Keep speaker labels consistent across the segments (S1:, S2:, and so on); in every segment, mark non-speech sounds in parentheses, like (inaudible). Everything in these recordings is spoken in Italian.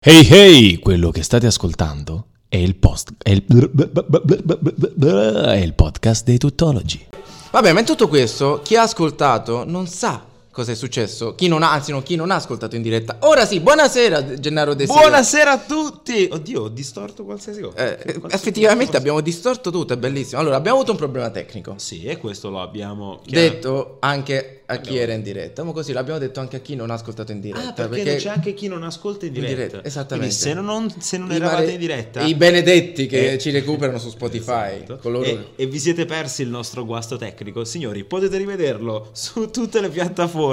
S1: Hey hey, quello che state ascoltando è il, post, è il, è il podcast dei tuttologi.
S2: Vabbè, ma in tutto questo, chi ha ascoltato non sa cosa è successo. Chi non ha, anzi, no, chi non ha ascoltato in diretta. Ora sì, buonasera, Gennaro De Sera.
S3: Buonasera a tutti! Oddio, ho distorto qualsiasi cosa.
S2: Eh, eh,
S3: Qualsiasi-
S2: effettivamente abbiamo distorto tutto, è bellissimo. Allora, abbiamo avuto un problema tecnico.
S3: Sì, e questo lo abbiamo chiaro-
S2: Detto anche a chi era in diretta, ma così l'abbiamo detto anche a chi non ha ascoltato in diretta.
S3: Ah, perché, c'è anche chi non ascolta in
S2: in
S3: diretta.
S2: diretta, esattamente.
S3: Quindi se non, se non
S2: i
S3: eravate
S2: mare-
S3: in diretta...
S2: I benedetti che
S3: Eh.
S2: ci recuperano
S3: (laughs)
S2: su Spotify.
S3: Esatto.
S2: coloro-
S3: e, e vi siete persi il nostro guasto tecnico, signori, potete rivederlo su tutte le piattaforme.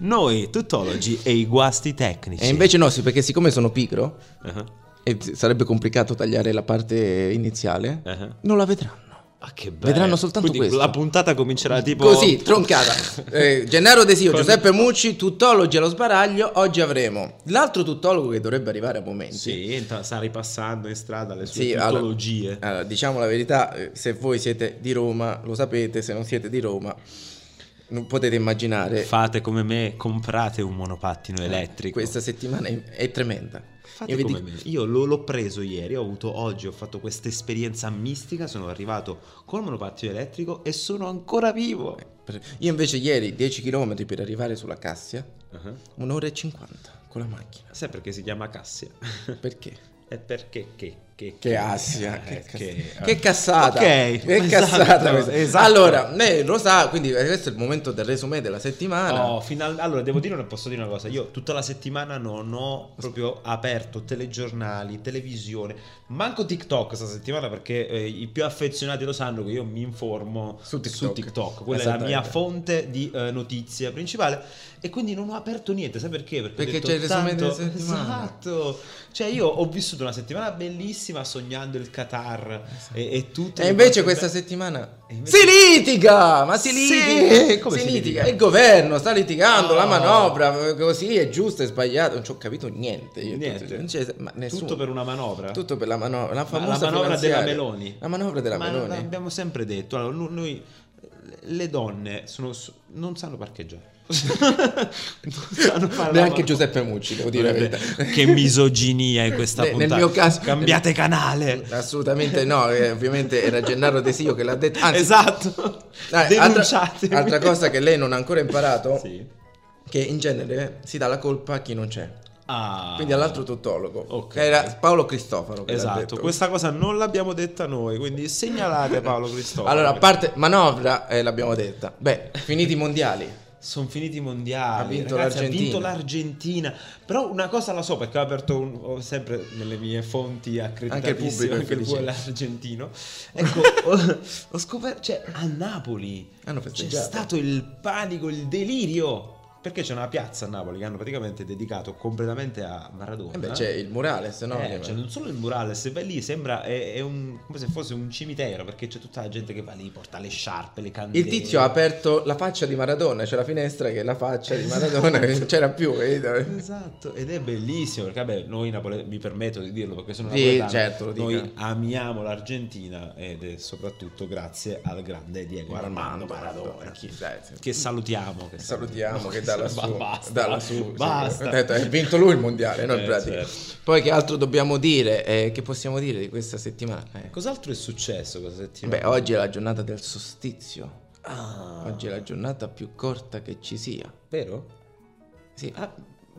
S3: Noi, tuttologi e i guasti tecnici.
S2: E invece no, sì, perché siccome sono pigro
S3: Ah,
S2: e t- sarebbe complicato tagliare la parte iniziale,
S3: ah.
S2: non la vedranno.
S3: Ah, che bello.
S2: Vedranno soltanto
S3: Quindi
S2: questo.
S3: La puntata comincerà tipo
S2: Così, troncata.
S3: (laughs)
S2: Eh, Gennaro De Sio,
S3: Con-
S2: Giuseppe Mucci, tuttologi allo sbaraglio. Oggi avremo l'altro tuttologo che dovrebbe arrivare a momenti.
S3: Sì, intanto sta ripassando in strada le sue
S2: Sì, allora-
S3: tuttologie.
S2: Allora, diciamo la verità, eh, se voi siete di Roma lo sapete, se non siete di Roma non potete immaginare.
S3: Fate come me, comprate un monopattino elettrico.
S2: Questa settimana è, è tremenda.
S3: Fate
S2: Io vi
S3: come
S2: dico-
S3: me. Io lo- l'ho preso ieri, ho avuto oggi, ho fatto questa esperienza mistica, sono arrivato col monopattino elettrico e sono ancora vivo.
S2: per- Io invece ieri 10 km per arrivare sulla Cassia,
S3: Ah.
S2: un'ora e 50 con la macchina.
S3: (laughs) Sai perché si chiama Cassia? (laughs)
S2: Perché?
S3: È perché che... Che,
S2: Che assia, che,
S3: Eh,
S2: cazz-
S3: che-
S2: che cazzata!
S3: Ok,
S2: che
S3: esatto,
S2: cazzata! questa.
S3: esatto.
S2: Allora, eh, lo sa, quindi questo è il momento del resumé della settimana.
S3: Oh, final- Allora, devo dire, una- posso dire una cosa. Io tutta la settimana non ho proprio aperto telegiornali, televisione, manco TikTok questa settimana perché eh, i più affezionati lo sanno che io mi informo
S2: Su TikTok.
S3: Quella è la mia
S2: Esattamente.
S3: fonte di eh, notizie principale e quindi non ho aperto niente. Sai perché? Perché, ho
S2: Perché
S3: detto
S2: c'è il resume
S3: tanto-
S2: della settimana.
S3: Esatto. Cioè, io ho vissuto una settimana bellissima sognando il Qatar e, e tutto.
S2: E invece questa settimana
S3: E invece-
S2: si litiga! Ma si
S3: Sì,
S2: litiga!
S3: come
S2: si
S3: si
S2: litiga?
S3: litiga?
S2: Il governo sta litigando, la
S3: Oh.
S2: manovra eh, così è giusta, è sbagliata. Non ci ho capito niente. Io
S3: Niente.
S2: Non c'è, ma nessuno.
S3: Tutto per una manovra.
S2: Tutto per la manovra. La,
S3: Ma
S2: famosa
S3: la manovra della
S2: finanziaria.
S3: Meloni.
S2: La manovra della
S3: Ma
S2: Meloni.
S3: abbiamo sempre detto, allora, no- noi le donne sono- so- non sanno parcheggiare. (laughs) Non sanno fare la
S2: Neanche
S3: manovra.
S2: Giuseppe Mucci, devo dire la
S3: Vabbè,
S2: verità.
S3: Che misoginia in questa
S2: Ne- nel
S3: puntata.
S2: mio caso-
S3: Cambiate canale.
S2: Assolutamente no, eh, ovviamente era Gennaro De Sio che l'ha detto. Anzi,
S3: esatto.
S2: dai, altra,
S3: Denunciatemi.
S2: altra cosa che lei non ha ancora imparato,
S3: Sì.
S2: che in genere si dà la colpa a chi non c'è.
S3: Ah.
S2: Quindi all'altro tuttologo,
S3: Ok.
S2: che era Paolo Cristoforo. che l'ha
S3: Esatto,
S2: detto.
S3: questa cosa non l'abbiamo detta noi, quindi segnalate Paolo Cristoforo.
S2: Allora, a parte manovra, eh, l'abbiamo detta. Beh, finiti i mondiali.
S3: Sono finiti i mondiali.
S2: Ha vinto
S3: ragazzi, ha
S2: l'Argentina.
S3: vinto l'Argentina. Però una cosa la so perché ho aperto un- ho sempre nelle mie fonti
S2: pubblico
S3: accreditatissime
S2: è
S3: anche il
S2: felice.
S3: quello argentino.
S2: (laughs)
S3: Ecco, ho, ho scoperto, cioè a Napoli
S2: Hanno
S3: c'è
S2: festeggiato.
S3: stato il panico, il delirio. Perché c'è una piazza a Napoli che hanno praticamente dedicato completamente a Maradona.
S2: Eh beh, c'è il murale, se no...
S3: Eh, cioè, non solo il murale, se vai lì sembra è, è un, come se fosse un cimitero perché c'è tutta la gente che va lì, porta le sciarpe, le candele.
S2: Il tizio ha aperto la faccia di Maradona, c'è la finestra che è la faccia di Maradona,
S3: (laughs)
S2: che non c'era più, capito?
S3: Esatto, ed è bellissimo perché vabbè, noi napole- mi permetto di dirlo perché sono
S2: Sì,
S3: napoletano,
S2: certo, lo dica.
S3: noi amiamo l'Argentina ed è soprattutto grazie al grande Diego Armando Maradona
S2: chi- dai, sì.
S3: che salutiamo, che
S2: Salutiamo che dà la
S3: Ma
S2: su,
S3: (laughs) basta,
S2: dà la su,
S3: basta.
S2: Ha detto, ha vinto lui il mondiale, no? in
S3: Eh,
S2: pratica.
S3: certo.
S2: Poi che altro dobbiamo dire? Eh, che possiamo dire di questa settimana? Eh.
S3: Cos'altro è successo questa settimana?
S2: Beh, oggi è la giornata del sostizio.
S3: Ah,
S2: Oggi è la giornata più corta che ci sia.
S3: vero?
S2: Sì,
S3: Ah,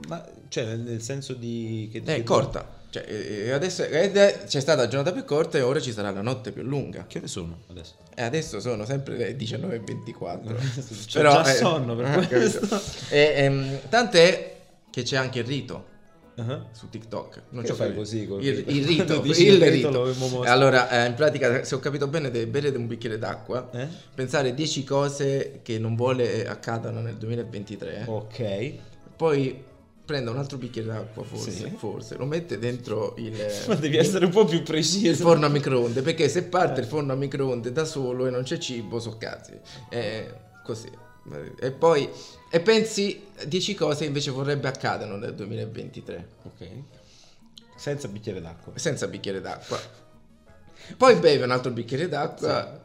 S3: ma cioè nel, nel senso di che
S2: è
S3: che-
S2: corta. Cioè, eh, adesso ed è- c'è stata la giornata più corta e ora ci sarà la notte più lunga.
S3: Che ore sono adesso?
S2: E adesso sono sempre le 19.24.
S3: (laughs) C'ho già sonno per
S2: eh, (laughs) capito.
S3: questo.
S2: E, ehm, tant'è che c'è anche il rito
S3: Ah.
S2: su TikTok. Non
S3: Che
S2: c'ho
S3: fai
S2: capito.
S3: così col
S2: il,
S3: rito? (laughs)
S2: il
S3: Quando
S2: rito.
S3: dici
S2: il
S3: il rito
S2: rito.
S3: lo avevamo mosso.
S2: Allora, eh, in pratica, se ho capito bene, deve bere un bicchiere d'acqua.
S3: Eh?
S2: Pensare 10 cose che non vuole accadano nel 2023.
S3: Ok.
S2: (laughs) Poi prende un altro bicchiere d'acqua, forse,
S3: Sì.
S2: forse, lo mette dentro il,
S3: Ma (laughs) devi essere un po' più preciso.
S2: il forno a microonde, perché se parte il forno a microonde da solo e non c'è cibo, so cazzi. Eh, così. E poi e pensi 10 cose invece vorrebbe accadano nel 2023,
S3: Ok. Senza bicchiere d'acqua.
S2: senza bicchiere d'acqua. Poi beve un altro bicchiere d'acqua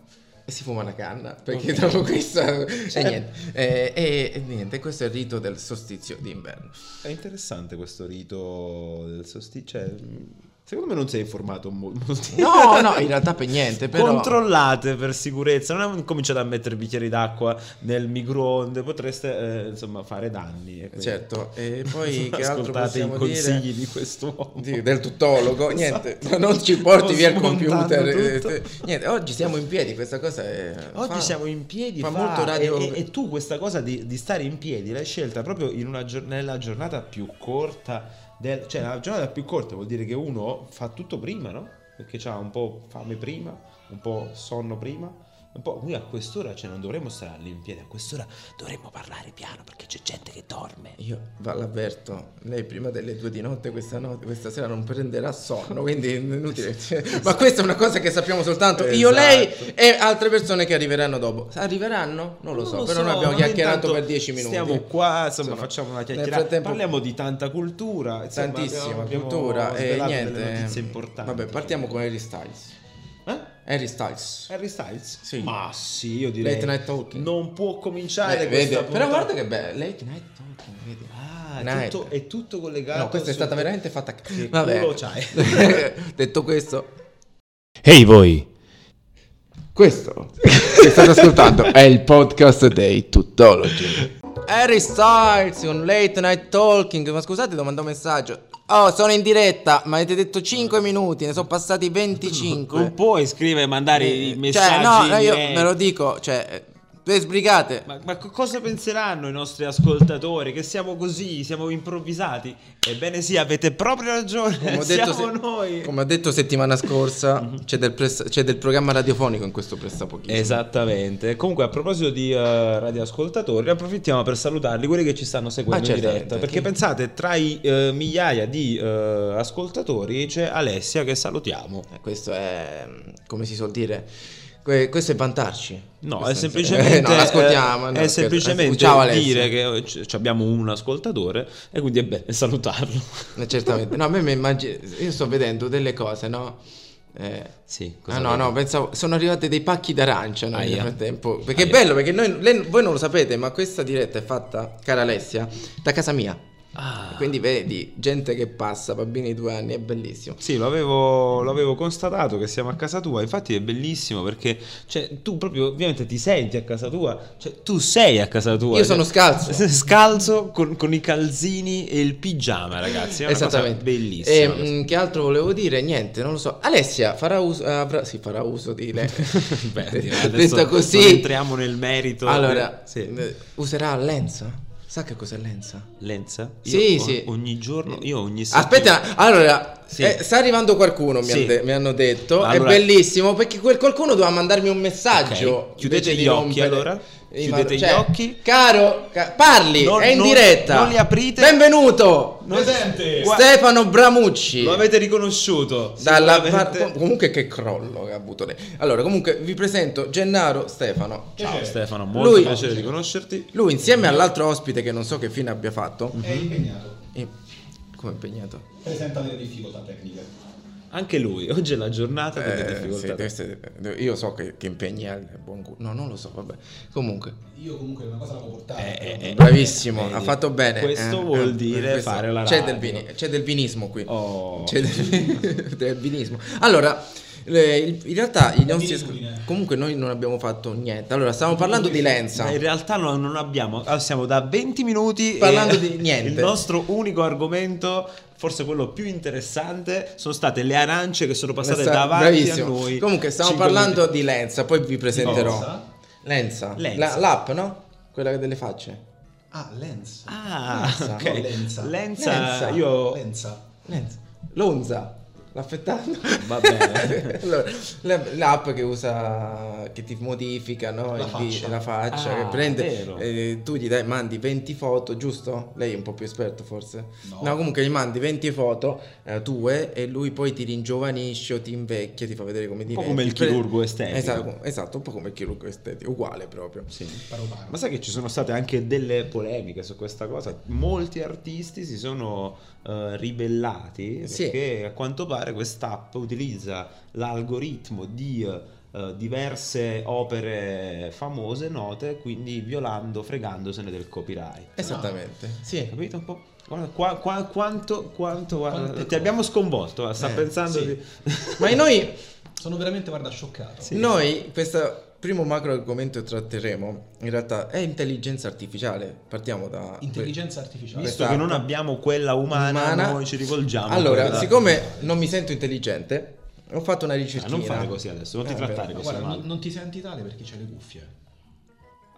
S2: E si fuma una canna, perché dopo questo... E niente, (laughs) eh, e- e niente, questo è il rito del solstizio d'inverno.
S3: È interessante questo rito del solstizio. Cioè, secondo me non sei informato mo- molti.
S2: No, no, in realtà per niente, però...
S3: Controllate per sicurezza, non cominciate a mettere bicchieri d'acqua nel microonde, potreste eh, insomma fare danni. e quindi-
S2: Certo,
S3: (laughs)
S2: e poi che altro
S3: Ascoltate i
S2: possiamo
S3: consigli
S2: dire?
S3: di quest'uomo.
S2: Sì, del
S3: (laughs)
S2: tutologo,
S3: Esatto.
S2: niente, (laughs) non ci porti via il
S3: Sto smontando
S2: computer. eh,
S3: tutto.
S2: te- Niente, oggi siamo in piedi, questa cosa è...
S3: Oggi
S2: Eh, fa-
S3: siamo in piedi,
S2: fa molto radio-
S3: e, e- e tu questa cosa di, di stare in piedi l'hai scelta proprio in una gior- nella giornata più corta, del- cioè la giornata più corta vuol dire che uno fa tutto prima, no? Perché ha un po' fame prima, un po' sonno prima, un po'... Quindi a quest'ora, cioè non dovremmo stare lì in piedi, a quest'ora dovremmo parlare piano perché c'è gente che dorme.
S2: Io va- l'avverto, lei prima delle due di notte questa, notte questa sera non prenderà sonno, quindi è
S3: (laughs)
S2: inutile. Ma questa è una cosa che sappiamo soltanto io,
S3: Esatto.
S2: lei e altre persone che arriveranno dopo. Arriveranno? Non lo so, però noi abbiamo
S3: ma
S2: chiacchierato
S3: intanto
S2: per dieci minuti.
S3: Stiamo qua, insomma,
S2: Insomma,
S3: facciamo una
S2: nel
S3: chiacchierata.
S2: frattempo-
S3: Parliamo di tanta cultura, insomma,
S2: Tantissima
S3: abbiamo- abbiamo
S2: cultura e
S3: svelato delle
S2: niente. eh,
S3: notizie importanti.
S2: Vabbè, partiamo con Harry Styles.
S3: Eh?
S2: Harry Styles.
S3: Harry Styles?
S2: Sì.
S3: Ma sì, io direi.
S2: Late Night Talking.
S3: Non può cominciare
S2: Eh,
S3: questa
S2: vede, però
S3: puntata.
S2: guarda che bello, Late Night Talking, vedi.
S3: Ah, è
S2: Night.
S3: tutto, è tutto collegato.
S2: No, questa è
S3: su-
S2: stata veramente fatta a
S3: Che
S2: c- Vabbè. (laughs)
S3: culo c'hai?
S2: Detto questo,
S1: Ehi voi!
S2: (laughs) Questo che state ascoltando è il podcast dei Tutology. Harry Styles con Late Night Talking. Ma scusate, ti mando un messaggio. Oh, sono in diretta, ma avete detto 5 minuti, ne sono passati 25.
S4: Non puoi scrivere e mandare i
S2: Eh, Cioè,
S4: messaggi.
S2: no,
S4: in
S2: io
S4: diretta.
S2: me lo dico, cioè, eh, due sbrigate.
S3: Ma, ma co- cosa penseranno i nostri ascoltatori? Che siamo così, siamo improvvisati? Ebbene sì, avete proprio ragione.
S2: Come ho, detto
S3: siamo
S2: se-
S3: noi. Mhm.
S2: come ho detto settimana scorsa, c'è del, press- c'è del programma radiofonico in questo pressapochismo.
S3: Esattamente. Comunque, a proposito di eh, radioascoltatori, approfittiamo per salutarli quelli che ci stanno seguendo
S2: Ah,
S3: in
S2: certamente.
S3: diretta. Perché
S2: Chi?
S3: pensate, tra i eh, migliaia di eh, ascoltatori c'è Alessia che salutiamo.
S2: Eh, Questo è, mm, come si suol dire, que- questo è vantarci.
S3: No,
S2: Questo
S3: è semplicemente,
S2: Eh, (laughs) no, ascoltiamo.
S3: eh,
S2: no,
S3: è
S2: scherzo.
S3: semplicemente
S2: Ciao Alessia.
S3: dire che eh, c- ci abbiamo un ascoltatore e quindi è bene salutarlo.
S2: Eh, Certamente. No, a me mi immagino... Io sto vedendo delle cose, no? Eh,
S3: Sì, (laughs)
S2: ah no, no, pensavo... Sono arrivati dei pacchi d'arancia no, nel
S3: Aia.
S2: frattempo. Perché è
S3: Aia.
S2: bello, perché noi- lei- voi non lo sapete, ma questa diretta è fatta, cara Alessia, da casa mia. Ah. Quindi vedi, gente che passa, bambini di due anni, è bellissimo.
S3: Sì, lo avevo, lo avevo constatato che siamo a casa tua, infatti è bellissimo perché cioè, tu proprio ovviamente ti senti a casa tua, cioè tu sei a casa tua.
S2: Io
S3: cioè-
S2: sono scalzo.
S3: (laughs) Scalzo con, con i calzini e il pigiama, ragazzi. È una
S2: Esattamente. Ehm,
S3: cosa bellissima.
S2: E, mh, che altro volevo dire? Niente, non lo so. Alessia farà uso, avrà- sì, farà uso di lei.
S3: (laughs)
S2: (laughs)
S3: Beh, adesso
S2: Detto
S3: non
S2: così.
S3: entriamo nel merito.
S2: Allora,
S3: Sì.
S2: eh, userà lenza? Sa che cos'è lenza?
S3: Lenza? Io
S2: Sì,
S3: o-
S2: sì.
S3: Ogni giorno, io ogni settimana-
S2: Aspetta, allora,
S3: Sì.
S2: eh, sta arrivando qualcuno, mi,
S3: Sì.
S2: han de- mi hanno detto,
S3: Allora-
S2: è bellissimo, perché quel qualcuno doveva mandarmi un messaggio.
S3: Ok, chiudete
S2: invece di
S3: gli occhi,
S2: rompere
S3: allora.
S2: i
S3: Chiudete
S2: mando-
S3: gli
S2: cioè,
S3: occhi.
S2: Caro, ca- parli,
S3: Non-
S2: è in
S3: non-
S2: diretta.
S3: non li aprite.
S2: Benvenuto.
S3: Non si sente. Gua-
S2: Stefano Bramucci.
S3: Lo avete riconosciuto?
S2: Dalla
S3: sicuramente.
S2: par- comunque che crollo che ha avuto lei. Allora, comunque vi presento Gennaro Stefano.
S3: Ciao Stefano, molto
S2: Eh. Lui-
S3: piacere di conoscerti.
S2: Lui insieme all'altro ospite che non so che fine abbia fatto.
S3: Mm.
S5: È impegnato,
S2: E- come impegnato?
S5: presenta delle difficoltà tecniche.
S3: Anche lui, oggi è la giornata delle
S2: Eh, sì,
S3: difficoltà.
S2: queste- io so che, che impegni ha il buon cu- No, non lo so, vabbè. Comunque,
S5: Io comunque una cosa la può portare.
S3: Eh, eh, eh.
S2: bravissimo,
S3: vedi,
S2: ha fatto bene.
S3: questo
S2: eh,
S3: vuol
S2: eh,
S3: dire
S2: questo-
S3: fare la
S2: c'è
S3: radio.
S2: del, vini- c'è del vinismo qui.
S3: Oh.
S2: C'è del, (laughs) del vinismo. Allora, le- il- in realtà i nostri
S5: Vinitudine.
S2: ascol- comunque noi non abbiamo fatto niente. Allora, stiamo parlando di Lenza.
S3: Ma in realtà no, non abbiamo, ah, siamo da 20 minuti e
S2: Parlando di niente.
S3: (laughs) Il nostro unico argomento, forse quello più interessante, sono state le arance che sono passate
S2: Sta-
S3: davanti
S2: bravissimo.
S3: a noi.
S2: Comunque, stiamo
S3: Cinque
S2: parlando
S3: minuti.
S2: di Lenza, poi vi presenterò.
S5: Lenza?
S2: Lenza,
S3: Lenza.
S2: La- l'app, no? Quella delle facce.
S5: Ah, Lenz.
S3: Ah,
S2: Lenza,
S3: ok.
S5: no, Lenza.
S3: Lenza,
S2: Lenza.
S3: io
S5: Lenza.
S2: Lenza. Lonza. L'affettato.
S3: Va bene.
S2: Allora, la- l'app che usa, che ti modifica, no?
S5: La
S2: Il vi-
S5: faccia.
S2: la faccia,
S3: Ah,
S2: che prende,
S3: vero.
S2: eh, tu gli dai, mandi 20 foto, giusto? Lei è un po' più esperto forse?
S5: No.
S2: comunque gli mandi 20 foto, eh, tue, e lui poi ti ringiovanisce o ti invecchia, ti fa vedere come diventi.
S3: come il
S2: Pre-
S3: chirurgo estetico.
S2: Esatto, esatto, un po' come il chirurgo estetico, uguale proprio.
S3: Sì.
S5: Paro paro.
S3: Ma sai che ci sono state anche delle polemiche su questa cosa? Molti artisti si sono eh, ribellati
S2: Sì.
S3: perché a quanto pare quest'app utilizza l'algoritmo di eh, eh, diverse opere famose, note, quindi violando, fregandosene del copyright.
S2: Esattamente. Sì.
S3: Capito un po'? Guarda, qua- qua- quanto, quanto guarda,
S5: Quante
S3: ti
S5: cose.
S3: abbiamo sconvolto, guarda, sta
S2: Eh,
S3: pensando
S5: sì.
S3: di...
S2: Ma noi
S5: Sono veramente, guarda, scioccato.
S3: Sì.
S2: Noi, questo primo macro argomento che tratteremo, in realtà è intelligenza artificiale. Partiamo da...
S5: Intelligenza artificiale.
S2: Visto-
S3: Visto che non abbiamo quella umana,
S2: Umana.
S3: noi ci rivolgiamo. a
S2: Allora,
S3: quella-
S2: siccome non mi sento intelligente, ho fatto una
S3: Ah,
S2: ricerca.
S3: non fare così adesso, non ti
S2: Eh,
S3: trattare
S5: Ma
S3: così
S5: guarda,
S3: male.
S5: non, non ti senti tale perché c'hai le cuffie.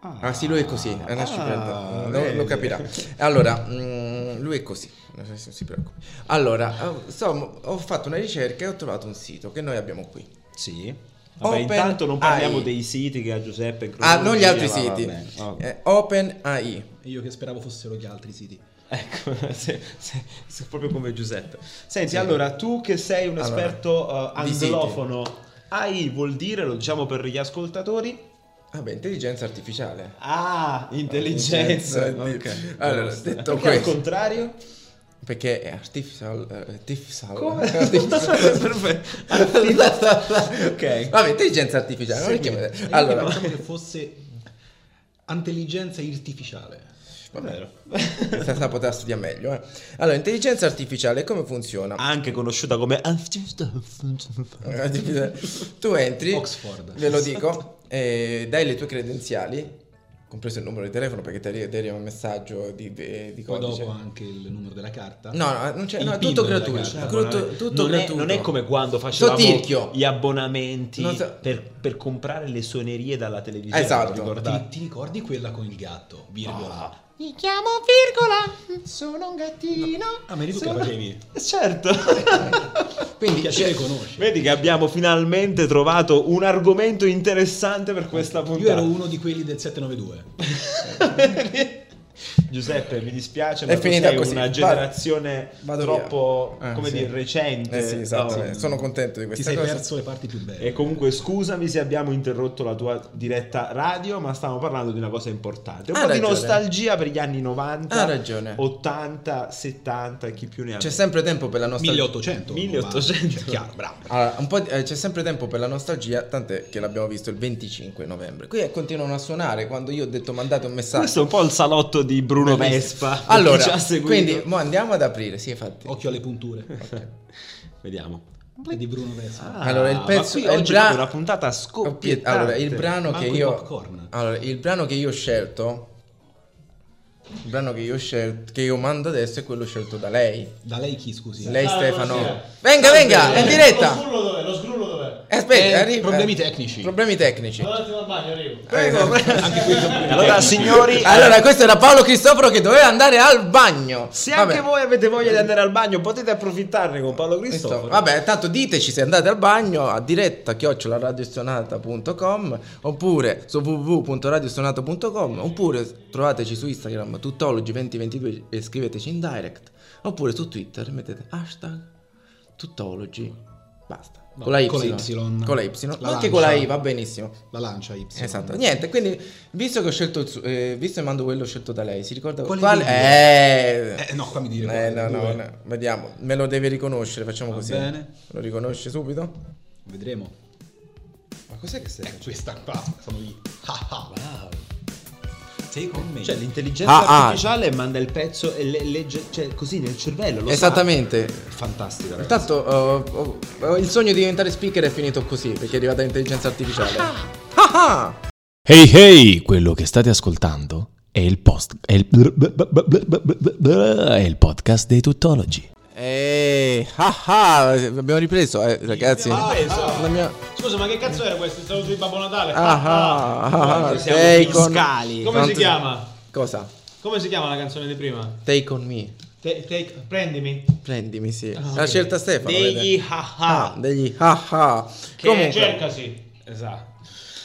S2: Ah sì, lui è così, è una
S3: Ah,
S2: sciocchezza. Lo- lo,
S3: vedi.
S2: capirà. Allora, mm, lui è così, non si preoccupi. Allora, eh, insomma, ho fatto una ricerca e ho trovato un sito che noi abbiamo qui. Ah,
S3: Sì.
S2: Open
S3: Vabbè, intanto non parliamo
S2: AI.
S3: dei siti che ha Giuseppe in
S2: Ah, non gli
S3: cronologia,
S2: altri
S3: ma
S2: siti.
S3: vabbè, vabbè.
S2: Eh, Open AI.
S5: E io che speravo fossero gli altri siti.
S3: Ecco, (laughs) se- se- se- proprio come Giuseppe. Senti, allora, tu che sei un
S2: Allora,
S3: esperto eh,
S2: di siti.
S3: anglofono, AI vuol dire, lo diciamo per gli ascoltatori,
S2: Vabbè, Ah, intelligenza artificiale.
S3: ah, intelligenza.
S2: Intelligenza,
S3: Ok.
S2: allora, detto
S3: Perché al
S2: questo. (laughs)
S3: contrario?
S2: Perché è artificial. eh, (laughs) Artificial.
S3: Come?
S2: Perfetto. (laughs)
S3: Ok.
S2: Vabbè, intelligenza artificiale. Non
S3: Sì,
S2: li chiamate-
S5: E io
S2: Allora,
S5: pensavo che fosse intelligenza artificiale.
S3: Vabbè.
S2: senza poter studiare meglio. eh. Allora, intelligenza artificiale, come funziona?
S3: (laughs) Anche conosciuta come...
S2: (laughs) tu entri,
S5: Oxford.
S2: ve lo dico, eh, dai le tue credenziali, compreso il numero di telefono perché ti arri- ti arriva un messaggio di, di, di
S5: Poi
S2: codice.
S5: dopo anche il numero della carta.
S2: No, no, non c'è,
S5: Il
S2: no, è
S5: PIN
S2: tutto
S5: della
S2: gratuito.
S5: carta.
S2: gratu- tutto
S3: non, è,
S2: gratuito.
S3: non è come quando facevamo
S2: Sottirchio.
S3: gli abbonamenti
S2: Non so-
S3: per, per comprare le suonerie dalla televisione.
S2: Esatto.
S3: vi
S5: Ma
S3: ricordate?
S5: Ti, ti ricordi quella con il gatto? Virgola.
S2: Ah.
S6: Mi chiamo Virgola, sono un gattino.
S5: Ah, ma eri tu che
S3: Sono-
S5: facevi?
S2: Eh,
S3: Certo.
S2: Quindi eh,
S5: Perché ce
S2: c'è-
S5: le conosci.
S3: (laughs) Vedi che abbiamo finalmente trovato un argomento interessante per questa
S5: Io
S3: puntata.
S5: ero uno di quelli del 792.
S3: (laughs) Giuseppe, mi dispiace,
S2: È
S3: ma tu
S2: finita
S3: Cioè, sei
S2: così.
S3: una
S2: Vado-
S3: generazione
S2: vado via.
S3: troppo,
S2: Eh,
S3: come
S2: sì.
S3: dire, recente.
S2: Eh sì, esatto,
S3: No.
S2: eh, sono contento di
S5: Ti
S2: questa
S5: sei
S2: cosa.
S5: perso le parti più belle.
S3: E comunque scusami se abbiamo interrotto la tua diretta radio, ma stiamo parlando di una cosa importante. Un
S2: Ha
S3: po' di
S2: ragione.
S3: nostalgia per gli anni 90,
S2: Ha Ah, ragione.
S3: 80, 70 e chi più ne ha.
S2: Eh. C'è sempre tempo per la nostra...
S5: 1800.
S3: 1800.
S5: Cioè, chiaro, bravo.
S2: Allora, un po' di- eh, c'è sempre tempo per la nostalgia, tant'è che l'abbiamo visto il 25 novembre. Qui eh, continuano a suonare quando io ho detto mandate un messaggio.
S3: Questo è un po' il salotto di Bruno
S2: Bellissimo.
S3: Vespa. (laughs) per chi ci
S2: Allora,
S3: ha seguito.
S2: quindi mo andiamo ad aprire, sì, infatti.
S5: Occhio alle punture.
S3: Vediamo.
S5: È di Bruno Vespa.
S3: Ah,
S2: Allora, il
S3: ma
S2: pezzo
S3: qui
S2: è il
S3: oggi
S2: bra-
S3: proprio una puntata scoppiettante.
S2: Allora, il brano
S5: Manco
S2: che
S5: i
S2: io
S5: popcorn.
S2: Allora, il brano che io ho scelto il brano che io ho scelto che io mando adesso è quello scelto da lei.
S5: Da lei chi, scusi?
S2: Lei
S3: Ah,
S7: Ciao,
S2: Stefano.
S7: buonasera.
S2: Venga, venga, è in
S7: Lo
S2: diretta.
S7: sgrullo dov'è? Lo sgrullo dov'è?
S2: Eh, Aspetta,
S5: Eh,
S2: arriva.
S5: problemi tecnici.
S2: Problemi tecnici.
S7: Vado un attimo al bagno, arrivo.
S2: Prego, prego.
S5: Anche qui sono-
S3: Allora, signori,
S2: Allora, questo era Paolo Cristoforo che doveva andare al bagno.
S3: se
S2: Vabbè.
S3: anche voi avete voglia di andare al bagno, potete approfittarne con Paolo
S2: Questo-
S3: Cristoforo.
S2: vabbè, tanto diteci se andate al bagno a diretta chiocciolaradiostonata.com oppure su www.radiostonata.com oppure trovateci su Instagram tuttology2022 e scriveteci in direct oppure su Twitter mettete hashtag tuttology basta.
S5: No,
S2: con la Y,
S5: con la Y.
S2: Con la Y.
S5: La
S2: anche con la I
S5: lancia.
S2: va benissimo.
S5: La lancia Y.
S2: Esatto, niente, quindi visto che ho scelto il suo, eh, visto che mando quello scelto da lei, si ricorda
S5: Quale
S2: quale?
S5: video?
S2: Eh,
S5: Eh, no, fammi dire
S2: Eh,
S5: quale,
S2: no, no,
S5: due.
S2: no, vediamo, me lo deve riconoscere, facciamo
S5: Va
S2: così.
S5: bene.
S2: Lo riconosce subito?
S5: Vedremo.
S2: Ma cos'è che stai
S5: È questa qua. Sono lì. wow. Take on me.
S3: Cioè, l'intelligenza
S2: Ah, ah.
S3: artificiale manda il pezzo e le- legge, cioè, così nel cervello. Lo
S2: Esattamente.
S3: Sa. Fantastica. ragazzi.
S2: Intanto oh, oh, il sogno di diventare speaker è finito così, perché è arrivata l'intelligenza artificiale. Ah, ah.
S1: Hey hey, quello che state ascoltando è il post è il, è il podcast dei tuttologi.
S2: Ehi, ah, ah, abbiamo ripreso, eh, ragazzi.
S7: Abbiamo ripreso.
S2: La mia...
S7: Scusa, ma che cazzo era questo? Il saluto di Babbo Natale?
S2: Ah, ah, ah, ah,
S3: Noi siamo
S2: take on...
S3: fiscali.
S7: Come si
S2: Tanto-
S7: chiama?
S2: Cosa?
S7: Come si chiama la canzone di prima?
S2: Take on me.
S7: Te- take- prendimi.
S2: Prendimi, sì. La scelta Stefano.
S3: Degli
S2: vede?
S3: haha.
S2: ah, degli ah ah.
S7: Che eh, cercasi. Esatto.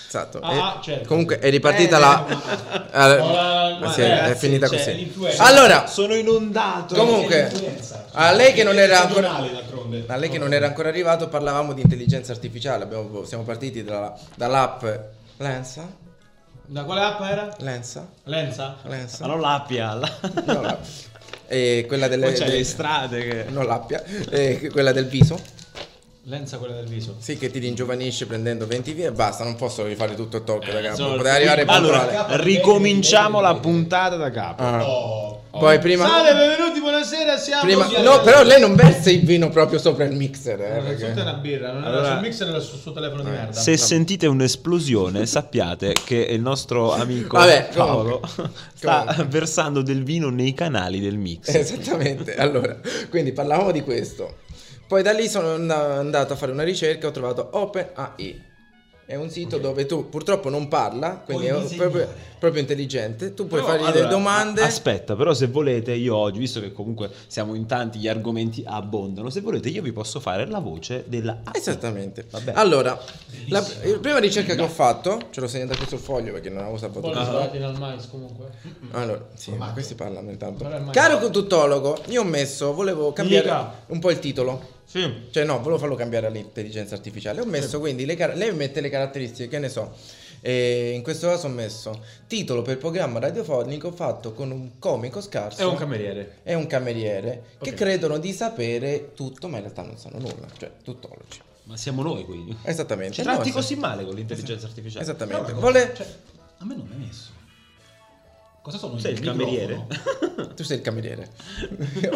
S2: esatto.
S7: Ah,
S2: eh,
S7: certo.
S2: comunque è ripartita
S3: Eh,
S2: la. (laughs)
S7: Ho
S2: Ah,
S7: la-
S2: ma
S7: ma
S2: sì, è,
S7: ragazzi,
S2: finita
S7: cioè,
S2: così.
S7: l'influenza.
S2: Allora,
S3: Sono inondato.
S2: comunque, a lei che non era ancora.
S7: d'altronde.
S2: A lei che non era ancora arrivato, parlavamo di intelligenza artificiale. abbiamo- siamo partiti dalla- dall'app Lensa.
S7: Da quale app era?
S2: Lensa.
S7: Lenza?
S2: Lensa.
S3: Ma non l'appia. La... (laughs)
S2: No, la- e quella delle.
S3: Poi c'è
S2: delle-
S3: le strade che...
S2: non l'appia. e quella del viso.
S7: Lenza quella del viso.
S2: Sì, che ti ringiovanisce prendendo 20 via e basta. Non posso rifare tutto il talk da capo.
S7: insomma,
S2: Potrei arrivare puntuale.
S3: Allora, ricominciamo la puntata da capo.
S2: Ah.
S7: Oh.
S2: Poi prima.
S7: Salve, benvenuti, buonasera, siamo...
S2: prima-
S7: via-
S2: no, però lei non versa il vino proprio sopra il mixer. eh,
S7: Eh,
S2: perché-
S7: Tutta
S2: (laughs)
S7: è una birra, non
S3: Allora-
S7: era sul mixer, era sul suo telefono
S2: Eh.
S7: di merda.
S3: Se sentite un'esplosione, sappiate che il nostro amico
S2: Vabbè,
S3: Paolo
S2: comunque.
S3: sta
S2: Comunque.
S3: versando del vino nei canali del
S2: (laughs)
S3: mix.
S2: Esattamente, allora, quindi parlavamo di questo. Poi da lì sono and- andato a fare una ricerca e ho trovato OpenAI. È un sito dove tu purtroppo non parla, quindi
S5: Puoi
S2: è
S5: disegnare.
S2: proprio, proprio intelligente. Tu puoi
S3: Però,
S2: fargli
S3: allora,
S2: delle domande.
S3: Aspetta, però se volete, io oggi, visto che comunque siamo in tanti, gli argomenti abbondano, se volete io vi posso fare la voce della...
S7: Ah.
S3: app.
S2: Esattamente.
S3: Vabbè.
S2: Allora, la, la prima ricerca che ho fatto, ce l'ho segnata qui sul foglio perché non avevo salvato
S7: Poi
S2: il
S7: lo
S2: foglio.
S7: sbaglio al mais comunque.
S2: Allora, sì, ma questi parlano intanto.
S7: Però ormai-
S2: Caro tutologo, io ho messo, volevo cambiare
S7: Dica.
S2: un po' il titolo.
S7: Sì.
S2: Cioè no, volevo farlo cambiare all'intelligenza artificiale. Ho messo quindi le car- lei mette le caratteristiche, che ne so. E in questo caso ho messo titolo per programma radiofonico fatto con un comico scarso
S7: È un cameriere.
S2: e un cameriere che
S7: Ok.
S2: credono di sapere tutto, ma in realtà non sanno nulla, cioè tuttologi.
S3: Ma siamo noi quindi.
S2: Esattamente.
S3: Ci tratti
S2: No,
S3: così male con l'intelligenza artificiale.
S2: Esattamente.
S5: No, ma-
S2: Vole-
S5: Cioè, a me non mi hai messo. Cosa sono
S3: Sei il
S5: microfono?
S3: cameriere.
S2: Tu sei il cameriere.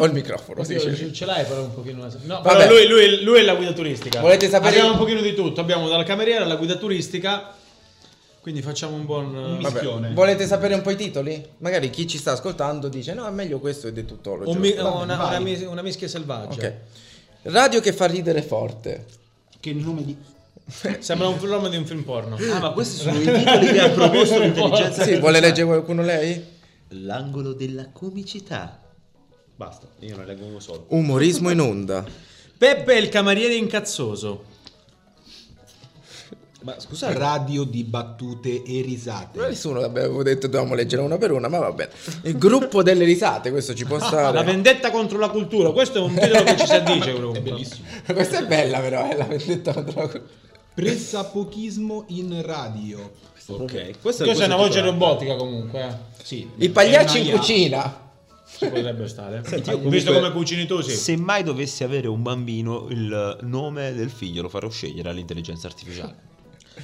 S2: (laughs) Ho il microfono, si
S7: Oddio,
S2: dice.
S7: ce- ce l'hai però un pochino la- No,
S2: Vabbè.
S7: però lui, lui- lui è la guida turistica.
S2: Volete sapere-
S7: Abbiamo un pochino di tutto, abbiamo dalla cameriera alla guida turistica. Quindi facciamo un buon eh,
S2: Vabbè,
S5: Mischione.
S2: Volete sapere un po' i titoli? Magari chi ci sta ascoltando dice no, è meglio questo ed è tuttologo.
S7: un mi-
S2: Ok.
S3: oh,
S7: una, una mis- una mischia selvaggia.
S3: cioè.
S2: Radio che fa ridere forte.
S5: Che nome di...
S7: Sembra un film di un film porno.
S3: Ah, ma questi sono i titoli che ha proposto l'intelligenza
S2: Sì, vuole leggere qualcuno lei?
S3: L'angolo della comicità. Basta, io ne leggo uno solo.
S2: Umorismo in onda.
S7: Peppe il cameriere incazzoso.
S3: Ma scusate,
S5: Radio di battute e risate.
S2: Nessuno avevo detto dovevamo leggere una per una, ma va bene. Il gruppo delle risate, questo ci
S3: (laughs)
S2: può
S7: La
S2: stare.
S7: vendetta contro la cultura, questo è un titolo che ci si
S3: (laughs)
S7: addice
S5: È
S7: comunque.
S5: bellissimo.
S2: (laughs) Questa è bella però, è la vendetta contro-
S5: Pressapochismo in radio.
S3: ok, questa
S7: Questa è
S3: questo
S7: una voce
S3: titolo-
S7: robotica comunque. eh.
S5: Sì.
S2: I pagliacci
S5: È
S2: in
S5: una IA.
S2: cucina.
S7: Ci potrebbe stare.
S3: Senti, io
S7: Visto
S3: comunque-
S7: come cucini tu, sì.
S3: Se mai dovessi avere un bambino, il nome del figlio lo farò scegliere all'intelligenza artificiale.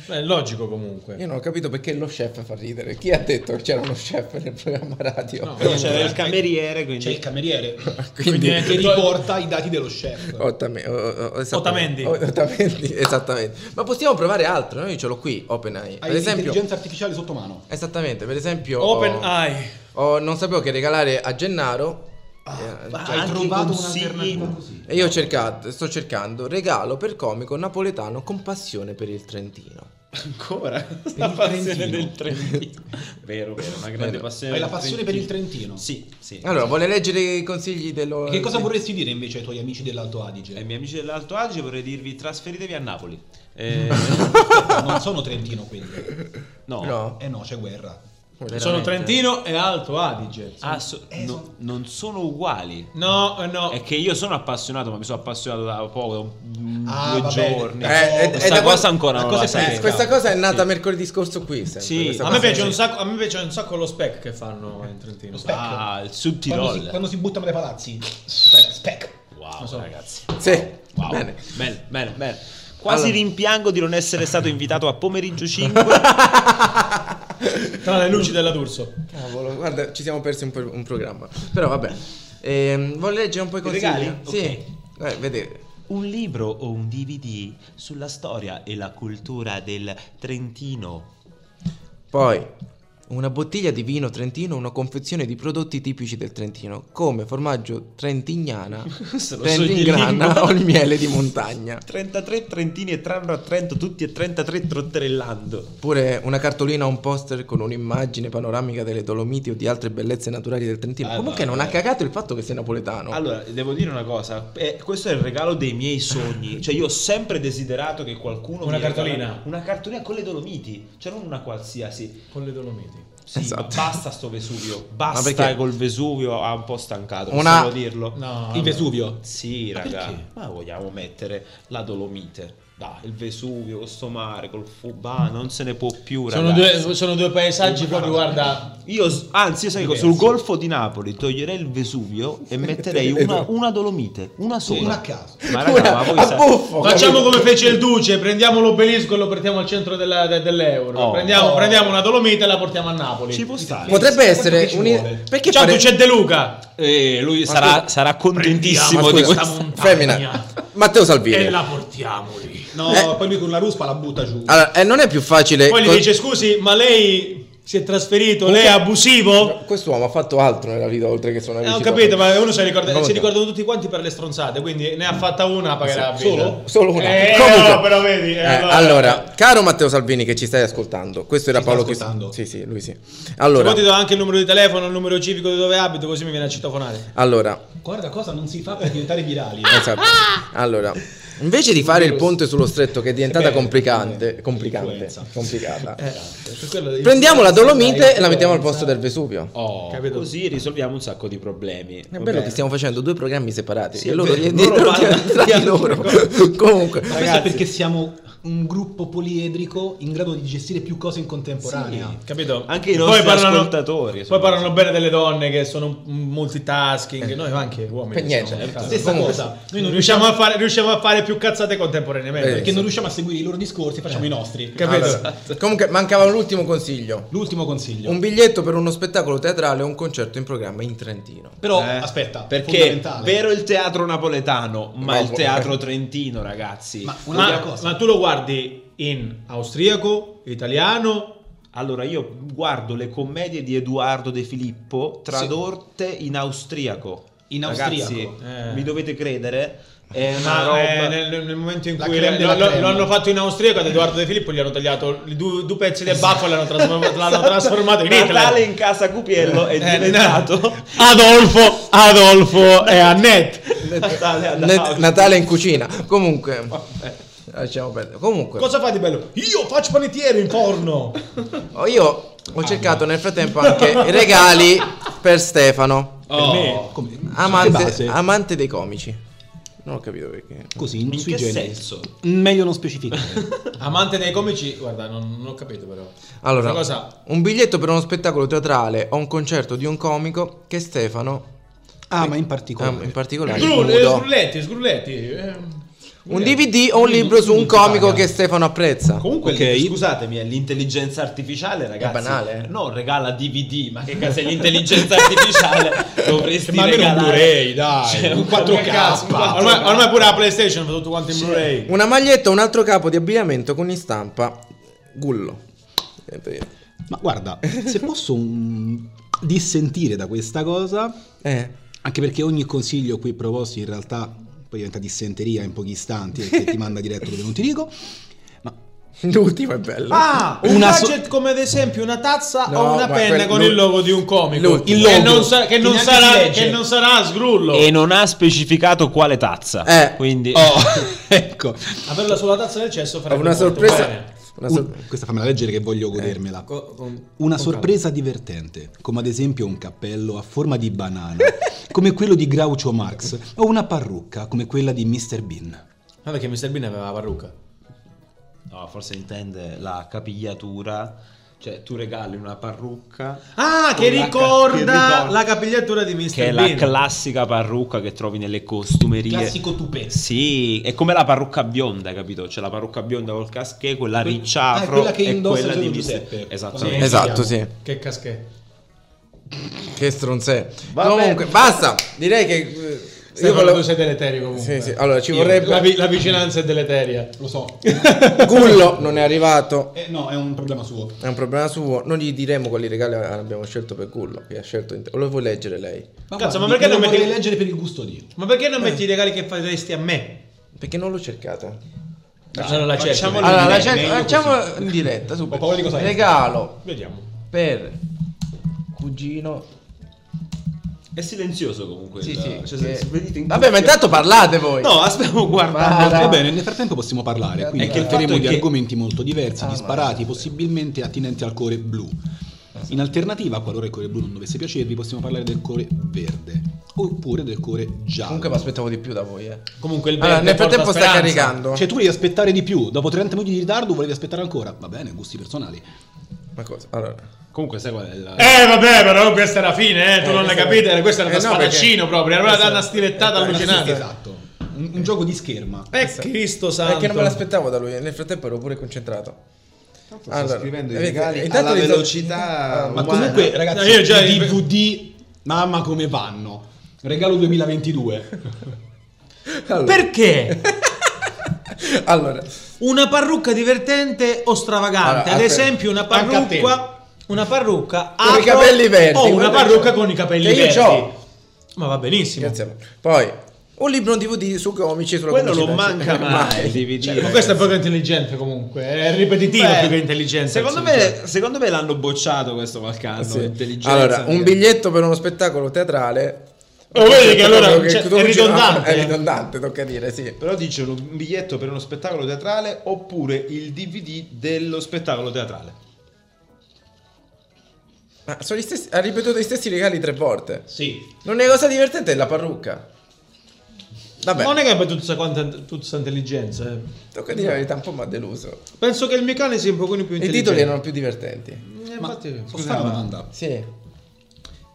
S7: Beh, è logico comunque.
S2: Io non ho capito perché lo chef fa ridere. Chi ha detto che c'era uno chef nel programma radio?
S5: No.
S3: (laughs) Però c'è il cameriere, quindi
S5: C'è il cameriere
S2: Quindi-
S5: che riporta i dati dello chef.
S2: Oh, Ottame- o- o- o- esattamente.
S7: Otamendi.
S2: O- Otamendi, esatto. Oh, (laughs) esattamente. Ma possiamo provare altro, no? io ce l'ho qui, OpenAI.
S5: Hai
S2: Per esempio,
S5: l'intelligenza artificiale sotto mano.
S2: esattamente, per esempio
S7: Open
S2: ho-
S7: Eye.
S2: ho- non sapevo che regalare a Gennaro eh,
S3: ma-
S5: Hai
S3: Anche
S5: trovato
S3: consigli-
S5: un'alternativa così.
S2: e io ho cercato, sto cercando regalo per comico napoletano con passione per il Trentino.
S3: ancora la
S5: il
S3: passione
S5: Trentino.
S3: del Trentino. vero, vero, una grande
S2: Vero.
S3: passione.
S5: Hai la
S3: del
S5: passione per il Trentino.
S3: Sì, sì.
S2: Allora, vuole leggere i consigli dello
S5: Che cosa vorresti dire invece ai tuoi amici dell'Alto Adige?
S3: Ai (laughs) miei amici dell'Alto Adige vorrei dirvi trasferitevi a Napoli. (laughs) Eh,
S5: non sono trentino quindi.
S3: no.
S2: No.
S5: Eh no, c'è guerra.
S2: Veramente.
S7: Sono Trentino e Alto Adige.
S3: Ah, so-
S5: Eh,
S3: no, non sono uguali.
S7: No, eh, no.
S3: È che io sono appassionato, ma mi sono appassionato da poco, da un-
S5: Ah,
S3: due
S5: va bene.
S3: giorni.
S5: Eh,
S2: eh,
S3: Questa
S2: eh, da
S3: cosa
S2: qua-
S3: ancora
S5: la
S3: non
S5: cosa
S3: la
S5: è
S2: Eh,
S3: sapevo.
S2: questa cosa è nata mercoledì scorso qui, sempre,
S3: Sì,
S2: questa
S7: A me,
S2: cosa.
S7: piace un sacco, a me piace un sacco lo spec che fanno in
S8: eh,
S7: Trentino.
S5: Lo
S3: Ah, il
S5: Quando
S3: Sud-Tirol.
S5: si, quando si buttano dai palazzi. Spec. spec.
S3: Wow,
S5: Non so.
S3: ragazzi.
S2: Sì.
S3: Wow.
S2: Bene. (laughs)
S3: Bene, bene, bene. Quasi
S2: Allora.
S3: rimpiango di non essere stato invitato a pomeriggio 5.
S7: Tra le luci della D'Urso.
S2: Cavolo, guarda, ci siamo persi un, po- un programma. Però vabbè. Ehm, vuole leggere un po' i consigli?
S3: regali?
S2: Sì. Eh, vedete.
S3: un libro o un DVD sulla storia e la cultura del Trentino.
S2: Poi, una bottiglia di vino trentino, una confezione di prodotti tipici del Trentino, come formaggio trentignana,
S3: Se lo
S2: trentingrana (laughs)
S3: so
S2: o il miele di montagna.
S3: 33 trentini e tranno a Trento, tutti e 33 trotterellando.
S2: Oppure una cartolina o un poster con un'immagine panoramica delle Dolomiti o di altre bellezze naturali del Trentino.
S3: Ah,
S2: Comunque
S3: no,
S2: non
S3: eh.
S2: ha cagato il fatto che sia napoletano.
S3: Allora, devo dire una cosa, eh, questo è il regalo dei
S2: (laughs)
S3: miei sogni, cioè io ho sempre desiderato che qualcuno...
S7: Una
S3: mi regala-
S7: cartolina.
S3: Una cartolina con le Dolomiti, cioè non una qualsiasi.
S7: Con le Dolomiti.
S3: Sì, ma
S2: Esatto.
S3: basta sto Vesuvio.
S2: Ma
S3: Basta
S2: perché?
S3: col Vesuvio, ha un po' stancato,
S2: Una-
S3: possiamo dirlo.
S7: No,
S3: il
S7: vabbè.
S3: Vesuvio. Sì,
S7: Ma
S3: raga.
S7: perché?
S3: Ma vogliamo mettere la Dolomite. Dai, il Vesuvio, questo mare, col Fubà, non se ne può più, raga.
S7: Sono due, sono due paesaggi proprio, guarda.
S3: Io, s- anzi, io sai che
S7: Diversi.
S3: sul golfo di Napoli toglierei il Vesuvio e metterei una, una Dolomite, una sola.
S8: Una a caso.
S3: Ma raga, ma voi sa-
S2: buffo,
S7: Facciamo
S2: capito?
S7: come fece il Duce, prendiamo l'obelisco e lo portiamo al centro della- de- dell'euro.
S3: Oh.
S7: Prendiamo, prendiamo una Dolomite e la portiamo a Napoli.
S3: Ci può stare.
S2: Potrebbe
S8: Questo
S2: essere
S8: che ci
S2: un
S8: vuole?
S2: perché
S7: Ciao,
S2: fare-
S7: Duce De Luca.
S9: Eh, lui
S2: Ma
S9: sarà,
S2: scusa-
S9: sarà
S2: Ma
S9: contentissimo
S2: scusa,
S9: di
S2: questa
S9: questo.
S2: Femmina. Matteo Salvini.
S7: E la portiamo lì.
S8: No,
S2: Eh.
S8: poi lui con la ruspa la butta giù.
S2: Allora, eh, non è più facile.
S7: Poi gli
S2: con-
S7: dice: Scusi, ma lei si è trasferito? Lei è abusivo?
S2: Quest'uomo ha fatto altro nella vita oltre che suonare
S7: Eh,
S2: il
S7: ho
S2: citofono.
S7: capito, ma uno si, ricorda,
S2: Non lo
S7: si
S2: so.
S7: ricordano tutti quanti per le stronzate, quindi ne ha fatta una pagherà
S2: Sì,
S7: solo.
S2: Solo una.
S7: Eh,
S2: Comunque-
S7: no, però vedi, eh,
S2: Eh,
S7: allora-
S2: allora, caro Matteo Salvini che ci stai ascoltando, questo era
S8: Ci
S2: Paolo
S8: sta ascoltando.
S2: Crist- Sì, sì, lui sì.
S7: Se
S2: Allora,
S7: vuoi ti do anche il numero di telefono, il numero civico di dove abito, così mi viene a citofonare.
S2: allora,
S8: Guarda cosa non si fa per diventare virali.
S2: esatto. Allora, invece di fare il ponte sullo stretto che è diventata
S8: Bene,
S2: complicante,
S8: bene.
S2: complicante,
S8: Influenza. Eh,
S2: complicata.
S7: per quello-
S2: Prendiamo la Dolomite e la
S8: Influenza.
S2: mettiamo al posto del Vesuvio.
S3: Oh,
S7: Capito?
S3: così risolviamo un sacco di problemi.
S2: È bello che stiamo facendo due programmi separati.
S3: Sì,
S2: e
S3: è
S2: loro,
S3: vero,
S2: di-
S3: loro
S2: loro
S3: parlano
S2: di- tra di loro. (laughs) Comunque,
S8: Ma questo è perché siamo un gruppo poliedrico in grado di gestire più cose in
S7: Ah,
S8: contemporanea.
S7: Capito?
S3: Anche i nostri ascoltatori,
S7: Poi
S3: insomma.
S7: parlano bene delle donne che sono un multitasking, noi anche uomini.
S2: Eh. Per niente,
S7: siamo-
S2: certo.
S8: Stessa
S2: Comunque-
S8: cosa,
S7: Noi non riusciamo a, fare, riusciamo a fare più cazzate contemporaneamente.
S2: Eh,
S8: perché
S7: perché
S8: non riusciamo a seguire i loro discorsi, facciamo i nostri. Ah,
S7: Capito?
S2: Allora, comunque mancava l'ultimo consiglio.
S8: L'ultimo consiglio.
S2: Un biglietto per uno spettacolo teatrale o un concerto in programma in Trentino.
S8: Però
S3: Eh,
S8: aspetta,
S3: perché
S8: fondamentale.
S3: vero il teatro napoletano, ma
S2: Ma
S3: il
S2: vo-
S3: teatro trentino, ragazzi.
S8: Ma
S7: ma,
S8: un'altra cosa.
S7: ma tu lo guardi in austriaco, italiano,
S3: Allora, io guardo le commedie di Edoardo De Filippo tradotte in austriaco.
S8: In
S3: Ragazzi,
S8: austriaco,
S7: eh.
S3: mi dovete credere, è una
S7: Ma
S3: roba
S7: eh, nel, nel momento in
S8: La
S7: cui
S8: creme
S7: lo,
S8: della
S7: lo-
S8: creme.
S7: lo hanno fatto in austriaco ad Edoardo De Filippo gli hanno tagliato i due, due pezzi del baffo e l'hanno, trasform- l'hanno trasformato in
S3: Natale
S7: Hitler
S3: Esatto. in casa Cupiello è
S7: Eh,
S3: diventato
S7: Adolfo Adolfo e Annette
S3: Natale a
S2: Ne-
S3: Napoli.
S2: Natale in cucina. Comunque, lasciamo perdere. Comunque,
S7: cosa fai di bello? io faccio panettiere in forno
S2: ho- Oh, io ho cercato nel frattempo anche i regali per Stefano,
S8: Oh, come- sulle
S2: amante,
S8: base.
S2: amante dei comici. Non ho capito perché.
S8: ah, così in,
S3: In
S8: sui
S3: che
S8: generi.
S3: senso?
S8: Meglio non specificare.
S7: amante dei comici guarda non, non ho capito però
S2: Allora,
S7: Questa cosa
S2: un biglietto per uno spettacolo teatrale o un concerto di un comico che Stefano,
S8: ah, ma in
S2: ehm,
S8: particolare.
S2: in particolare,
S7: Sgru- eh,
S2: nudo.
S7: sgrulletti sgrulletti eh.
S2: un DVD o un libro su un comico che Stefano apprezza.
S3: Comunque,
S8: Ok.
S3: lì, scusatemi, è l'intelligenza artificiale, ragazzi.
S2: banale, eh?
S3: No, regala DVD, ma che cazzo è l'intelligenza
S7: (laughs)
S3: artificiale? Dovresti
S7: ma almeno un
S3: regalare.
S7: Blu-ray dai
S3: Cioè, un
S7: 4K ormai, ormai pure la Playstation fa tutto quanto in Blu-ray
S2: Una maglietta o un altro capo di abbigliamento con in stampa Gullo. Niente di-
S8: Ma guarda, se posso un- dissentire da questa cosa,
S2: Eh. (laughs)
S8: Anche perché ogni consiglio qui proposto in realtà poi diventa dissenteria in pochi istanti perché ti manda diretto dove non ti dico.
S2: L'ultimo è bello.
S7: Ah, un
S8: Una so-
S7: gadget come ad esempio una tazza
S2: No,
S7: o una
S2: ma
S7: penna
S2: quel-
S7: con
S2: l'ul-
S7: il logo di un comico.
S2: l'ultimo.
S7: Che
S8: Il logo.
S7: non, sa- che
S8: Che
S7: non
S8: neanche si
S7: sarà,
S8: legge.
S7: che non sarà sgrullo.
S3: E non ha specificato quale tazza.
S2: Eh.
S3: Quindi
S8: Oh, ecco.
S7: Averla sulla tazza del cesso
S2: Ho
S7: farebbe
S2: una
S7: molto
S2: sorpresa.
S7: bene.
S2: Una
S8: Un-
S2: sor-
S8: questa fammela leggere che voglio godermela.
S2: Eh, co- con-
S8: Una sorpresa divertente, come ad esempio un cappello a forma di banana, (laughs) come quello di Groucho Marx, o una parrucca come quella di Mr. Bean.
S7: Guarda che Mr. Bean aveva la parrucca.
S3: No, forse intende la capigliatura, cioè tu regali una parrucca
S7: Ah, che
S3: Con la-
S7: ricorda,
S3: che ricorda-
S7: la capigliatura di Mr.
S3: che è la
S7: Bean.
S3: classica parrucca che trovi nelle costumerie.
S8: Classico tupè.
S3: Sì, è come la parrucca bionda, capito? C'è la parrucca bionda col caschè, quella
S8: Que-
S3: ricciafro
S8: ah, è quella che
S3: e
S8: indossa
S3: quella
S8: solo
S3: di
S8: Giuseppe.
S3: Esatto.
S7: Sì.
S2: Esatto, sì.
S7: Che caschetto.
S2: Che stronzè.
S3: Vabbè.
S2: Comunque, basta. Direi che eh,
S7: Io
S2: io volevo
S7: sei deleterio
S2: Sì,
S7: comunque.
S2: sì. Allora, ci
S7: Io-
S2: vorrebbe-
S7: La, vi- la vicinanza è deleteria.
S8: Lo so.
S2: Gullo non è arrivato.
S8: Eh, no, è un problema suo.
S2: È un problema suo. Non gli diremo quali regali abbiamo scelto per Gullo, che ha scelto in- Lo vuoi leggere lei?
S8: Ma
S7: Cazzo,
S8: guardi,
S7: ma perché non
S8: lo
S7: metti-
S8: vorrei leggere per il gusto di?
S7: Ma perché non metti i regali che faresti a me?
S2: Perché non l'ho cercata.
S7: non la cerchi,
S3: facciamolo
S7: vedi.
S2: Allora, la
S7: Eh,
S2: cer-
S7: meglio
S2: facciamo
S7: così. Oh,
S2: in diretta subito.
S8: Ho paura di cosa esca.
S2: Regalo
S7: Vediamo.
S2: per cugino.
S3: È silenzioso comunque.
S2: Sì,
S3: il-
S2: sì.
S7: Ah,
S3: cioè,
S2: che-
S3: se- vedete in-
S2: Vabbè, ma intanto parlate voi.
S3: No, aspettiamo, guarda.
S2: Vada.
S8: Va bene, nel frattempo possiamo parlare, quindi
S3: Ah, È che il
S8: tratteremo
S3: fatto è
S8: di
S3: che-
S8: argomenti molto diversi,
S2: Ah,
S8: disparati, possibilmente attinenti al cuore blu.
S3: Esatto.
S8: In alternativa, qualora il colore blu non dovesse piacervi, possiamo parlare del colore verde oppure del colore giallo.
S2: Comunque mi aspettavo di più da voi, eh.
S7: Comunque il
S2: Allora,
S7: verde
S2: nel
S7: porta
S2: frattempo sta
S7: speranza.
S2: caricando.
S8: Cioè, tu devi aspettare di più. Dopo 30 minuti di ritardo, volevi aspettare ancora. Va bene, gusti personali.
S2: Ma cosa? Allora.
S8: Comunque, sai qual è la.
S7: Eh vabbè, però questa è la fine, eh, tu
S2: Eh,
S7: non l'hai
S2: questa-
S7: capito, era- questa era
S2: Eh,
S7: da
S2: no, perché-
S7: spadaccino proprio, era una,
S2: questa-
S7: una stilettata
S2: eh,
S7: allucinante.
S2: questa-
S8: Esatto. Un, un gioco di scherma.
S7: Eh, Cristo santo.
S2: Perché non me l'aspettavo da lui, nel frattempo ero pure concentrato.
S10: Sto
S2: Allora,
S10: scrivendo i
S2: vedi,
S10: regali
S2: intanto
S10: alla
S2: li sto-
S10: velocità
S8: Ma
S10: umana.
S8: comunque, ragazzi,
S7: No, Eh, io già-
S8: i DVD, mamma come vanno. Regalo
S7: Eh,
S8: 2022.
S2: (laughs) Allora,
S7: Perché?
S2: (laughs) allora,
S7: Una parrucca divertente o stravagante,
S2: Allora,
S7: ad
S2: aspetta.
S7: esempio una
S8: Anche a te.
S7: parrucca una parrucca
S2: Con i
S7: afro
S2: capelli verdi,
S7: o una
S2: guarda
S7: parrucca
S2: che-
S7: con i capelli
S2: che io
S7: verdi.
S2: c'ho.
S7: Ma va benissimo.
S2: grazie. a voi. Poi un libro DVD su comici sulla cioè,
S3: Quello non
S2: comicità. (laughs)
S3: manca mai. eh, devi dire.
S7: Cioè, Ma questo è poco intelligente comunque, è ripetitivo
S3: Beh,
S7: più che intelligente.
S3: eh, Secondo
S7: insomma.
S3: me, secondo me l'hanno bocciato questo qualche anno.
S2: Sì.
S3: intelligenza
S2: Allora, un
S3: di-
S2: biglietto per uno spettacolo teatrale.
S7: Lo vedi che allora
S2: Quello
S7: cioè,
S2: tu
S7: è
S2: dici, no,
S7: ridondante.
S2: (laughs) È ridondante, tocca dire, sì.
S3: Però dice un un biglietto per uno spettacolo teatrale oppure il DVD dello spettacolo teatrale.
S2: Ma sono gli stessi- ha ripetuto gli stessi regali tre volte.
S7: Sì.
S2: L'unica cosa divertente è la parrucca. Vabbè,
S7: Non è che abbia tutta quanta tutta questa intelligenza. eh.
S2: tocca dire la verità, un po' mi ha deluso.
S7: Penso che il Micane sia un pochino più
S2: I
S7: intelligente.
S2: titoli erano più divertenti.
S7: Eh,
S8: Ma
S7: infatti-
S8: posso fare una domanda?
S2: Sì.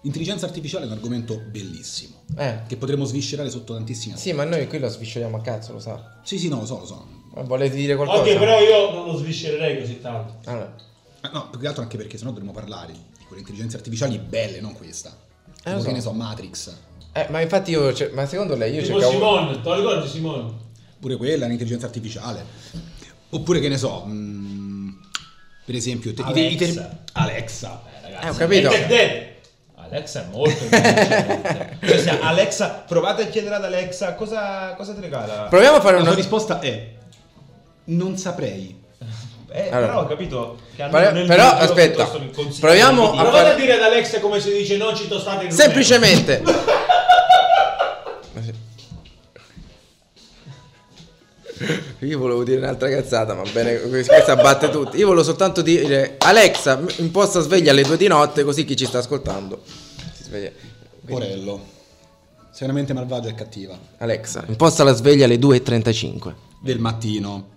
S8: Intelligenza artificiale è un argomento bellissimo.
S2: Eh.
S8: Che potremmo sviscerare sotto tantissimi aspetti.
S2: Sì, ma noi qui lo sviscioliamo a cazzo, lo sa.
S8: Sì, sì, no, lo so, lo so.
S2: Ma volete dire qualcosa?
S7: io non lo sviscererei così tanto.
S2: Allora.
S8: Eh, No, più che altro anche perché sennò dovremmo parlare di quelle intelligenze artificiali belle, non questa.
S2: Eh, lo
S8: Tipo,
S2: so.
S8: Che ne so, Matrix.
S2: Eh, ma infatti io, ce- ma secondo lei io cercavo...
S7: te lo ricordi Simone?
S8: Pure quella è un'intelligenza artificiale. Oppure che ne so, mm, per esempio, te- i te- i te-
S7: Alexa. ragazzi.
S2: Eh, ho capito.
S7: Red Dead. Alexa è
S2: (laughs)
S7: molto intelligente.
S3: Cioè, se Alexa, provate a chiedere ad Alexa cosa, cosa ti regala.
S2: (laughs) Proviamo a fare
S8: la
S2: una...
S8: sua risposta è non saprei.
S3: Eh,
S2: Allora.
S3: Però ho capito che hanno
S2: Pare-
S3: nel
S2: però,
S3: titolo
S2: aspetta,
S3: piuttosto che il consiglio
S2: proviamo
S3: di dire.
S2: a- Provate
S7: dire ad Alexa come si dice non ci tostate in
S2: Semplicemente... Io volevo dire un'altra cazzata, ma bene, questa batte tutti. Io volevo soltanto dire, Alexa, m- imposta sveglia alle due di notte, così chi ci sta ascoltando si sveglia. Quindi,
S8: Orello. Sei una mente malvagia e cattiva.
S2: Alexa, imposta la sveglia alle 2.35.
S8: Del mattino.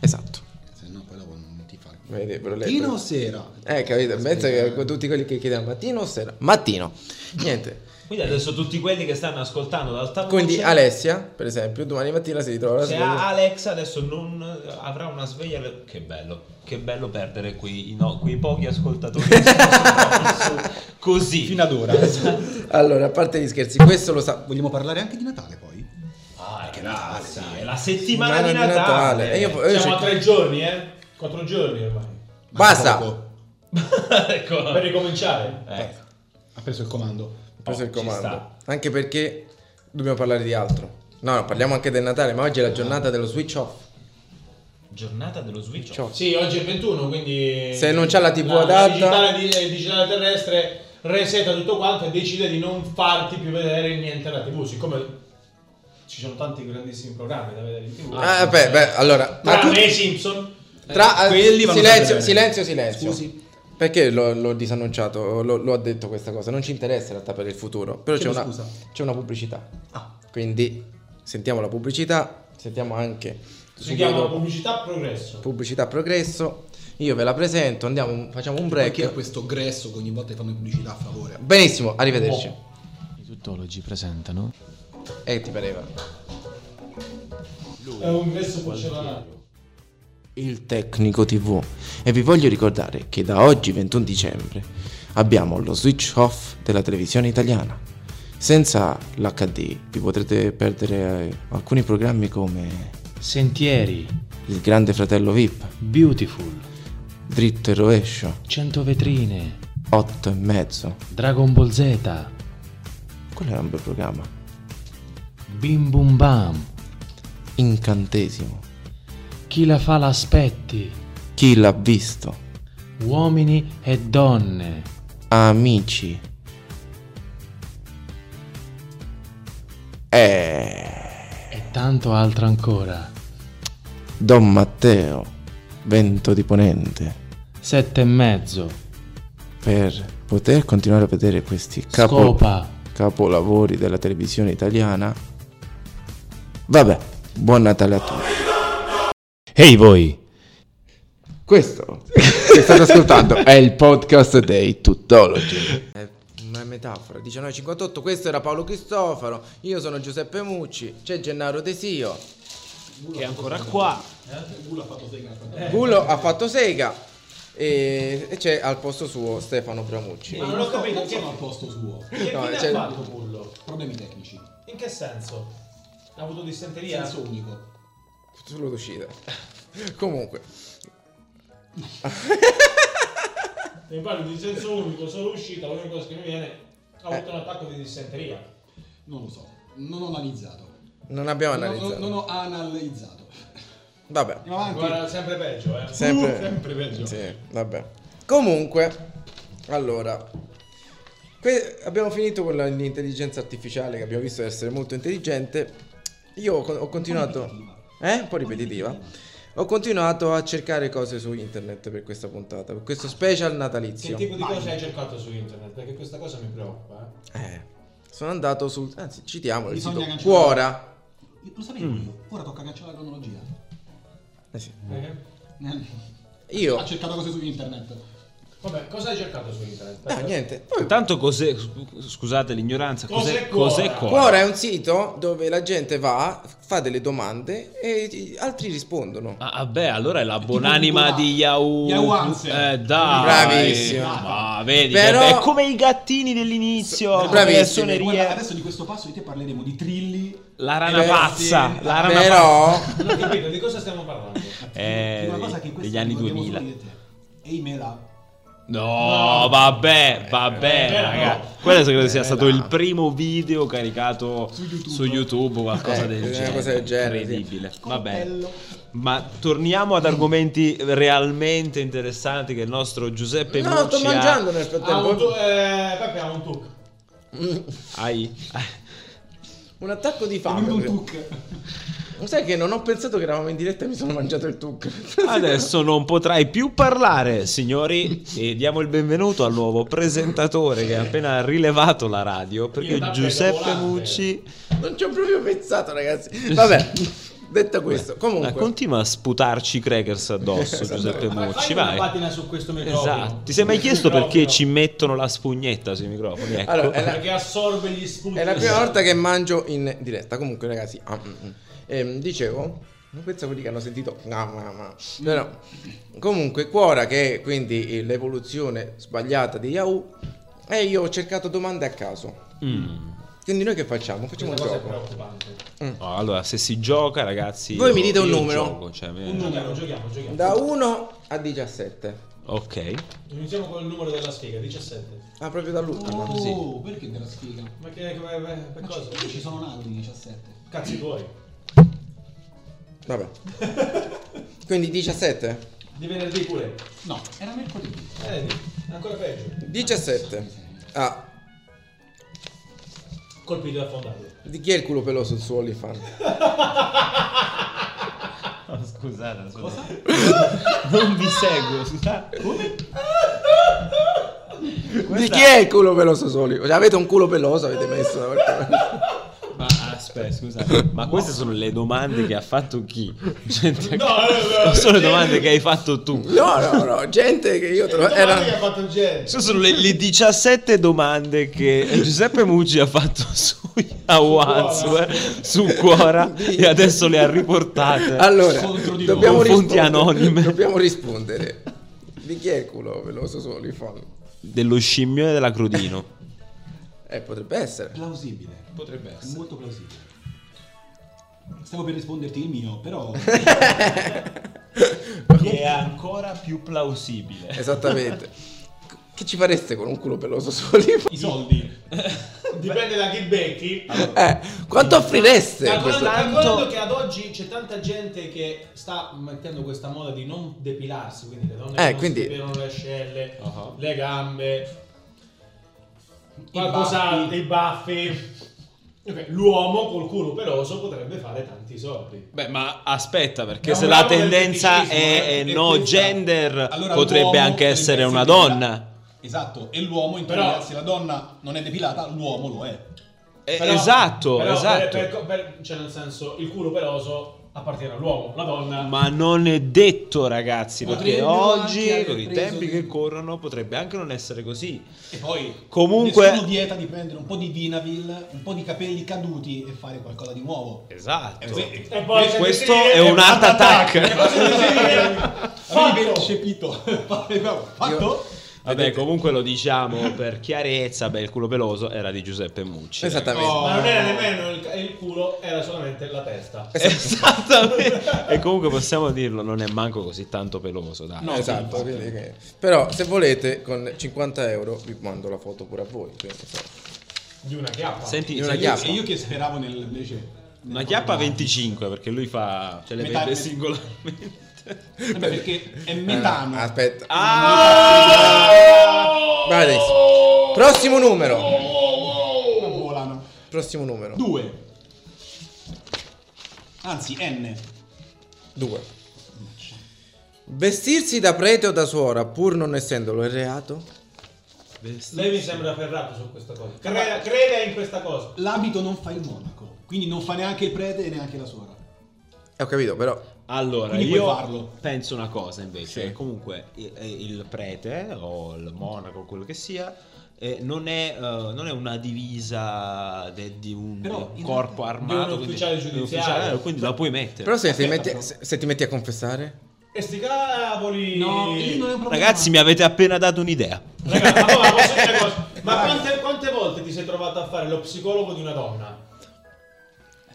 S2: Esatto.
S8: Se no poi dopo non ti fa.
S2: Vedi, ve l'ho letto.
S8: Mattino o sera?
S2: Eh, capito? Pensa che con tutti quelli che chiedono mattino o sera. Mattino. Niente.
S3: Quindi adesso tutti quelli che stanno ascoltando dal tavolo.
S2: Quindi Alessia, per esempio, domani mattina si ritrova la
S3: Se
S2: sveglia.
S3: ha Alexa adesso non avrà una sveglia. alle- Che bello, che bello perdere quei, no, quei pochi ascoltatori. che sono su- così.
S8: Fino ad ora.
S2: Allora, a parte gli scherzi, questo lo sa.
S8: (laughs) Vogliamo parlare anche di Natale poi?
S3: Ah, che razza, è la settimana di
S2: Settimana
S3: Natale.
S2: di Natale. E io-
S3: ecco,
S2: Siamo a
S7: tre giorni, eh? Quattro
S3: (laughs)
S7: giorni ormai.
S2: Basta!
S8: poco.
S7: Per ricominciare.
S3: ecco.
S8: Ha preso il comando.
S2: Ho preso il
S3: ci
S2: comando.
S3: sta.
S2: Anche perché dobbiamo parlare di altro. No, no, parliamo anche del Natale, ma oggi è la giornata dello switch off.
S3: Giornata dello Switch.
S2: Ciao.
S7: Sì, oggi è 21, quindi...
S2: Se non c'ha la TV
S7: La
S2: adatta-
S7: digitale, di- eh, digitale terrestre reseta tutto quanto e decide di non farti più vedere niente alla TV, siccome ci sono tanti grandissimi programmi da vedere in TV.
S2: Ah, beh, beh, allora.
S7: Tra
S2: ma tu-
S7: me e Simpson.
S2: tra- eh,
S8: Eh, quelli vanno
S2: silenzio,
S8: sempre
S2: silenzio, silenzio.
S8: Scusi.
S2: Perché l'ho, l'ho disannunciato, l'ho, l'ho detto questa cosa? Non ci interessa in realtà per il futuro. Però c'è
S8: Chiedo
S2: una,
S8: scusa. Ah.
S2: c'è una pubblicità. Quindi sentiamo la pubblicità, sentiamo anche
S7: Si chiama
S2: subito
S7: pubblicità progresso.
S2: pubblicità progresso. Io ve la presento, andiamo, facciamo un break.
S8: Perché è questo gresso che ogni volta che fanno pubblicità a favore?
S2: Benissimo, arrivederci.
S8: Oh.
S11: I tuttologi presentano
S2: E che ti pareva?
S7: È un gresso funzionale.
S2: Il Tecnico TV. E vi voglio ricordare che da oggi 21 dicembre abbiamo lo switch off della televisione italiana. Senza l'HD vi potrete perdere eh, alcuni programmi come
S12: Sentieri,
S2: Il Grande Fratello VIP,
S12: Beautiful,
S2: Dritto e Rovescio,
S12: 100 vetrine,
S2: 8 e mezzo.
S12: Dragon Ball Z,
S2: Quello era un bel programma.
S12: Bim Bum Bam,
S2: Incantesimo.
S12: Chi la fa l'aspetti,
S2: Chi l'ha visto?
S12: Uomini e donne,
S2: Amici. Eh...
S12: e tanto altro ancora.
S2: Don Matteo, vento di ponente,
S12: Sette e mezzo,
S2: per poter continuare a vedere questi capo-
S13: Scopa.
S2: capolavori della televisione italiana. Vabbè, buon Natale a tutti.
S1: Ehi voi!
S2: Questo che state ascoltando è il podcast dei tuttologi. Una Eh, metafora, 1958, questo era Paolo Cristoforo, io sono Giuseppe Mucci, c'è Gennaro Desio,
S14: Che è ancora qua.
S2: Eh, Gullo ha fatto sega e, e c'è al posto suo Stefano Bramucci.
S7: Ma non ho capito,
S8: Non
S7: che,
S8: sono al posto suo.
S7: che
S2: No,
S7: fine
S2: cioè-
S7: ha fatto Bullo?
S8: Problemi tecnici.
S7: In che senso? Ha avuto dissenteria?
S8: Senso unico.
S2: Solo d'uscita. Comunque,
S7: Mi parli di senso unico, solo uscita, l'unica cosa che mi viene ha avuto un attacco di dissenteria.
S8: Non lo so. Non ho analizzato.
S2: non abbiamo
S8: Non ho-
S2: analizzato.
S8: Non ho analizzato.
S2: Vabbè,
S8: Andiamo avanti.
S7: Guarda, sempre peggio, eh.
S2: Sempre-
S7: Uh, (laughs) sempre peggio.
S2: sì, vabbè. Comunque, allora, que- abbiamo finito con la- l'intelligenza artificiale che abbiamo visto essere molto intelligente. Io ho con- ho continuato... Eh? Un po' ripetitiva. Ho continuato a cercare cose su internet per questa puntata, per questo special
S7: Che
S2: natalizio.
S7: tipo di cose hai cercato su internet? Perché questa cosa mi preoccupa, eh.
S2: Eh, sono andato sul... Anzi, citiamolo, il
S8: Bisogna
S2: sito
S8: cancellare.
S2: Cuora.
S8: Lo sapevo
S2: Mm.
S8: io. Ora tocca cacciare la cronologia.
S2: Eh sì.
S7: Eh?
S2: Io... eh,
S8: Ha cercato cose su internet.
S7: Vabbè, cosa hai cercato su internet?
S2: No, Eh, niente. Poi
S3: Tanto cos'è, scu- scusate l'ignoranza,
S7: Cos'è
S3: cos'è,
S7: Quora?
S3: cos'è Quora?
S2: Quora è un sito dove la gente va, fa delle domande e i- altri rispondono.
S3: Ah, vabbè, allora è la buonanima
S8: tipo
S3: di Yahoo.
S8: Yahoo Answer.
S3: Eh, dai.
S2: Bravissimo.
S3: Ma vedi,
S2: Però-
S3: che è come i gattini dell'inizio, come
S2: Oh, Bravissimi.
S3: le
S8: Guarda,
S3: suonerie.
S8: adesso di questo passo di te parleremo di trilli.
S3: La rana
S2: Eh,
S3: pazza, la rana pazza.
S2: Però
S7: Non ho capito, di cosa stiamo parlando?
S3: Eh,
S8: di una cosa che in questo
S3: degli anni
S8: ricordiamo
S3: 2000.
S8: solo io e te. Ehi Mela.
S3: No, vabbè, vabbè,
S7: eh,
S3: raga. Eh,
S7: no.
S3: Quello credo sia stato il primo video caricato su
S8: YouTube.
S3: YouTube, qualcosa
S2: Eh, una
S3: del genere.
S2: cosa del genere, sì.
S3: Incredibile. Vabbè.
S8: Coltello.
S3: Ma torniamo ad argomenti realmente interessanti che il nostro Giuseppe
S2: No, sto
S3: Mucci ha-
S2: mangiando nel
S7: Ha un tu-
S2: frattempo.
S7: eh, Peppe ha un tuc.
S3: Ai.
S2: Un attacco di
S8: È venuto un
S2: fame.
S8: tuc.
S2: Sai che non ho pensato che eravamo in diretta e mi sono mangiato il tuc.
S3: Adesso non potrai più parlare, signori, e diamo il benvenuto al nuovo presentatore che ha appena rilevato la radio,
S7: Io
S3: perché
S7: da
S3: Giuseppe
S7: Pedro Volante.
S3: Mucci
S2: (laughs) Non ci ho proprio pensato, ragazzi. Vabbè, detto questo,
S3: eh,
S2: comunque.
S3: continua a sputarci i crackers addosso, Giuseppe
S7: Ma
S3: Mucci,
S7: fai una
S3: vai.
S7: patina su questo microfono.
S3: Esatto, ti sei mai chiesto
S7: Microfono.
S3: perché ci mettono la spugnetta sui microfoni? Ecco.
S2: Allora, è la,
S7: Perché assorbe gli sputi.
S2: È la prima volta che mangio in diretta. Comunque, ragazzi, ah, mm, mm. Ehm, dicevo, non penso quelli che hanno sentito. no, no, no. Però, comunque, Quora, che è quindi l'evoluzione sbagliata di Yahoo, e io ho cercato domande a caso.
S3: Mm.
S2: Quindi, noi che facciamo? Facciamo
S7: Questa
S2: un
S7: cosa è
S2: gioco.
S7: preoccupante.
S3: No, allora, se si gioca, ragazzi.
S2: Voi mi
S3: io-
S2: dite un
S3: io
S2: numero.
S3: gioco, cioè, me-
S7: Un numero, giochiamo, giochiamo.
S2: Da 1 a 17.
S3: Ok.
S7: Iniziamo con il numero della sfiga, 17.
S2: Ah, proprio dall'ultimo.
S8: Oh, perché te la sfiga?
S7: Ma che, che- che- per
S8: Ma
S7: cosa?
S8: ci, ci sono nati 17.
S7: Cazzi tuoi.
S2: Vabbè. Quindi 17?
S7: Di venerdì pure.
S8: No, era mercoledì.
S7: Eh, ancora peggio.
S2: 17. Ah,
S7: Colpito da fondato.
S2: di chi è il culo peloso il suo
S3: (laughs)
S2: OnlyFans?
S3: Oh, scusate, (laughs) non vi seguo. Scusate.
S2: Di chi è il culo peloso soli? Cioè, avete un culo peloso, avete messo da qualche parte.
S3: Ma aspetta, scusate. Ma queste sono le domande che ha fatto chi? Gente,
S7: No, no, no.
S3: non sono le domande che hai fatto tu.
S2: No, no, no, gente che io trovo... Era...
S7: fatto il genere.
S3: Queste sono le, le 17 domande che Giuseppe Mucci ha fatto (laughs) su Yahoo Answer, su Quora, e adesso le ha riportate.
S2: Allora,
S8: Contro di
S2: dobbiamo
S3: noi. Fonti
S2: rispondere,
S3: anonime.
S2: Dobbiamo rispondere. Di chi è il culo peloso soli? Fan?
S3: dello scimmione dell'acrodino.
S2: Eh, potrebbe essere.
S8: Plausibile. Potrebbe essere. Molto plausibile. Stavo per risponderti il mio,
S3: (laughs)
S8: però...
S3: che è ancora più plausibile.
S2: Esattamente. Che ci fareste con un culo peloso soli?
S3: (laughs)
S8: I soldi.
S7: Dipende da chi becchi.
S2: Eh, quanto offrireste?
S7: Ma
S2: in questo-
S7: guarda- guarda che ad oggi c'è tanta gente che sta mettendo questa moda di non depilarsi, quindi le donne
S2: Eh,
S7: che non
S2: quindi-
S7: si depilano le ascelle,
S3: Uh-huh.
S7: le gambe, qualcos'altro,
S8: baffi.
S7: i baffi. Ok, L'uomo col culo peloso potrebbe fare tanti soldi.
S3: Beh, ma aspetta, perché
S7: È un
S3: se la
S7: ramo del
S3: tendenza
S7: feticismo,
S3: è,
S7: eh,
S3: è
S7: è
S3: no
S7: questa.
S3: gender,
S8: Allora,
S3: potrebbe
S8: l'uomo
S3: anche essere
S8: potrebbe
S3: una
S8: essere
S3: donna.
S8: Esatto, e l'uomo, in
S7: Però-
S8: teoria, se la donna non è depilata, l'uomo lo è.
S3: Eh,
S7: Però-
S3: esatto,
S7: però per-
S3: esatto.
S7: per- per- cioè, nel senso, il culo peloso appartiene all'uomo, la donna.
S3: Ma non è detto, ragazzi, perché
S2: Potrebbe anche
S3: oggi
S2: aver
S3: con i
S2: preso
S3: tempi
S2: del-
S3: che corrono potrebbe anche non essere così.
S8: E poi
S3: Comunque-
S8: nessuno dieta di prendere un po' di Vinavil, un po' di capelli caduti e fare qualcosa di nuovo. Cioè,
S3: Esatto.
S7: E poi se
S3: Questo
S7: ti
S3: è
S7: viene-
S3: un art
S7: E
S3: attack.
S7: poi se ti
S3: (laughs)
S7: viene-
S8: Avevi
S7: Fatto!
S8: (laughs) percepito. Fatto?
S2: Io-
S3: Vabbè, comunque lo diciamo per chiarezza, beh, il culo peloso era di Giuseppe Mucci.
S2: Esattamente.
S8: Oh.
S7: Ma non era nemmeno il, il culo, era solamente la
S3: Eh,
S7: testa.
S3: Esattamente. e comunque possiamo dirlo, non è manco così tanto peloso, dai.
S2: No, esatto, quindi che- però se volete con 50 euro vi mando la foto pure a voi. quindi, insomma.
S7: Di una chiappa.
S3: Senti,
S2: Io una
S3: senti-
S2: chiappa.
S8: E io che speravo nel, invece...
S3: una chiappa 25 perché lui fa cioè le
S8: Metà-
S3: vende singolarmente.
S8: Vabbè, perché è metano.
S2: Ah, aspetta.
S3: Ah!
S2: Vai adesso. Prossimo numero.
S8: Volano.
S2: Prossimo numero.
S8: 2. Anzi, N.
S2: 2. Vestirsi da prete o da suora pur non essendolo il reato?
S7: Lei mi sembra ferrato su questa cosa. Creda, creda in questa cosa.
S8: L'abito non fa il monaco, quindi non fa neanche il prete e neanche la suora.
S2: Eh, Ho capito, però
S3: Allora,
S8: Quindi puoi
S3: io
S8: farlo.
S3: penso una cosa invece,
S2: Sì.
S3: che comunque i- eh, il prete o il monaco, quello che sia, eh, non, è, eh, non è una divisa de- di un
S8: Però, in
S3: corpo armato, quindi-
S7: ufficiale
S3: di un
S7: giudiziario.
S3: ufficiale, eh, quindi la puoi mettere.
S2: però se, ti metti, se- se ti metti a confessare?
S7: E sti cavoli.
S8: No, lì non è un problema.
S3: Eh, Ragazzi, mi avete appena dato un'idea.
S7: Raga, ma, come posso dire una cosa? Ma quante, quante volte ti sei trovato a fare lo psicologo di una donna?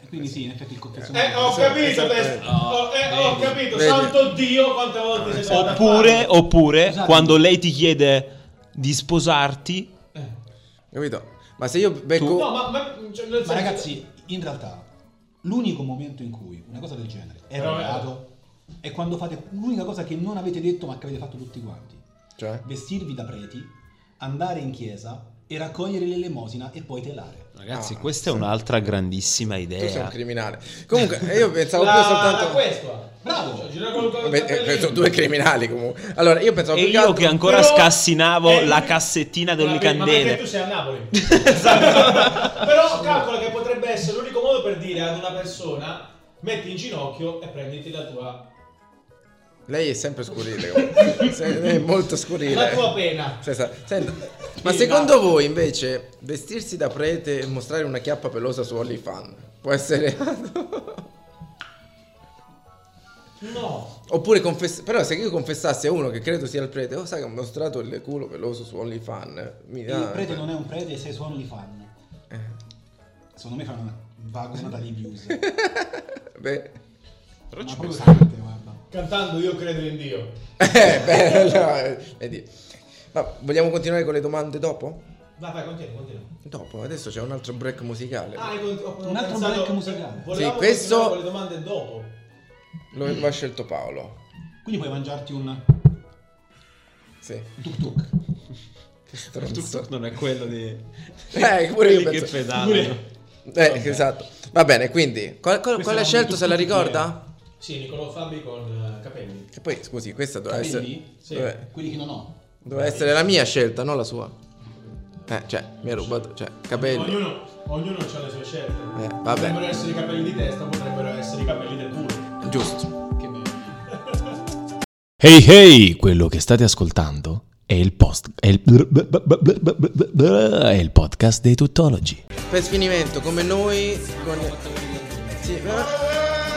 S8: Eh, Quindi sì, in effetti il confessionale.
S7: Eh, ho capito,
S2: esatto.
S7: test- ho, eh, ho capito,
S2: Vedi.
S7: santo Dio, quante volte sei trovato a
S3: Oppure,
S7: farlo?
S3: oppure
S8: Scusate.
S3: quando lei ti chiede di sposarti,
S2: Capito? Ma se io becco
S7: Eh. No, ma, ma, cioè, nel
S8: Ma
S7: senso-
S8: ragazzi, in realtà, l'unico momento in cui una cosa del genere è
S7: Però-
S8: reato è quando fate l'unica cosa che non avete detto ma che avete fatto tutti quanti.
S2: cioè
S8: Vestirvi da preti, andare in chiesa e raccogliere l'elemosina e poi telare.
S3: ragazzi,
S2: Ah,
S3: questa è un'altra grandissima
S2: tu sei un
S3: idea.
S2: criminale. Comunque eh, io pensavo
S7: la,
S2: più
S7: la
S2: soltanto
S7: questua.
S8: Bravo.
S7: Cioè, gira col- col
S2: Beh, eh,
S7: cappellino.
S2: penso due criminali comunque. Allora io pensavo
S3: E
S2: più che
S3: io
S2: altro-
S3: che ancora
S7: Però-
S3: scassinavo
S7: eh,
S3: la cassettina delle
S7: Vabbè, Ma perché
S3: candele.
S7: tu sei
S3: (laughs)
S7: a Napoli? Esatto. Però calcola che potrebbe essere l'unico modo per dire ad una persona metti in ginocchio e prenditi la tua,
S2: Lei è sempre
S7: (laughs)
S2: scurile. comunque. Se- lei è molto scurile.
S7: la tua pena.
S2: Cioè, sa- senta, ma secondo voi invece vestirsi da prete e mostrare una chiappa pelosa su OnlyFans può essere
S7: (laughs) No.
S2: oppure confess- però se io confessassi a uno che credo sia il prete oh sai che ho mostrato il culo peloso su OnlyFans mi dà
S8: il prete non è un prete e sei suono di fan. Secondo me fa una vagonata di views. ma
S2: Beh, (laughs)
S8: proprio tante, guarda.
S7: Cantando io credo in Dio.
S2: eh, beh, no, eh, vedi. Ma vogliamo continuare con le domande dopo?
S7: Vai, vai, continua, continua.
S2: Dopo, adesso c'è un altro break musicale.
S7: Ah, io ho- ho
S8: Un altro
S7: pensato-
S8: break musicale.
S7: Volevamo
S2: Sì, questo-
S7: continuare con le domande dopo.
S2: Lo, lo ha scelto Paolo.
S8: Quindi puoi mangiarti un
S2: Sì.
S8: tuk tuk.
S2: Che stronzo.
S3: Non è quello di...
S2: (laughs) Eh, pure io
S3: quelli che
S2: penso.
S3: pedalano.
S2: Eh, esatto. Va bene, quindi qual- qual- quale ha scelto se la ricorda?
S7: Sì, Nicolò Fabi con eh, capelli.
S2: Che poi, scusi, questa doveva essere Eh.
S8: Capelli?
S7: Sì.
S2: dove-
S8: Quelli che non ho.
S2: doveva essere la mia scelta, non la sua. Eh, cioè, mi ha rubato, cioè, capelli.
S7: Ognuno, ognuno ha le sue scelte.
S2: Eh, vabbè.
S7: Potrebbero essere i capelli di testa, potrebbero essere i capelli del culo.
S2: Giusto.
S1: Hey hey, quello che state ascoltando è il post è il, è il podcast dei tuttologi.
S2: Per sfinimento, come noi con Sì, ma-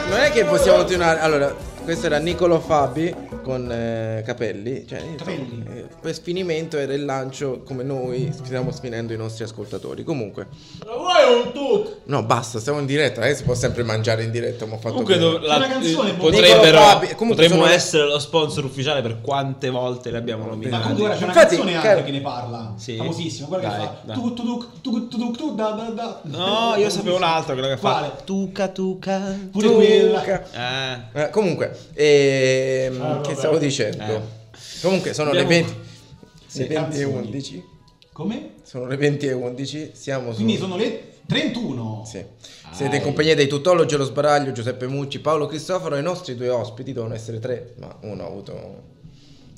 S2: non è che possiamo continuare. Allora, questo era Niccolo Fabi con eh, capelli, cioè, insomma,
S8: Capelli.
S2: eh, per sfinimento era il lancio come noi stiamo sfinendo i nostri ascoltatori. Comunque
S7: Ma vuoi un tuc?
S2: No, basta, siamo in diretta, eh, si può sempre mangiare in diretta, ma ho fatto
S3: Comunque
S2: bene.
S3: dov- la-
S8: una canzone,
S3: eh,
S8: Nicola
S3: potrebbero,
S2: Fabi- comunque
S3: potremmo
S2: sono-
S3: essere lo sponsor ufficiale per quante volte le abbiamo
S8: Ma
S3: nominate.
S8: comunque guarda, c'è una
S2: Infatti,
S8: canzone
S2: cara-
S8: anche che ne parla.
S3: Sì.
S8: Famosissima, quella
S3: Dai,
S8: che fa.
S3: dai.
S8: Tu tu tu tu tu tu tu da da da.
S3: No, io sapevo un'altra quella che fa.
S8: Quale?
S3: Tuca tuca.
S8: Pure
S2: Tu-
S8: quella.
S3: Eh.
S2: Eh, comunque, ehm,
S7: Ah,
S2: che
S7: vabbè.
S2: stavo dicendo?
S3: Eh.
S2: Comunque sono
S3: Abbiamo-
S2: le 20, le 20 e
S8: canzoni.
S2: 11,
S8: Come?
S2: sono le 20 e 11, siamo su...
S8: Quindi sono le 31.
S2: Sì. Siete in compagnia dei tutologi allo sbaraglio, Giuseppe Mucci, Paolo Cristoforo, i nostri due ospiti, dovevano essere tre, ma uno ha avuto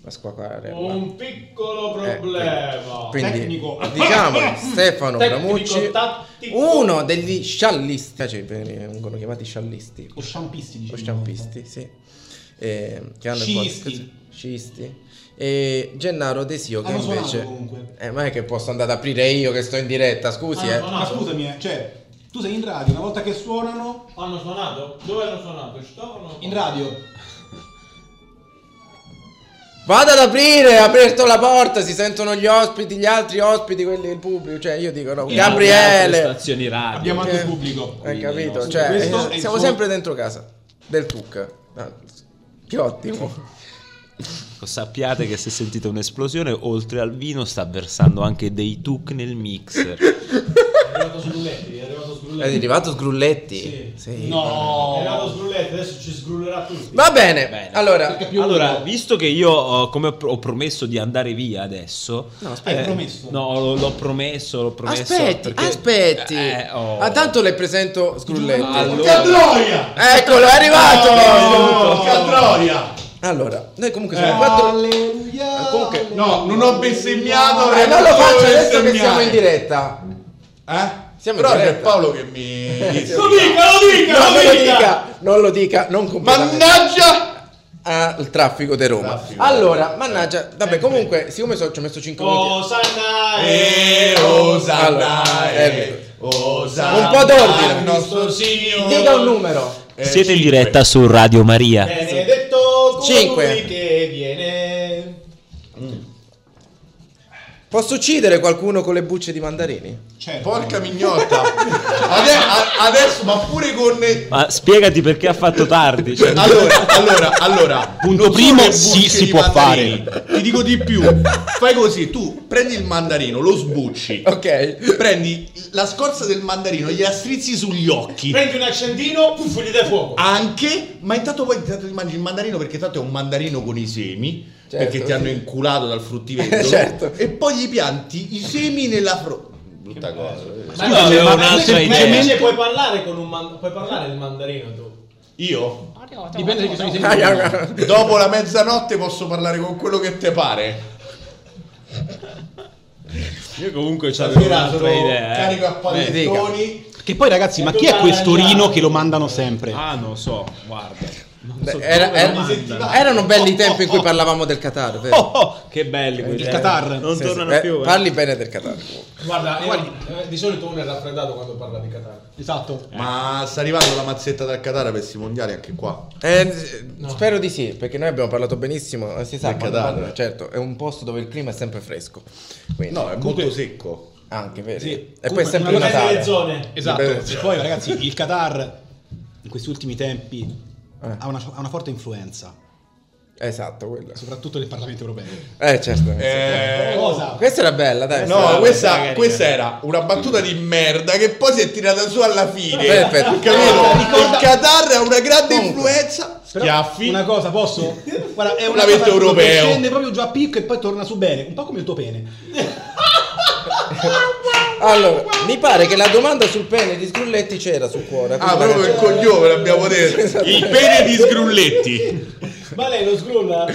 S2: La squacarella.
S7: Un piccolo
S2: Eh,
S7: problema.
S2: quindi-
S7: Tecnico. (laughs)
S2: diciamo Stefano
S7: Tecnico,
S2: Gramucci,
S7: tattico.
S2: uno degli sciallisti, piace, vengono chiamati sciallisti
S15: O sciampisti,
S2: o
S15: diciamo.
S2: sciampisti, sì, eh, che hanno il
S15: Sciisti.
S2: podcast- sciisti. E Gennaro Desio che
S15: Hanno suonato,
S2: invece...
S15: comunque.
S2: Eh, ma è che posso andare ad aprire io che sto in diretta, scusi,
S7: Ah,
S2: eh.
S7: no,
S15: Ma scusami, eh, cioè, tu sei in radio, una volta che suonano,
S7: Hanno suonato? Dove hanno suonato? Citofono?
S15: in radio,
S2: Vado ad aprire, ha aperto la porta, si sentono gli ospiti, gli altri ospiti, quelli del pubblico, cioè io dico no,
S3: Le
S2: Gabriele.
S3: stazioni radio.
S15: Eh, abbiamo anche
S2: Eh.
S15: il pubblico.
S2: Hai
S3: Quindi,
S2: capito?
S3: no,
S2: Cioè,
S15: questo
S2: eh,
S15: è il
S2: siamo
S15: suo-
S2: sempre dentro casa del Tuc. Ah, Che ottimo.
S3: Sappiate che se sentite un'esplosione, oltre al vino sta versando anche dei tuc nel mixer.
S7: È arrivato Sgrulletti, è arrivato
S2: È
S7: Sgrulletti.
S2: arrivato Sgrulletti.
S7: Sì.
S2: Sì.
S7: È arrivato
S15: No,
S7: Sgrulletti, adesso ci sgrullerà tutti.
S2: Va bene.
S3: Bene.
S2: Allora,
S15: perché più
S3: Allora,
S15: allora,
S3: visto che io ho- come ho pr- ho promesso di andare via adesso, eh,
S2: no, aspetta.
S15: hai promesso.
S3: no, l'ho, l'ho promesso, l'ho promesso.
S2: Aspetti,
S3: perché-
S2: aspetti.
S3: Eh, oh.
S2: Ah, tanto le presento Sgrulletti.
S3: Allora-
S7: Cadroia!
S2: Eccolo, è arrivato.
S7: Oh, Cadroia!
S2: Allora, noi comunque
S3: Eh,
S2: siamo quattro.
S15: Alleluia.
S2: Comunque-
S15: no, non ho bestemmiato,
S2: Eh,
S15: avrei
S2: non lo
S15: potuto
S2: faccio adesso che
S15: bestemmiare.
S2: siamo in diretta.
S15: Eh?
S2: Siamo in
S15: Però
S2: diretta.
S15: c'è Paolo che mi disse.
S7: Lo dica, lo dica,
S2: Non
S7: lo
S2: lo
S7: dica!
S2: dica, non lo dica, non completamente.
S15: Mannaggia!
S2: al traffico di Roma.
S15: Traffico.
S2: Allora, mannaggia, vabbè, comunque, siccome so- ci ho messo 5 minuti.
S7: Osanna
S15: E
S2: Eh, oh. Allora,
S15: osanna
S2: eh,
S15: e osanna.
S2: Un po' d'ordine.
S15: al nostro Signore.
S2: Dica un numero.
S15: Eh,
S3: Siete in
S15: cinque.
S3: diretta su Radio Maria.
S7: Benedetto colui
S2: Cinque.
S7: che viene.
S2: Posso uccidere qualcuno con le bucce di mandarini?
S15: Certo. Porca mignotta. Ade- a- adesso, ma pure con
S3: Ma spiegati perché ha fatto tardi. cioè-
S15: Allora, allora, allora.
S3: Punto
S15: non
S3: primo,
S15: sono le
S3: sì,
S15: bucce
S3: si
S15: di
S3: può
S15: mandarini. Ti dico di più. Fai così, tu prendi il mandarino, lo sbucci.
S2: Ok.
S15: Prendi la scorza del mandarino, gliela strizzi sugli occhi.
S7: Prendi un accendino, puff, gli dai fuoco.
S15: Anche, ma intanto poi intanto ti mangi il mandarino perché tanto è un mandarino con i semi,
S2: Certo,
S15: perché ti
S2: sì.
S15: hanno inculato dal fruttivendolo,
S2: (laughs) Certo.
S15: e poi gli pianti i semi nella fro... Brutta cosa.
S7: Ma
S3: Io avevo
S7: ma-
S3: un'altra
S7: ma-
S3: idea.
S7: ma invece puoi parlare con un man- puoi parlare il mandarino tu.
S15: Io?
S16: Dipende da chi sono i
S2: Ah,
S16: segni.
S2: ah, ah.
S15: Dopo la mezzanotte posso parlare con quello che te pare.
S3: Io comunque c'avevo un'altra idea. eh.
S15: carico a pallettoni.
S8: Che poi ragazzi, ma chi è questo Rino che lo mandano sempre?
S3: Ah, non so, guarda. Non
S2: Beh,
S3: so
S2: era-
S3: dove
S2: era-
S3: lo mandano.
S2: erano belli i tempi in cui parlavamo del Qatar, vero?
S3: Oh, oh, che belli quelli.
S8: Il
S3: eh.
S8: Qatar.
S3: Non
S2: Sì, sì.
S3: tornano
S2: Eh,
S3: più. eh.
S2: Parli bene del Qatar.
S7: Guarda, eh, eh, di solito uno è raffreddato quando parla di Catania.
S15: Eh.
S8: Esatto.
S15: Ma sta arrivando la mazzetta dal Catara per questi mondiali anche qua.
S2: Eh, s- Spero di sì, perché noi abbiamo parlato benissimo. eh, Si sa,
S15: Del
S2: quando
S15: Qatar.
S2: parlo- certo, è un posto dove il clima è sempre fresco. Quindi,
S15: No, eh, è molto secco.
S2: anche vero.
S8: Sì.
S2: E poi è
S8: Comunque,
S2: sempre il
S8: non è
S7: Dipende dalle
S2: Natale.
S7: zone.
S8: Esatto.
S15: Dipende-
S8: E poi ragazzi, il Qatar in questi ultimi tempi
S2: Eh.
S8: ha, una, ha una forte influenza,
S2: Esatto, quello.
S8: soprattutto nel Parlamento europeo.
S2: Eh, certo.
S8: Cosa?
S2: Questa era bella, dai.
S15: Eh, No,
S2: era-
S15: Eh, questa, questa era una battuta di merda che poi si è tirata su alla fine.
S2: Perfetto.
S15: Capito? Il Qatar ha una grande influenza.
S8: Però
S15: Schiaffi.
S8: Una cosa, posso? Guarda, è una
S15: Lamento
S8: cosa proprio che
S15: europeo.
S8: scende proprio giù a picco e poi torna su bene, un po' come il tuo pene.
S2: Allora, mi pare che la domanda sul pene di Sgrulletti c'era sul cuore.
S15: Ah, proprio il coglione l'abbiamo detto. Il pene di sgrulletti.
S7: Ma lei lo sgrulla?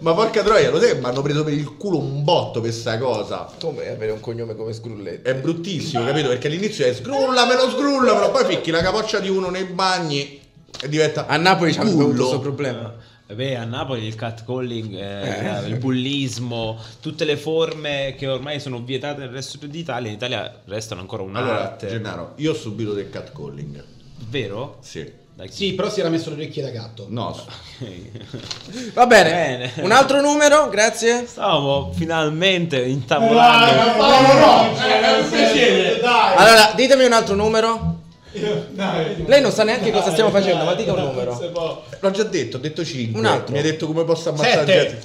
S15: Ma porca troia, lo sai che mi hanno preso per il culo un botto per sta cosa.
S2: Come avere un cognome come Sgrulletti?
S15: È bruttissimo, capito? Perché all'inizio è sgrullamelo, sgrullamelo, poi ficchi la capoccia di uno nei bagni e diventa
S2: A Napoli c'è avuto
S15: Cullo.
S2: questo problema.
S3: Vabbè, a Napoli il catcalling, eh, il bullismo, tutte le forme che ormai sono vietate nel resto d'Italia, in Italia restano ancora
S15: Allora,
S3: un'arte.
S15: Ah, Gennaro, io ho subito del catcalling.
S3: Vero?
S15: Sì.
S3: Da chi?
S8: Sì, però si era messo le orecchie da gatto.
S15: No,
S2: (laughs)
S15: s-
S2: Va bene.
S3: Bene.
S2: Un altro numero, grazie.
S3: Stavamo finalmente intavolando.
S7: Eh, no, no, eh, non piacere. Dai.
S2: Allora, ditemi un altro numero. Lei non sa neanche cosa stiamo facendo, ma dica un numero.
S7: numero.
S15: l'ho già detto, ho detto 5.
S2: Un altro.
S15: Mi hai detto come posso ammazzare
S7: Sette.
S15: gente.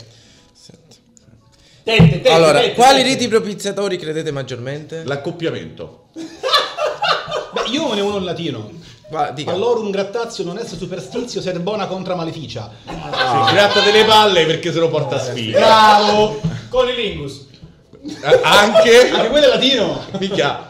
S7: Tente, tente,
S2: Allora,
S7: tente,
S2: quali
S7: tente.
S2: riti propiziatori credete maggiormente?
S15: L'accoppiamento.
S8: Beh, io ne ho uno in latino.
S2: Va, dica.
S8: Pallorum grattazio non est superstizio, sed bona contra maleficia.
S2: Ah.
S15: Si gratta delle palle perché se lo porta a sfida.
S2: eh,
S8: Bravo!
S7: Con i lingus.
S15: Eh, Anche
S8: Anche quello è latino!
S15: Mica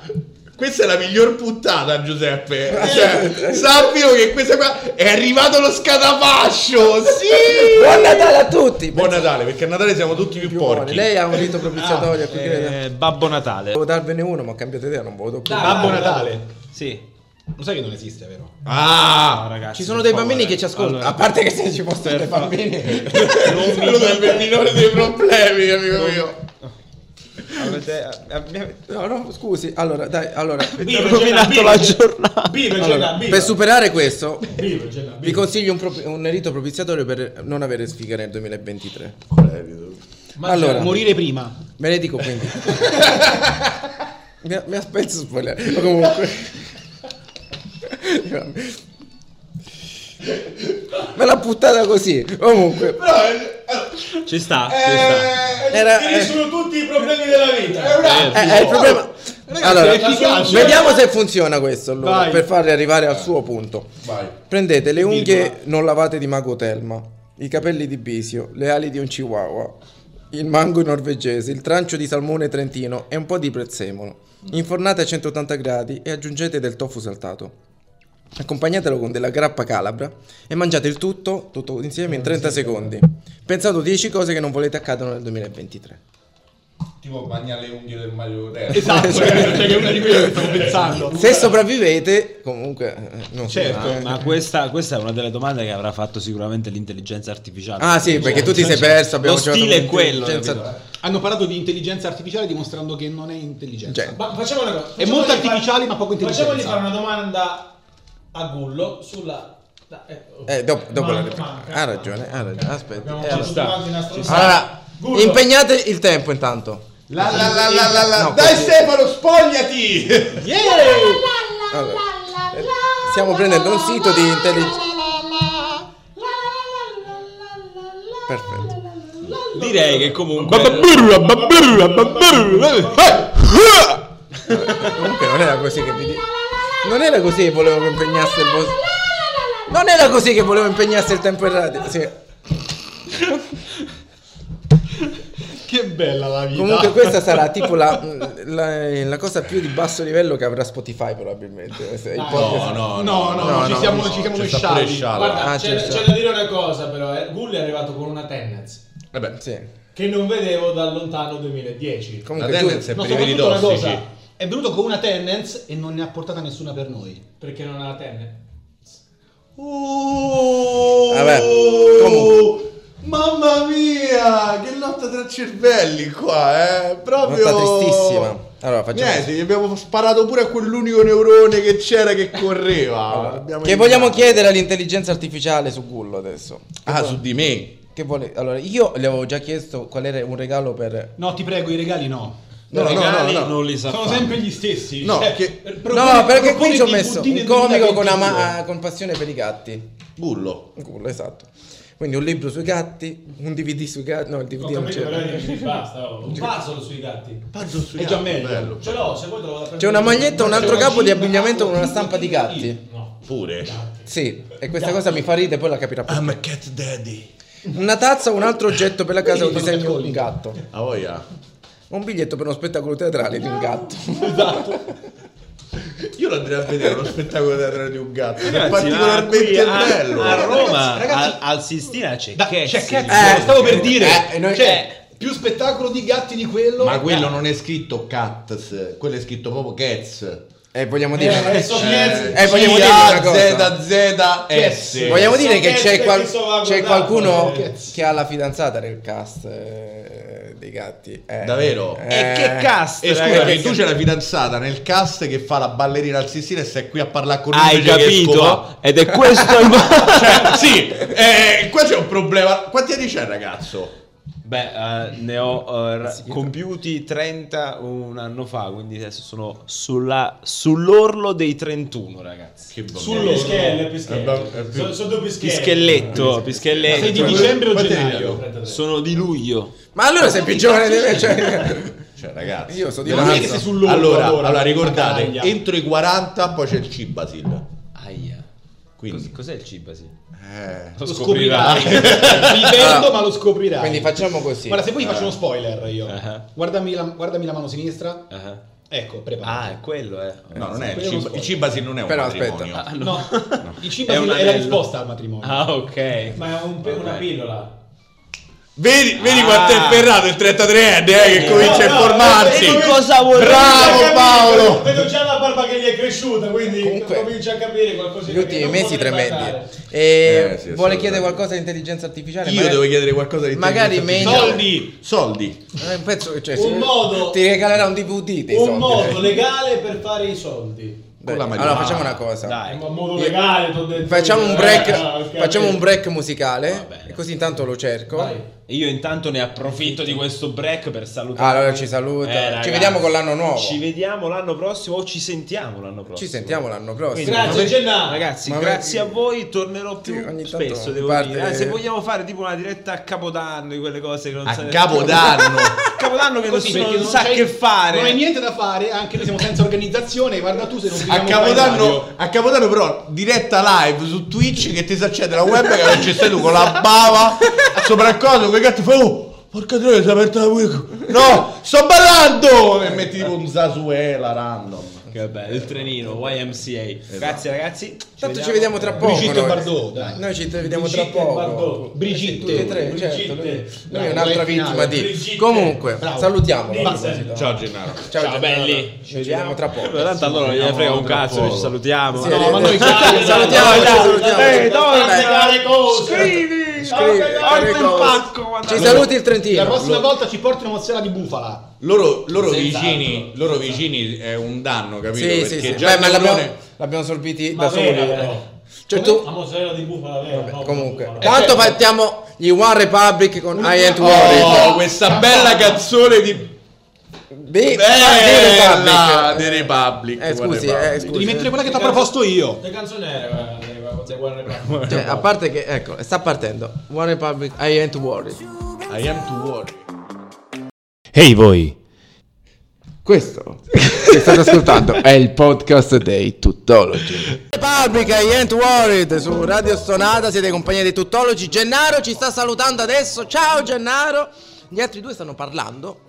S15: Questa è la miglior puntata, Giuseppe. Cioè,
S2: Eh.
S15: sappilo che questa qua è arrivato lo scatafascio. Sì!
S2: Buon Natale a tutti!
S15: Buon Natale, perché a Natale siamo tutti più, porchi.
S2: Lei ha un rito propiziatorio a cui crede.
S4: Eh, Babbo Natale.
S2: Volevo darvene uno, ma ho cambiato idea, non voto più.
S8: Babbo Natale.
S4: Sì.
S8: Lo sai che non esiste, vero?
S15: Ah!
S4: ragazzi,
S2: Ci sono dei bambini che ci ascoltano. a parte che se ci fossero dei bambini, quello
S15: sarebbe il minore dei problemi, amico mio.
S2: eh, No, no, scusi. Allora, dai, allora.
S7: Vive,
S4: ho rovinato la giornata.
S7: Vive,
S2: Allora,
S7: Gennà, vive.
S2: per superare questo,
S7: Vive, Gennà,
S2: vi
S7: vive.
S2: consiglio un, pro- un rito propiziatorio per non avere sfiga nel 2023.
S8: Ma
S2: Allora.
S8: morire prima.
S2: (laughs) Ve ne dico quindi. mi, mi aspetto di spoilerare. ma Comunque. Me l'ha puttata così. Comunque.
S4: Ci sta,
S8: Eh,
S4: ci sta.
S2: Eh, Era-
S7: finiscono tutti i problemi della vita.
S2: Eh, eh, il problema. allora,
S7: eh.
S2: vediamo se funziona questo allora,
S8: Vai.
S2: per farli arrivare al suo punto.
S15: Vai.
S2: Prendete le unghie non lavate di Mago Telma, i capelli di Bisio, le ali di un chihuahua, il mango norvegese, il trancio di salmone trentino e un po' di prezzemolo. Infornate a 180 gradi e aggiungete del tofu saltato. Accompagnatelo con della grappa calabra e mangiate il tutto, tutto insieme in 30 secondi. Pensate 10 cose che non volete accadano nel 2023.
S15: Tipo bagna le unghie del Mario Terra.
S8: Esatto, cioè, che è una di quelle che stavo pensando.
S2: Se sopravvivete, comunque, eh, non so.
S8: Certo.
S4: Ma questa, questa è una delle domande che avrà fatto sicuramente l'intelligenza artificiale.
S2: Ah sì, perché tu ti sei perso. Abbiamo
S4: Lo
S2: giocato
S4: stile
S2: con
S4: è quello,
S2: intelligenza-
S8: Hanno parlato di intelligenza artificiale dimostrando che non è intelligenza.
S2: Cioè,
S7: Ma facciamo una cosa.
S8: È
S7: facciamogli
S8: molto
S7: fare-
S8: artificiale, ma poco intelligente.
S7: Facciamogli fare una domanda a Gullo sulla. da- oh.
S2: eh, dopo, dopo la
S7: Manca,
S2: replica.
S7: manca.
S2: Ha ragione, ha ragione. Aspetta.
S7: Abbiamo
S2: Eh,
S7: fatto
S2: allora,
S7: tutti quanti una stronzata.
S2: Allora,
S7: Gullo,
S2: impegnate il tempo intanto.
S15: La la la la la la.
S2: No,
S15: Dai
S2: così.
S15: Stefano, spogliati!
S2: Allora, eh, stiamo prendendo un sito di intelligenza. Perfetto.
S4: Direi che comunque
S2: Comunque non era così che vi di- Non era così che volevo che impegnasse il vostro. Non era così che volevo impegnasse il tempo in radio. Sì.
S8: (laughs) Che bella la vita.
S2: Comunque questa sarà tipo la, la- la cosa più di basso livello che avrà Spotify probabilmente. Questo è il podcast.
S8: no, no, no, ci siamo, ci siamo
S15: C'è
S8: noi
S15: sta pure
S8: scialli.
S15: Sciala.
S7: Guarda,
S2: Ah,
S7: c'è,
S2: c'è
S7: c'è
S2: sta.
S7: da dire una cosa però, eh. Gullo è arrivato con una tendenza
S15: Vabbè,
S2: Sì.
S7: che non vedevo da lontano 2010.
S15: la
S2: Comunque tu-
S15: tendenza è
S8: No,
S15: per i veri
S8: soprattutto una
S15: tossici.
S8: cosa. È venuto con una tendenza e non ne ha portata nessuna per noi.
S7: Perché non ha la tendenza.
S2: Vabbè, comunque.
S15: Uh, Mamma mia, che lotta tra cervelli qua, eh. Proprio
S2: Lotta tristissima. Allora, facciamo
S15: Niente, gli abbiamo sparato pure a quell'unico neurone che c'era che correva. Abbiamo
S2: Che vogliamo
S15: eliminato.
S2: chiedere all'intelligenza artificiale su Gullo adesso?
S15: Ah, su di me.
S2: Che vuole... Allora, io le avevo già chiesto qual era un regalo per...
S8: No, ti prego, i regali no.
S15: No, no, no, no.
S4: non li sa
S8: Sono
S4: fare.
S8: sempre gli stessi.
S15: No,
S8: cioè,
S15: che-
S8: eh,
S2: no,
S8: proponi-
S2: perché qui
S8: proponi
S2: ci ho
S8: di
S2: messo
S8: puntine
S2: un comico con,
S8: 2022.
S2: ama- con passione per i gatti.
S15: Bullo.
S2: Gullo, esatto. Quindi un libro sui gatti, un DVD sui gatti... No, il DVD
S7: Ho
S2: non
S7: capito, però
S2: c'era.
S7: dici, basta, oh. un puzzle sui gatti.
S15: Pazzo su
S8: È già meglio.
S15: Bello.
S7: Ce l'ho, se vuoi te lo vado a prendere.
S2: Eh, C'è una maglietta, un
S7: C'è
S2: altro
S7: una
S2: capo di
S7: giba,
S2: abbigliamento con una
S7: un
S2: stampa di gatti.
S7: No.
S15: Pure.
S2: Sì, e questa cosa mi fa ridere, poi la capirà più.
S15: I'm a cat daddy.
S2: Una tazza, un altro oggetto per la casa, un
S8: Quindi
S2: disegno
S8: sono
S2: di un gatto.
S15: A voglia.
S2: Un biglietto per uno spettacolo teatrale di un gatto.
S15: Io lo andrei a vedere uno spettacolo teatrale di un gatto. È
S3: ah,
S4: Ragazzi,
S15: particolarmente
S4: ma qui a-
S15: bello.
S4: A, Roma,
S8: ragazzi.
S4: al, al Sistina c'è
S8: Da-
S4: Chessi.
S8: c'è Chessi.
S2: Eh,
S8: stavo per dire.
S2: eh, noi-
S8: cioè, più spettacolo di gatti di quello.
S15: Ma quello non è scritto cats, quello è scritto proprio cats.
S2: E eh, vogliamo
S8: eh,
S2: dire...
S7: Adesso Chiesa-
S2: Eh, vogliamo dire una cosa.
S15: Z-Z-S.
S2: Vogliamo dire
S7: Sono
S2: che
S7: Chiesa
S2: c'è,
S7: che
S2: qual-
S7: sono a
S2: c'è
S7: guardare,
S2: qualcuno
S7: eh.
S2: che ha la fidanzata nel cast eh, dei gatti. Eh,
S15: Davvero?
S2: eh.
S4: E che cast,
S15: E scusa,
S4: ragazzi.
S15: che tu c'è la fidanzata nel cast che fa la ballerina al Sistina e sei qui a parlare con lui
S4: Hai
S15: invece che scopà.
S4: capito? Ed è questo il mo-
S15: Cioè, sì, eh, qua c'è un problema. Quanti anni c'è il ragazzo?
S4: (laughs) Beh, eh, ne ho eh, ra- compiuti 30 un anno fa, quindi adesso sono sulla- sull'orlo dei 31, ragazzi.
S15: Che
S7: Sul pischello,
S15: Eh, beh, è
S7: pischello.
S15: più- Cioè,
S7: Sono sono due pischelli.
S4: Pischelletto,
S7: Ma Sei di
S4: pischelletto.
S7: dicembre o
S15: Quanti ne
S7: gennaio?
S15: abbiamo?
S4: Sono di luglio.
S2: Ma allora sei più giovane di me. Cioè...
S15: Cioè, ragazzi,
S2: Io so di
S15: veramente-
S2: Marzo.
S7: sull'orlo,
S15: allora,
S7: allora,
S15: allora, ricordate,
S7: cagaglia.
S15: entro i 40 poi c'è il Cibasil.
S4: Aia.
S15: Quindi,
S4: Cos- Cos'è il cibasi?
S15: eh,
S4: Lo
S8: scoprirai.
S4: (laughs)
S8: Vivendo, ma lo scoprirai.
S2: (laughs) Quindi facciamo così.
S4: Eh.
S8: Guarda, se vuoi faccio uno spoiler io.
S4: Ah.
S8: Guardami, la, guardami la mano sinistra.
S4: Ah.
S8: Ecco,
S3: Ah,
S8: preparati.
S3: è quello, eh.
S15: No, non è il
S8: Quello
S15: cib-
S8: non
S15: il Cibasi non è un
S2: Però aspetta.
S15: matrimonio.
S3: Ah,
S8: no, il cibo
S3: È
S8: sì-
S3: un
S8: è, la
S3: anello.
S8: risposta al matrimonio.
S3: Ah, ok.
S7: Ma è un pe- una pillola.
S15: Vedi, vedi quanto è ferrato il 33enne eh, che comincia
S7: no,
S15: a
S2: eh,
S15: informarsi.
S7: vedi
S4: cosa vuol
S15: Bravo
S7: Già capito,
S15: Paolo!
S7: Vedo già la barba che gli è cresciuta, quindi
S2: Comunque,
S7: comincia a capire qualcosa.
S2: Gli ultimi mesi tremendi.
S7: Soldi!
S2: E
S15: Eh, sì,
S2: vuole
S15: assolutamente.
S2: chiedere qualcosa di intelligenza artificiale?
S15: Io
S2: magari-
S15: devo chiedere qualcosa di
S2: magari
S15: intelligenza
S2: meglio-
S15: artificiale. Soldi, soldi.
S2: Eh, penso, cioè,
S7: Un
S2: se-
S7: modo-
S2: Ti regalerà un DVD. dei
S7: Un
S2: soldi,
S7: modo
S2: dai.
S7: legale per fare i soldi.
S2: Dai,
S15: con la
S2: Allora
S15: marijuana.
S2: facciamo una cosa.
S7: È un modo
S2: Io-
S7: legale, t'ho detto
S2: Facciamo
S7: io.
S8: eh,
S2: un break,
S7: Ah, ok,
S2: facciamo
S7: ok.
S2: un break cioè musicale.
S3: bene.
S2: E così intanto lo cerco.
S7: Vai.
S3: Io intanto ne approfitto di questo break per salutare.
S2: Allora ci saluta.
S3: Eh,
S2: Ah, ci
S3: ragazzi,
S2: vediamo con l'anno nuovo.
S3: Ci
S2: Ci,
S3: vediamo l'anno prossimo o ci sentiamo l'anno prossimo.
S2: sentiamo l'anno prossimo.
S3: Quindi-
S7: Grazie,
S3: Ma-
S7: Gennaro.
S3: Ragazzi,
S2: Ma-
S3: grazie a voi, tornerò più
S2: Sì, ogni tanto
S3: spesso, devo
S2: parte-
S3: dire. Eh, se vogliamo fare tipo una diretta a Capodanno, di quelle cose che non
S15: A
S3: sa-
S15: Capodanno.
S3: A (laughs) Capodanno che
S8: Così,
S3: nessuno
S8: perché
S3: non sa
S8: c'hai-
S3: che fare.
S8: Non hai niente da fare, anche noi siamo senza organizzazione. Guarda tu se non
S15: A
S8: finiamo mai in radio.
S15: Capodanno, a Capodanno però diretta live su Twitch che ti si accede la web che non ci stai tu con la bava sopra il coso con i gatti fai oh porca troia si è aperta la web no sto ballando e metti tipo un Zasuela random
S3: Che bello, il
S2: Esatto.
S3: trenino YMCA. Grazie ragazzi.
S2: Tanto ci vediamo tra poco.
S8: Brigitte
S2: noi.
S8: Bardot, dai.
S2: Noi ci vediamo tra
S7: Brigitte
S2: poco.
S7: Bardot.
S2: Brigitte, tutti e tre,
S7: Brigitte.
S2: certo, Noi, noi
S8: Bravo,
S2: è un'altra
S8: lei finale.
S2: vittima di.
S7: Brigitte.
S2: Comunque,
S8: Bravo.
S2: salutiamolo.
S7: Vincent.
S2: a proposito.
S15: ciao Gennaro
S2: Ciao, Gennaro.
S3: belli.
S2: Ci vediamo tra poco.
S3: Tanto allora non gliene frega un cazzo, noi ci salutiamo.
S2: Sì,
S3: Eh,
S8: No, ma noi
S2: salutiamo, salutiamo,
S3: dai,
S2: ci salutiamo.
S3: dai,
S2: Dai,
S7: dai, cose.
S3: Scrivi!
S2: scrivi,
S3: Guarda il
S2: cose.
S3: pacco, guarda.
S2: Ci saluti il
S8: La
S2: Trentino.
S8: prossima volta ci porti una mozzarella di bufala.
S15: loro, loro vicini loro vicini è un danno capito
S2: Sì,
S15: perché
S2: sì, sì.
S15: già
S2: Beh, ma
S15: il
S2: l'abbiamo,
S15: neurone-
S2: l'abbiamo sorbiti
S7: Ma
S2: da soli.
S7: vera,
S2: eh.
S7: però.
S2: Cioè,
S7: Come-
S2: tu-
S7: La mozzarella di bufala vera. no,
S2: Comunque,
S7: bufala.
S2: tanto partiamo gli One Republic con I Ain't Worried.
S15: oh questa bella canzone di
S2: Be-
S15: bella
S2: Republic.
S15: The Republic
S2: Eh, scusi,
S15: One
S2: eh,
S15: Republic.
S2: scusi.
S8: Devi mettere quella che ti ho proposto io.
S7: Che canzone era? quella dei Warner Bros.
S2: Cioè, a parte che, ecco, sta partendo. One Republic, I ain't worried.
S15: I am to worry
S1: Ehi voi!
S2: Questo che state ascoltando è il podcast dei Tuttologi. Republic, I ain't worried su Radio Stonata. Siete compagnia dei Tuttologi. Gennaro ci sta salutando adesso. Ciao, Gennaro. Gli altri due stanno parlando.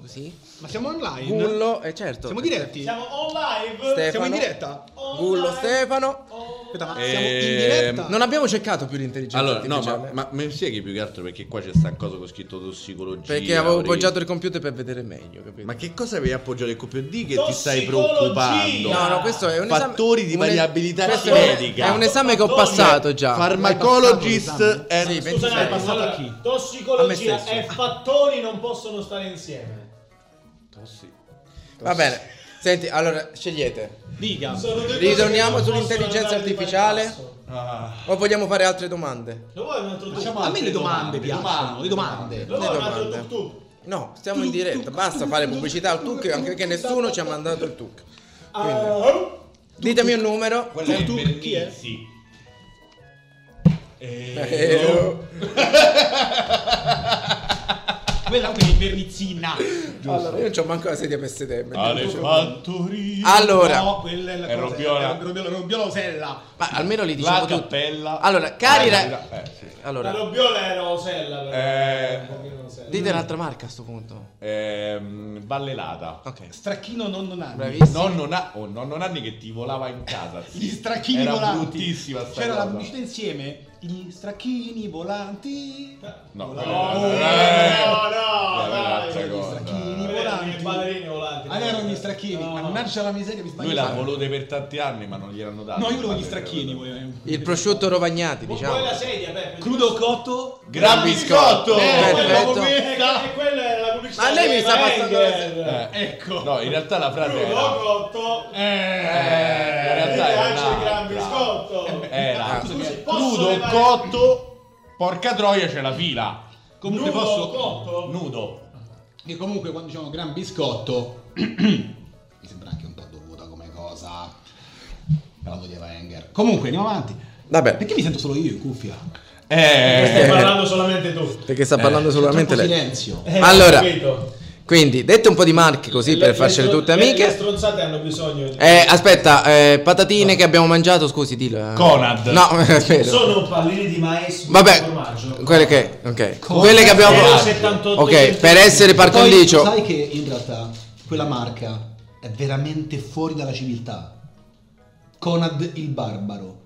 S2: Così.
S8: Ma siamo online?
S2: Gullo, e certo.
S8: Siamo diretti? Eh,
S7: Siamo on live.
S2: Stefano.
S8: Siamo in diretta?
S2: Gullo, Stefano.
S8: Aspetta, ma
S15: Eh,
S8: siamo in
S3: Ehm,
S8: diretta?
S2: Non abbiamo cercato più l'intelligenza
S15: Allora, no, ma,
S2: artificiale.
S15: ma mi spieghi più che altro perché qua c'è sta cosa con scritto tossicologia.
S2: Perché avevo
S15: ori-
S2: appoggiato il computer per vedere meglio, capito?
S15: Ma che cosa avevi appoggiato il computer? Di che ti stai
S7: Tossicologia!
S15: preoccupando?
S2: No, no, questo è un esame.
S15: Fattori di
S2: un-
S15: variabilità
S2: questo è-
S15: medica.
S2: È un esame che ho passato già.
S15: Pharmacologist and-
S2: Sì,
S7: Scusa,
S2: Pensate,
S7: è passato
S8: allora,
S7: a chi?
S2: a me
S7: Tossicologia
S2: stesso.
S7: e fattori non possono stare insieme.
S2: Va bene. Senti, allora scegliete.
S8: Diga.
S7: Sono due cose
S2: Ritorniamo
S7: che non
S2: sull'intelligenza
S7: possono andare di pari
S2: artificiale?
S7: passo.
S2: O vogliamo fare altre domande?
S7: Lo vuoi un altro
S8: Facciamo
S7: tuk?
S8: a me le domande piacciono, le domande.
S7: Lo vuoi un altro
S2: domande.
S7: tuk tuk?
S2: No, stiamo in diretta. Basta fare pubblicità al TUC, anche che nessuno ci ha mandato il TUC.
S7: Ah,
S2: Ditemi un numero.
S8: Tu, tu, chi è?
S2: Eh, oh.
S8: Quella è una vernizzina.
S2: Allora, io non c'ho manco la sedia per sedermi.
S15: Ale fattori.
S2: Allora,
S8: No, quella è la
S15: È
S8: cosa-
S15: Robbiola.
S8: è Robbiola, Robbiola Osella.
S2: ma almeno li
S15: La
S2: diciamo tutti.
S15: cappella.
S2: Allora, cari ra-
S15: Eh, sì.
S7: La
S2: Allora,
S7: robbiola era Osella. però.
S15: Eh.
S7: Un pochino Osella.
S2: dite un'altra marca a sto punto.
S15: Ehm, ballelata.
S2: Ok.
S8: Stracchino nonno Nanni.
S2: Bravissimo.
S15: Nonno, Na- oh, nonno Nanni che ti volava in casa. sì.
S8: Gli stracchini
S15: Era
S8: volanti.
S15: bruttissima sta
S8: C'era la
S15: cosa.
S8: pubblicità insieme. Gli stracchini volanti.
S15: No,
S8: Volanti.
S15: quella
S7: No, no,
S15: Eh,
S7: no,
S15: quella era altra
S7: dai.
S15: cosa.
S8: Stracchini
S7: Quelli erano i ballerini
S8: volanti.
S7: volanti.
S8: Ah, erano gli stracchini.
S7: No.
S8: Mannaggia la miseria, mi sbaglio.
S15: Lui l'ha volute per tanti anni, ma non gliel'hanno dato.
S8: No, io volevo gli stracchini. volevo.
S2: Il prosciutto rovagnati,
S7: Vuoi
S2: diciamo.
S7: la sedia, Peppe?
S8: Crudo cotto.
S15: Gran biscotto!
S7: Eh,
S2: Perfetto.
S7: quella- eh, eh, quella era la pubblicità.
S2: Ma lei mi
S7: dei
S2: sta passando la-
S7: Ranger.
S15: Eh, ecco. No, in realtà la frase
S7: Crudo
S15: era...
S7: cotto.
S15: Eh, in
S7: Mi
S15: realtà
S7: piace
S15: era
S7: il gran
S15: un'altra. Eh,
S7: biscotto.
S15: Era
S7: Ah, scusi, posso
S15: crudo,
S7: levare-
S15: cotto, porca troia c'è la fila.
S8: Comunque
S7: Nudo,
S8: posso.
S7: cotto.
S15: Nudo.
S8: Che comunque quando diciamo gran biscotto. (clears throat) mi sembra anche un po' dovuta come cosa. Parlando di Eva Enger. Comunque andiamo avanti.
S2: Vabbè,
S8: Perché mi sento solo io in cuffia?
S15: Eh,
S7: Stai parlando solamente tu.
S2: perché sta parlando solamente
S8: Troppo
S2: lei.
S8: silenzio.
S7: Eh,
S2: Eh, Allora,
S7: capito.
S2: quindi dette un po' di marche così
S7: Le-
S2: per
S7: le
S2: farcele
S7: stro-
S2: tutte
S7: le- Le
S2: amiche.
S7: stronzate hanno bisogno di...
S2: Eh, aspetta, eh, patatine che abbiamo mangiato, scusi, dillo. eh.
S15: Conad.
S2: No, (laughs) aspetta.
S7: Sono pallini di mais
S2: Vabbè,
S7: con formaggio.
S2: quelle che, ok. Quelle che abbiamo
S7: Era 78
S2: Ok, per essere par
S8: Poi,
S2: condicio.
S8: Sai che in realtà quella marca è veramente fuori dalla civiltà. Conad il barbaro.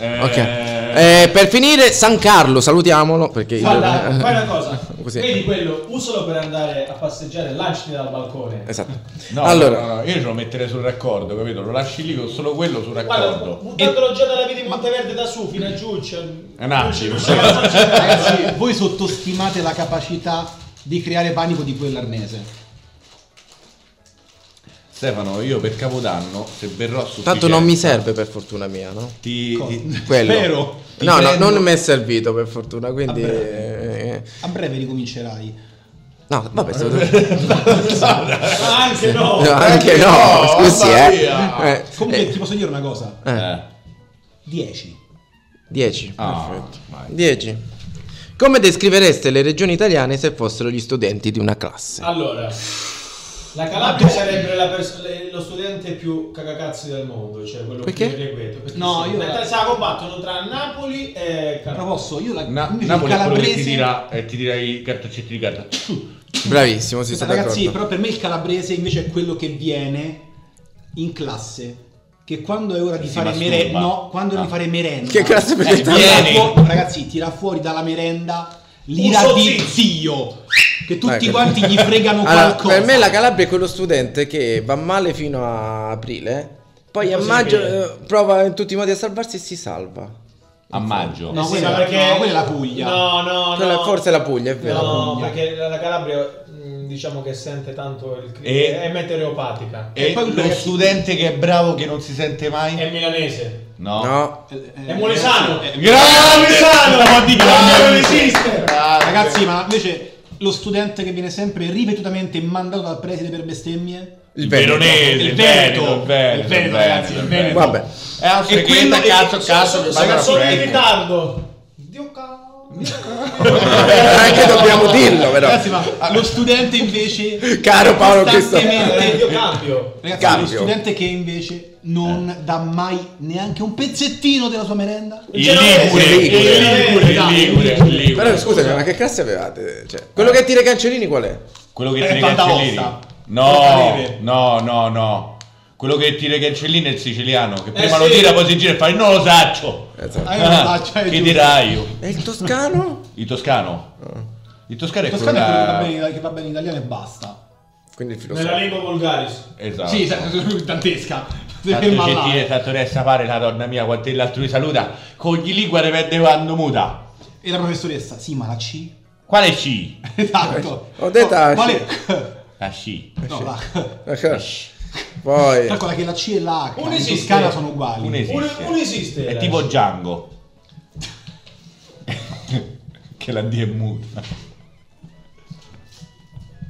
S2: Ok. Eh, per finire, San Carlo, salutiamolo. Perché
S7: Guarda, fai una cosa.
S2: Così.
S7: Vedi quello, usalo per andare a passeggiare, lanciati dal balcone.
S2: (laughs) Esatto.
S15: No,
S2: allora,
S15: no, no, no, io ce lo metterei sul raccordo, capito? Lo lasci lì con solo quello sul
S7: Guarda,
S2: Esatto.
S15: raccordo.
S7: buttandolo già dalla via di Monteverde da su fino a giù. Cioè,
S15: È un attimo.
S7: non c'è- non c'è-
S15: (laughs)
S8: Ragazzi, voi sottostimate la capacità di creare panico di quell'arnese.
S15: Stefano, io per Capodanno, se verrò su
S2: tanto non mi serve per fortuna mia, no?
S15: Ti, ti-
S2: Quello.
S15: Spero. ti
S2: No, no,
S15: prendo-
S2: non mi è servito per fortuna, quindi...
S8: Vabbè.
S2: eh,
S8: A breve ricomincerai.
S2: No, vabbè, se-
S7: Ah, anche no.
S2: no, anche
S15: no,
S2: no,
S15: mamma
S2: scusi, eh.
S15: mia.
S2: Eh,
S8: Comunque ti posso dire una cosa.
S2: eh,
S15: Eh.
S8: 10.
S2: 10.
S15: Ah,
S2: Perfetto.
S15: vai.
S2: 10. Come descrivereste le regioni italiane se fossero gli studenti di una classe?
S7: Allora, la Calabria sarebbe la pers- le- lo studente più cagacazzi del mondo, cioè quello
S2: Perché?
S7: più irrequieto. perché
S8: No,
S7: sì,
S8: io-
S7: la- Se la combattono tra Napoli e
S8: Però
S7: Calabria.
S8: posso, io la
S2: Eh.
S15: Na-
S8: invece
S15: Napoli
S8: il
S15: è quello che ti
S8: calabrese.
S15: tira, eh, ti tira i cartaccetti di carta.
S2: Bravissimo, sì, sono
S8: Aspetta, ragazzi,
S2: d'accordo.
S8: però per me il calabrese invece è quello che viene in classe. Che quando è ora di
S15: Si
S8: fare
S15: masturba.
S8: merenda. No, quando è ora
S15: Ah.
S8: di fare merenda. Eh,
S2: Che cazzo perché
S8: tira fuori- ragazzi, tira fuori dalla merenda l'ira
S7: Un
S8: di
S7: sozzizio.
S8: zio. Che tutti
S2: Ecco.
S8: quanti gli fregano
S2: (laughs) Allora,
S8: qualcosa.
S2: Per me la Calabria è quello studente che va male fino a aprile, poi a
S7: Così
S2: maggio
S7: che-
S2: eh, prova in tutti i modi a salvarsi e si salva.
S15: A maggio.
S8: No,
S7: Eh sì,
S8: quella-
S7: ma
S8: no, quella è la Puglia.
S7: No, no,
S2: Quella
S7: no.
S2: è forse la Puglia, è vero.
S7: No,
S8: Puglia.
S7: perché la la Calabria mh, diciamo che sente tanto il cri-
S15: E-
S7: è meteoropatica.
S15: E,
S8: E poi
S15: lo
S8: ragazzi-
S15: studente che è bravo che non si sente mai?
S7: È milanese.
S15: No.
S2: No.
S8: Eh, eh,
S7: È Molesano.
S8: eh,
S15: Grande Stavo di
S7: Calabria non
S15: grande.
S7: esiste.
S15: Grande.
S8: Ragazzi, ma invece lo studente che viene sempre ripetutamente mandato dal preside per bestemmie?
S15: Il veronese, il Veneto,
S8: Veneto, il Veneto, ragazzi, il Veneto.
S2: Vabbè.
S15: È una
S8: E quello-
S15: freghetta, cazzo, cazzo, che
S7: Sono,
S15: vanno
S7: sono
S15: a
S7: in
S15: Franco.
S7: ritardo. Dio cavolo.
S2: (laughs) Anche dobbiamo dirlo, però.
S8: Ragazzi, ma lo studente invece
S2: Caro Paolo
S7: (laughs)
S8: costantemente-
S7: Eh, Dio cambio.
S8: Ragazzi,
S2: Cambio.
S8: lo studente che invece non
S15: Eh.
S8: dà mai neanche un pezzettino della sua merenda?
S15: Il Ligure, il Ligure, il Ligure, il Ligure.
S2: Però scusami, ma che classe avevate? Cioè, quello che tira i cancellini qual è?
S15: Quello che
S8: Eh,
S15: tira i
S8: Panda
S15: cancellini.
S8: Ossa.
S15: No,
S8: Portareve.
S15: no, no, no. Quello che tira i cancellini è il siciliano, che prima
S7: Eh,
S15: lo
S7: sì.
S15: tira, poi si gira e fa non lo saccio.
S2: Esatto.
S8: Ah, io lo
S15: Ah,
S8: faccio, è
S15: che
S8: giusto.
S15: dirai io?
S2: E il toscano?
S15: Il toscano.
S2: Ah.
S15: Il toscano è
S8: Lo Toscano è quello che va bene
S15: quello
S8: in italiano- che va bene in italiano e basta.
S2: Quindi il
S7: Nella
S2: filosofo.
S7: lingua volgaris.
S15: che... Esatto.
S8: Sì, (laughs) esatto, tantesca. Si
S15: Tanto
S8: ferma là.
S15: gentile, tanto resta fare la donna mia, quanto l'altrui saluta. Con gli lingua ne vede quando muta.
S8: E la professoressa, sì, ma la C? (laughs)
S15: Quale C?
S8: Esatto.
S2: Ho detto la C.
S8: Quale?
S15: La C.
S8: (laughs) No,
S2: (laughs)
S8: la...
S2: Poi
S8: Calcola che la C e la H
S7: Un
S8: in
S7: esiste.
S8: Toscana sono uguali.
S15: Un
S8: (laughs)
S15: esiste.
S7: Uno- uno esiste, eh.
S15: È
S7: dai.
S15: tipo Django. che la D è muta.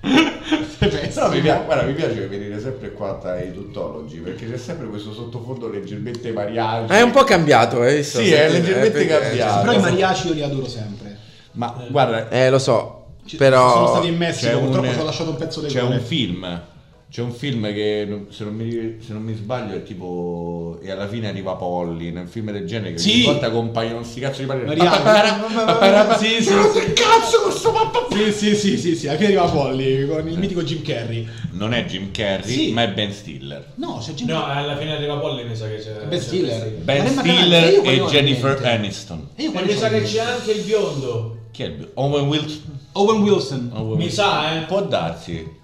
S15: Però mi piace, guarda, mi piace venire sempre qua dai tuttologi perché c'è sempre questo sottofondo leggermente mariaggio.
S2: Ah, è un po' cambiato, hai visto?
S15: Sì, è
S2: Sentite,
S15: leggermente
S2: eh, perché-
S15: cambiato.
S8: Però i mariachi io li adoro sempre.
S15: Ma guarda,
S2: Eh, lo so,
S8: Ci-
S2: però...
S8: Sono stati in Messico,
S15: c'è un-
S8: purtroppo ci ho lasciato un pezzo del
S15: c'è
S8: cuore.
S15: un film. C'è un film che non- se non, mi, se non mi sbaglio è tipo. E alla fine arriva Polly. Un film del genere che ogni
S8: Sì.
S15: volta compaiono sti cazzo di parere.
S8: Mariachi. Sì, sì,
S15: Ma che cazzo questo papà?
S8: sì, sì, sì, sì, sì, alla fine arriva Polly con il mitico Jim Carrey.
S15: Non è Jim Carrey,
S8: Sì.
S15: ma è Ben Stiller.
S8: No, c'è Jim
S7: No,
S8: Carrey.
S7: alla fine arriva Polly, mi sa che c'è.
S8: Ben
S7: c'è
S8: Stiller.
S7: questo.
S15: Ben
S8: Ma Emma Canale,
S15: Stiller
S8: io quello
S15: e
S8: ho in
S15: Jennifer
S8: mente.
S15: Aniston.
S8: E io
S7: E
S8: quando
S7: mi sa
S8: c'ho
S7: che
S8: in
S7: c'è
S8: mente?
S7: anche il biondo.
S15: Chi è il bio- Owen Wilson?
S8: Owen Wilson.
S15: Owen
S7: Mi
S15: Wilson.
S7: sa, eh.
S15: Può darsi.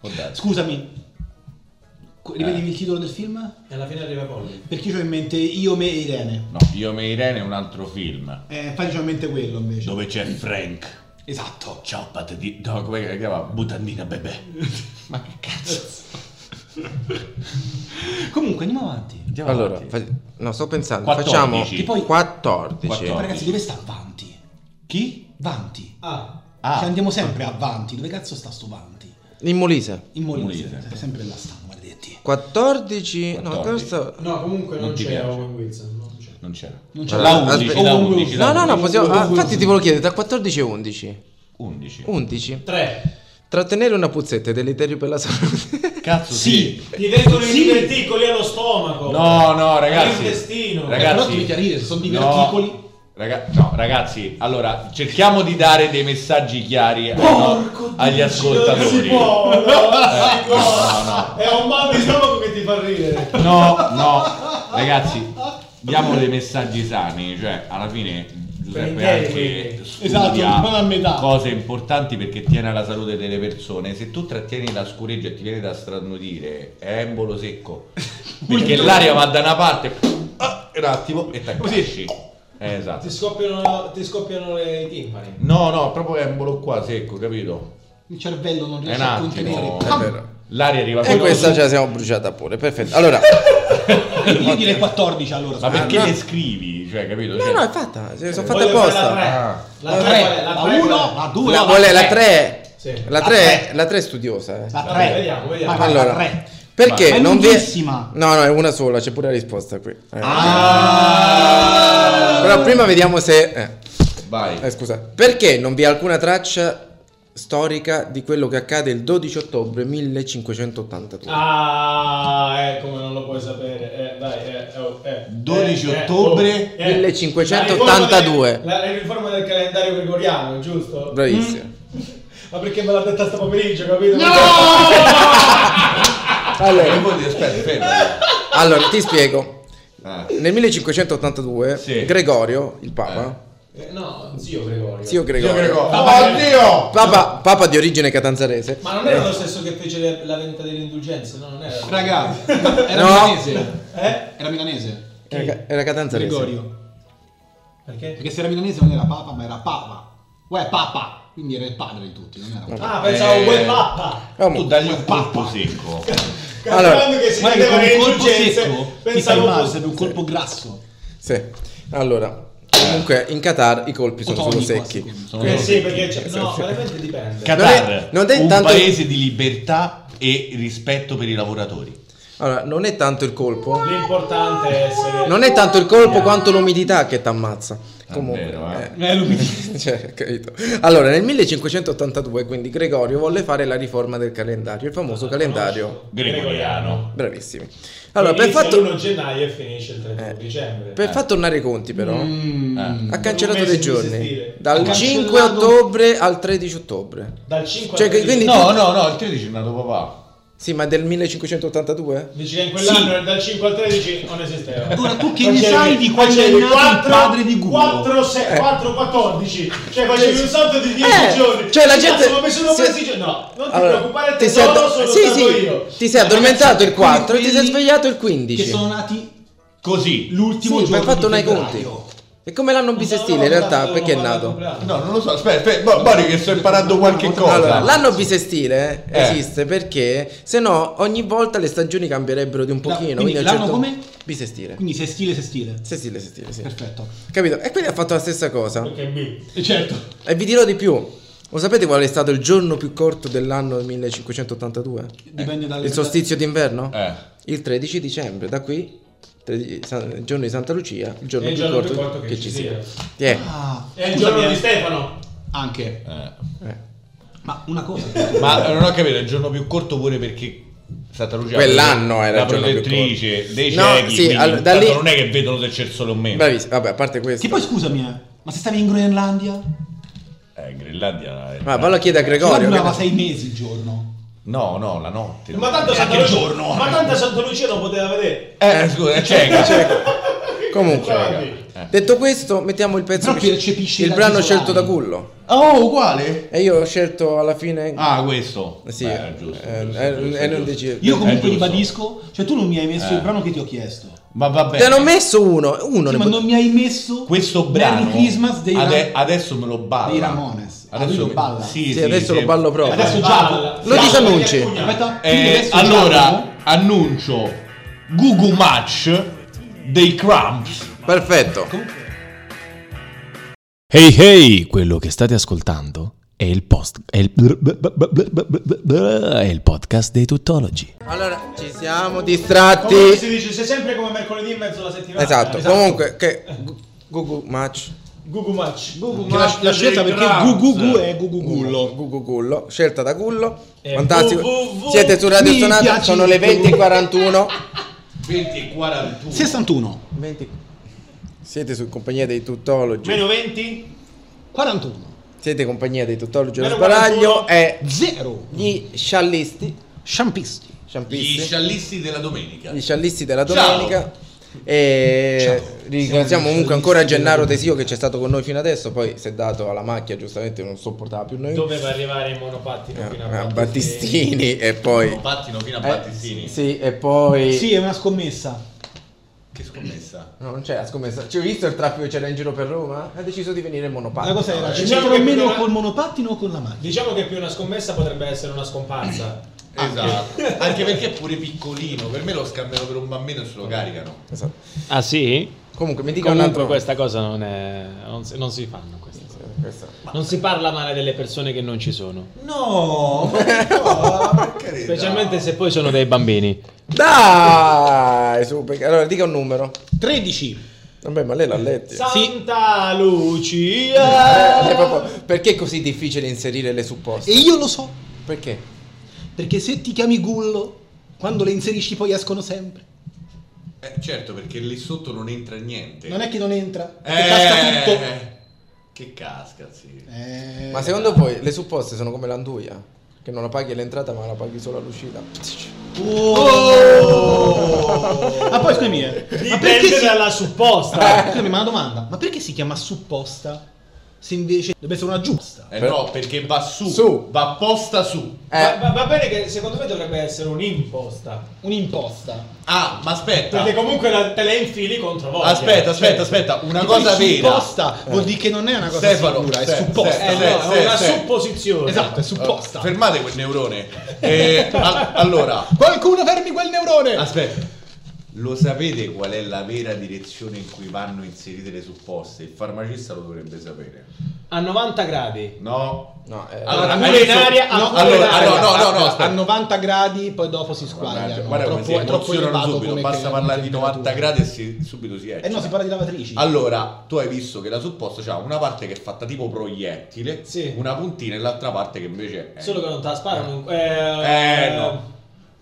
S15: Può darsi.
S8: Scusami. Qu- Ripetimi il titolo del film?
S7: E alla fine arriva Polly.
S8: Perché io ho in mente Io, me e Irene.
S15: No, Io me Irene è un altro film.
S8: Eh, infatti c'ho in mente quello invece.
S15: Dove c'è Frank.
S8: Esatto.
S15: Ciao patatina. No, come si chiama? Butandina bebè. (laughs) Ma che cazzo?
S8: Comunque andiamo avanti.
S15: Andiamo
S2: Allora,
S15: avanti.
S2: fa- no, sto pensando,
S15: 14.
S2: facciamo
S15: Che
S8: poi-
S2: 14.
S8: Ma
S15: 14.
S8: ragazzi, dove sta Vanti?
S15: chi?
S8: Vanti.
S7: Ah,
S15: Ah.
S8: Cioè, andiamo sempre a Vanti. Dove cazzo sta sto Vanti?
S2: In Molise.
S8: In Molise.
S15: Molise.
S8: Sempre là stanno, maledetti.
S2: 14, no,
S15: 14.
S2: questo...
S7: no, comunque non,
S15: Non ti
S7: c'è
S15: piace.
S7: Owen Wilson. Non c'è.
S15: Non c'era.
S8: Non
S2: c'è
S8: c'è
S2: la
S8: la
S2: undici,
S8: 11,
S15: la
S8: la
S15: undici,
S8: 11.
S15: la
S2: No, no, no, possiamo... ah, infatti ti volevo chiedere, tra 14 e 11.
S15: 11.
S2: 11.
S7: 3.
S2: Trattenere una puzzetta è deleterio per la
S15: (laughs)
S2: salute.
S15: Cazzo sì.
S7: Ti vengono i
S8: Sì.
S7: diverticoli allo stomaco.
S15: No, no, ragazzi.
S7: All'intestino.
S15: Ragazzi.
S8: Però devi chiarire se sono diverticoli.
S15: No. Raga- no, ragazzi, allora cerchiamo di dare dei messaggi chiari ai no- agli ascoltatori.
S7: Non si può, no, non si
S8: (laughs)
S15: Eh,
S7: può.
S15: no, no.
S7: È un mal di stomaco che ti fa ridere.
S15: No, no, ragazzi, diamo dei messaggi sani, cioè alla fine Giuseppe
S7: Prendetevi.
S15: anche
S7: Esatto,
S15: studia
S7: non a metà.
S15: cose importanti perché tiene alla salute delle persone. Se tu trattieni la scureggia e ti viene da stranudire, è embolo secco. Perché l'aria va da una parte, ah, un attimo, e t'accasci. Eh, esatto.
S7: Ti scoppiano, ti scoppiano le- i timpani.
S15: No, no, proprio embolo qua secco, capito?
S8: Il cervello non
S15: È un
S8: riesce a contenere.
S15: attimo.
S8: Pam!
S15: L'aria arriva
S2: E
S15: solo
S2: questa
S15: su-
S2: ce la siamo bruciata pure, perfetto. Allora,
S8: Io direi 14 allora.
S15: Ma perché
S2: Ah, no.
S15: le scrivi? Cioè, capito?
S2: no,
S15: Cioè- ah,
S2: no, è fatta, se- sono fatta
S7: Eh, Voglio fare
S2: apposta.
S7: La
S8: La
S7: 3,
S8: 3,
S7: la
S8: la
S7: 3,
S8: 1, la 2,
S2: No, vuole la 3.
S7: Sì.
S2: La
S8: La
S2: 3,
S8: tre.
S2: la 3 è studiosa, eh.
S8: La 3.
S7: Vediamo, vediamo.
S2: Allora,
S8: la 3.
S2: Perché
S8: Ma è
S2: non vi
S8: lunghissima.
S2: No, no, è una sola, c'è pure la risposta qui. Eh.
S15: Ah!
S2: Però prima vediamo se eh,
S15: Vai.
S2: eh, scusa, perché non vi è alcuna traccia storica di quello che accade il 12 ottobre 1582?
S7: Ah, eh, come non lo puoi sapere. Eh, dai, eh, oh, eh,
S8: 12
S7: eh, eh,
S8: ottobre
S7: oh, eh.
S2: 1582.
S7: La riforma, del, la- la riforma del calendario gregoriano, giusto? Mm.
S2: Bravissimo.
S8: Mm.
S7: Ma perché me l'ha detta sta pomeriggio, capito?
S15: Allora, che vuol dire? aspetta, fermo.
S2: Allora, ti spiego.
S15: Ah.
S2: Nel 1582
S15: Sì.
S2: Gregorio, il Papa,
S7: Eh, no, zio Gregorio.
S2: zio Gregorio,
S15: Oddio!
S2: Papa, papa di origine catanzarese,
S7: Ma non era lo stesso che fece le- la vendita delle indulgenze, no? Non era.
S8: Raga, era
S2: No.
S8: milanese.
S7: Eh?
S8: Era milanese.
S2: era, era catanzarese.
S8: Gregorio.
S7: Perché?
S8: Perché se era milanese non era papa, ma era papa. Uè, papa. Quindi era il padre di tutti, non era papa.
S7: Ah, pensavo
S15: Eh.
S7: quel pappa.
S2: Oh,
S15: Tu
S2: mo-
S15: dagli un Eh. colpo secco.
S2: Allora,
S7: Calcolando che si
S8: Guarda che
S7: vendeva
S8: con
S7: le
S8: un colpo
S7: indulgenze,
S8: secco ti fai
S7: pensavo
S8: male,
S7: fosse-
S8: serve un colpo grasso.
S2: Sì. Allora, comunque in Qatar i colpi sono solo
S8: Tonico,
S2: secchi.
S8: sì, sono-
S7: Eh sì, perché c'è-
S2: Sì,
S7: no,
S2: sì.
S7: veramente dipende.
S2: Non è-
S15: Qatar,
S2: non è
S15: un
S2: tanto-
S15: paese di libertà e rispetto per i lavoratori.
S2: Allora, non è tanto il colpo.
S7: L'importante è essere
S2: Non è tanto il colpo quanto l'umidità che t'ammazza. Comunque,
S15: vero, eh.
S2: eh. Cioè, capito. Allora, nel 1582, quindi Gregorio volle fare la riforma del calendario, il
S8: Ah,
S2: famoso calendario.
S15: Gregoriano.
S2: Bravissimi. Allora, per,
S7: Inizia
S2: fatto,
S7: l'1 gennaio e finisce il 31
S2: Eh.
S7: dicembre.
S2: per far tornare i conti, però,
S8: Mm.
S15: Eh.
S2: ha cancellato
S7: Un mese
S2: dei
S7: di
S2: giorni
S7: esistere.
S2: dal
S8: Ha
S2: 5
S8: cancellato-
S2: ottobre al 13 ottobre.
S7: Dal 5
S2: Cioè,
S7: al
S2: che- quindi-
S15: No, no, no, il 13 è nato papà.
S2: Sì, ma del 1582?
S7: Dici che in quell'anno dal 5 al 13 non esisteva.
S8: Allora, tu che ne sai di quando è nato il padre di Guido?
S7: 4, 6, 4, 14. Cioè facevi un salto di 10
S2: Eh,
S7: giorni.
S2: cioè, la
S7: Cazzo,
S2: gente-
S7: ma mi sono
S2: se-
S7: presi i giorni. cioè, No, non ti
S2: Allora,
S7: preoccupare,
S2: ti
S7: ti
S2: sei addo-
S7: sono
S2: sì,
S7: stato
S2: sì,
S7: io.
S2: ti sei (laughs) addormentato il 4 e ti sei
S8: quelli
S2: svegliato il
S8: Che
S2: 15.
S8: sono nati
S15: Così.
S8: l'ultimo
S2: Sì, ma
S8: giorno.
S2: hai fatto
S8: di
S2: nei
S8: febbraio.
S2: conti. E come l'anno bisestile
S7: No,
S2: in
S7: no,
S2: realtà?
S7: no,
S2: Perché è
S7: no,
S2: nato?
S7: compleanno.
S15: No, non lo so, aspetta, aspetta, ma guarda che sto imparando qualche cosa.
S2: Allora, l'anno bisestile
S15: Eh.
S2: esiste perché se no ogni volta le stagioni cambierebbero di un
S8: La-
S2: pochino.
S8: quindi
S2: quindi a un
S8: l'anno
S2: certo-
S8: come?
S2: Bisestile.
S8: Quindi se stile, se stile.
S2: Sestile, sestile, sì.
S8: Perfetto.
S2: Capito? E quindi ha fatto la stessa cosa.
S7: Perché è B.
S8: E certo.
S2: E vi dirò di più. Lo sapete qual è stato il giorno più corto dell'anno 1582?
S8: Dipende dalle-
S2: Il solstizio d'inverno?
S15: Eh.
S2: Il 13 dicembre, da qui, tredi- San- il giorno di Santa Lucia, il giorno,
S7: È il
S2: più,
S7: giorno
S2: corto
S7: più corto che
S2: che
S7: ci
S2: ci sia.
S7: sia.
S2: Eh.
S8: Ah,
S7: È il
S8: scusami,
S7: giorno di
S8: eh,
S7: Stefano.
S8: Anche.
S15: Eh.
S8: Ma una cosa.
S15: Ma eh, non ho capito, è il giorno più corto pure perché Santa Lucia
S2: Quell'anno era
S15: la
S2: il giorno più
S15: protettrice dei
S2: No,
S15: ciechi,
S2: sì,
S15: quindi
S2: allora, da
S15: tanto
S2: lì-
S15: non è che vedono se c'è il sole o meno.
S2: Bravissimo, vabbè, a parte questo.
S8: che poi scusami, eh, ma se stavi in Groenlandia?
S15: Eh, Grenlandia è-
S2: Ma vallo a Ah, chiedere a
S8: Però
S2: Gregorio.
S8: durava
S2: che-
S8: sei mesi il giorno.
S15: No, no, la notte.
S7: Ma tanto Santa
S8: il
S7: Lucia-
S8: giorno.
S7: Ma tanto Santa Lucia non poteva vedere.
S15: Eh, scusa, è cieca.
S2: (laughs) Eh. Comunque, raga, detto questo, mettiamo il pezzo
S8: Però percepisci
S2: il
S8: la
S2: brano
S8: visuale.
S2: scelto da Cullo.
S15: Oh, uguale?
S2: E io ho scelto alla fine
S15: Ah, questo.
S2: Sì,
S15: Beh, è giusto.
S2: eh,
S15: giusto,
S2: eh,
S15: giusto,
S2: eh, non
S15: giusto.
S2: dici-
S8: Io
S15: È
S8: comunque
S15: giusto.
S8: ribadisco, cioè tu non mi hai messo
S15: Eh.
S8: il brano che ti ho chiesto.
S15: Ma va bene.
S2: Te ne ho messo uno, uno ne
S8: Sì, ma
S2: pot-
S8: non mi hai messo
S15: questo
S8: Merry
S15: brano
S8: Christmas dei
S15: ade-
S8: Ram-
S15: adesso me lo balla.
S8: dei Ramones. Ah, lui lo
S15: me-
S8: balla?
S15: Sì,
S2: Sì,
S15: sì,
S2: adesso
S15: sì.
S2: lo ballo proprio.
S8: Adesso
S7: Balla.
S8: già.
S2: Lo disannunci.
S8: Aspetta,
S15: Eh,
S8: quindi adesso
S15: allora,
S8: Giacomo-
S15: annuncio Gugu Match dei Cramps.
S2: Perfetto.
S1: Hey hey, quello che state ascoltando è il post è il, è il podcast dei tuttologi.
S2: Allora, ci siamo
S7: Come si
S2: distratti.
S7: dice, sei sempre come mercoledì in mezzo alla settimana.
S2: Esatto, comunque che Gugu Match
S7: Gugu Match.
S8: Che la, la scelta perché Gugugu è Gugugullo.
S2: Gugu Gullo, scelta da Gullo.
S7: Eh,
S2: Fantastico.
S7: www.
S2: Siete su Radio
S8: Mi
S2: Sonata,
S8: piace
S2: sono le
S8: il tuo.
S2: 20:41.
S15: 20 e 41.
S8: 61.
S2: 20. Siete su compagnia dei tutologi.
S7: Meno 20?
S8: 41.
S2: Siete compagnia dei tutologi. Lo
S7: Meno
S2: sbaraglio è
S8: 0.
S2: gli sciallisti.
S8: Sciampisti.
S15: Gli
S2: sciampisti,
S15: sciallisti della domenica.
S2: Gli sciallisti della
S15: Ciao.
S2: domenica. E
S8: Ciao.
S2: ringraziamo
S8: Siamo gli
S2: comunque ancora
S8: sciallisti della
S2: Gennaro
S8: domenica.
S2: Tesio che c'è stato con noi fino adesso. Poi si è dato alla macchia, giustamente non sopportava più noi.
S7: Doveva arrivare in monopattino fino
S2: Eh,
S7: a
S2: a Battistini e poi.
S15: Pattino fino a
S2: Eh,
S15: Battistini.
S2: sì, e poi.
S7: Sì, è una scommessa.
S15: Che scommessa.
S2: No, non c'è la scommessa. Ci hai visto il traffico che c'era in giro per Roma? Ha deciso di venire in monopattino.
S7: La cosa era-
S2: Eh,
S7: Diciamo
S8: C'entrano
S7: che
S8: meno
S7: prima-
S8: col monopattino o con la macchina?
S7: Diciamo che più una scommessa potrebbe essere una scomparsa.
S15: Esatto. (laughs) Anche perché è pure piccolino. Per me lo scambiano per un bambino e se lo caricano.
S2: esatto.
S4: Ah sì?
S2: Comunque, mi dica un
S4: Comunque
S2: altro.
S4: questa cosa non è... Non si, non si fanno queste cose.
S2: Questa.
S4: Non si parla male delle persone che non ci sono.
S7: Esatto.
S15: No, ma (laughs) no, per carità.
S4: Specialmente se poi sono dei bambini.
S2: Dai, su, perché- allora dica un numero.
S8: 13.
S2: Vabbè, ma lei l'ha letto.
S7: Santa
S2: Eh,
S7: Lucia!
S2: è proprio- perché è così difficile inserire le supposte?
S8: E io lo so,
S2: Perché?
S8: perché se ti chiami Gullo, quando le inserisci poi escono sempre.
S15: Eh, certo, perché lì sotto non entra niente.
S8: Non è che non entra, è
S15: Eh,
S8: che casca tutto.
S15: Che casca, sì.
S8: Eh,
S2: Ma secondo voi le supposte sono come l'anduia? Che non la paghi all'entrata, ma la Eh, paghi solo all'uscita.
S8: Oh! Ma poi scusami, eh, ma perché
S7: Dipende
S8: si...
S7: dalla Eh. supposta.
S8: Ah, scusami, ma una domanda, ma perché si chiama supposta se invece deve essere una giusta?
S15: Eh no, perché va su,
S2: Su.
S15: va posta su.
S7: Va,
S2: Eh,
S7: va- va bene che secondo me dovrebbe essere un'imposta.
S8: Un'imposta.
S15: Ah, ma aspetta.
S7: Perché comunque la- te la infili contro voi.
S15: Aspetta, aspetta, aspetta, una
S8: E
S15: cosa
S8: poi
S15: vera.
S8: Supposta vuol dire che non è una cosa
S15: Stefano,
S8: sicura, è
S15: se-
S8: supposta.
S15: se-
S7: Eh, no,
S15: se-
S7: è una
S15: se-
S7: supposizione.
S8: Esatto, è
S15: Oh,
S8: supposta.
S15: fermate quel (laughs) neurone. Eh, al- allora,
S8: Qualcuno fermi quel neurone!
S15: aspetta. Lo sapete qual è la vera direzione in cui vanno inserite le supposte? Il farmacista lo dovrebbe sapere.
S7: A 90 gradi.
S15: No?
S2: no, eh,
S15: Allora,
S7: pure
S15: hai
S7: in
S15: visto-
S7: aria, ah,
S15: no,
S7: pure
S15: allora,
S7: in
S15: allora,
S7: aria.
S15: no, no, no,
S8: a
S15: aspetta.
S8: 90 gradi, poi dopo si
S15: Guarda,
S8: squagliano.
S15: guarda come si
S8: troppo, è troppo
S15: emozionano
S8: elevato
S15: subito,
S8: come
S15: basta
S8: che-
S15: parlare
S8: come
S15: di 90
S8: temperatura.
S15: gradi e si- subito si esce.
S8: Eh no, si parla di lavatrici.
S15: Allora, tu hai visto che la supposta c'ha una parte che è fatta tipo proiettile,
S7: Sì.
S15: una puntina e l'altra parte che invece è...
S7: Solo che non te la sparano.
S15: Eh no,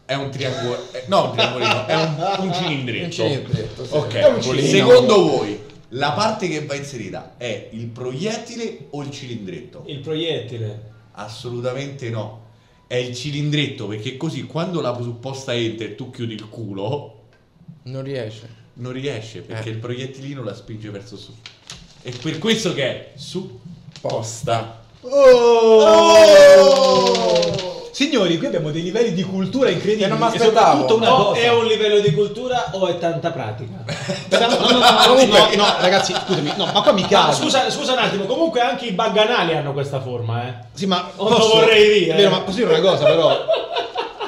S15: è un triangolo, eh, no un triangolino, è un, un cilindretto.
S2: Un cilindretto, sì.
S15: Ok,
S2: È un cilindro.
S15: secondo voi la parte che va inserita è il proiettile o il cilindretto?
S7: eh, Il proiettile.
S15: Assolutamente no, è il cilindretto perché così quando la supposta entra e tu chiudi il culo
S2: non riesce.
S15: non riesce perché
S2: Eh.
S15: il proiettilino la spinge verso su. E per questo che è supposta.
S8: Oh!
S15: Oh!
S8: Signori, qui abbiamo dei livelli di cultura incredibili.
S2: Che non mi
S8: e
S2: aspettavo.
S8: soprattutto una
S7: o
S8: cosa.
S7: è un livello di cultura o è tanta (laughs) pratica.
S8: No, no, no, no, comunque, no, ragazzi, scusami, no, ma qua mi
S7: Ah,
S8: cado.
S7: scusa, scusa un attimo, comunque anche i bagganali hanno questa forma, eh.
S8: Sì, ma
S7: Oh, lo vorrei dire, eh.
S8: Vero, ma posso dire una cosa, però.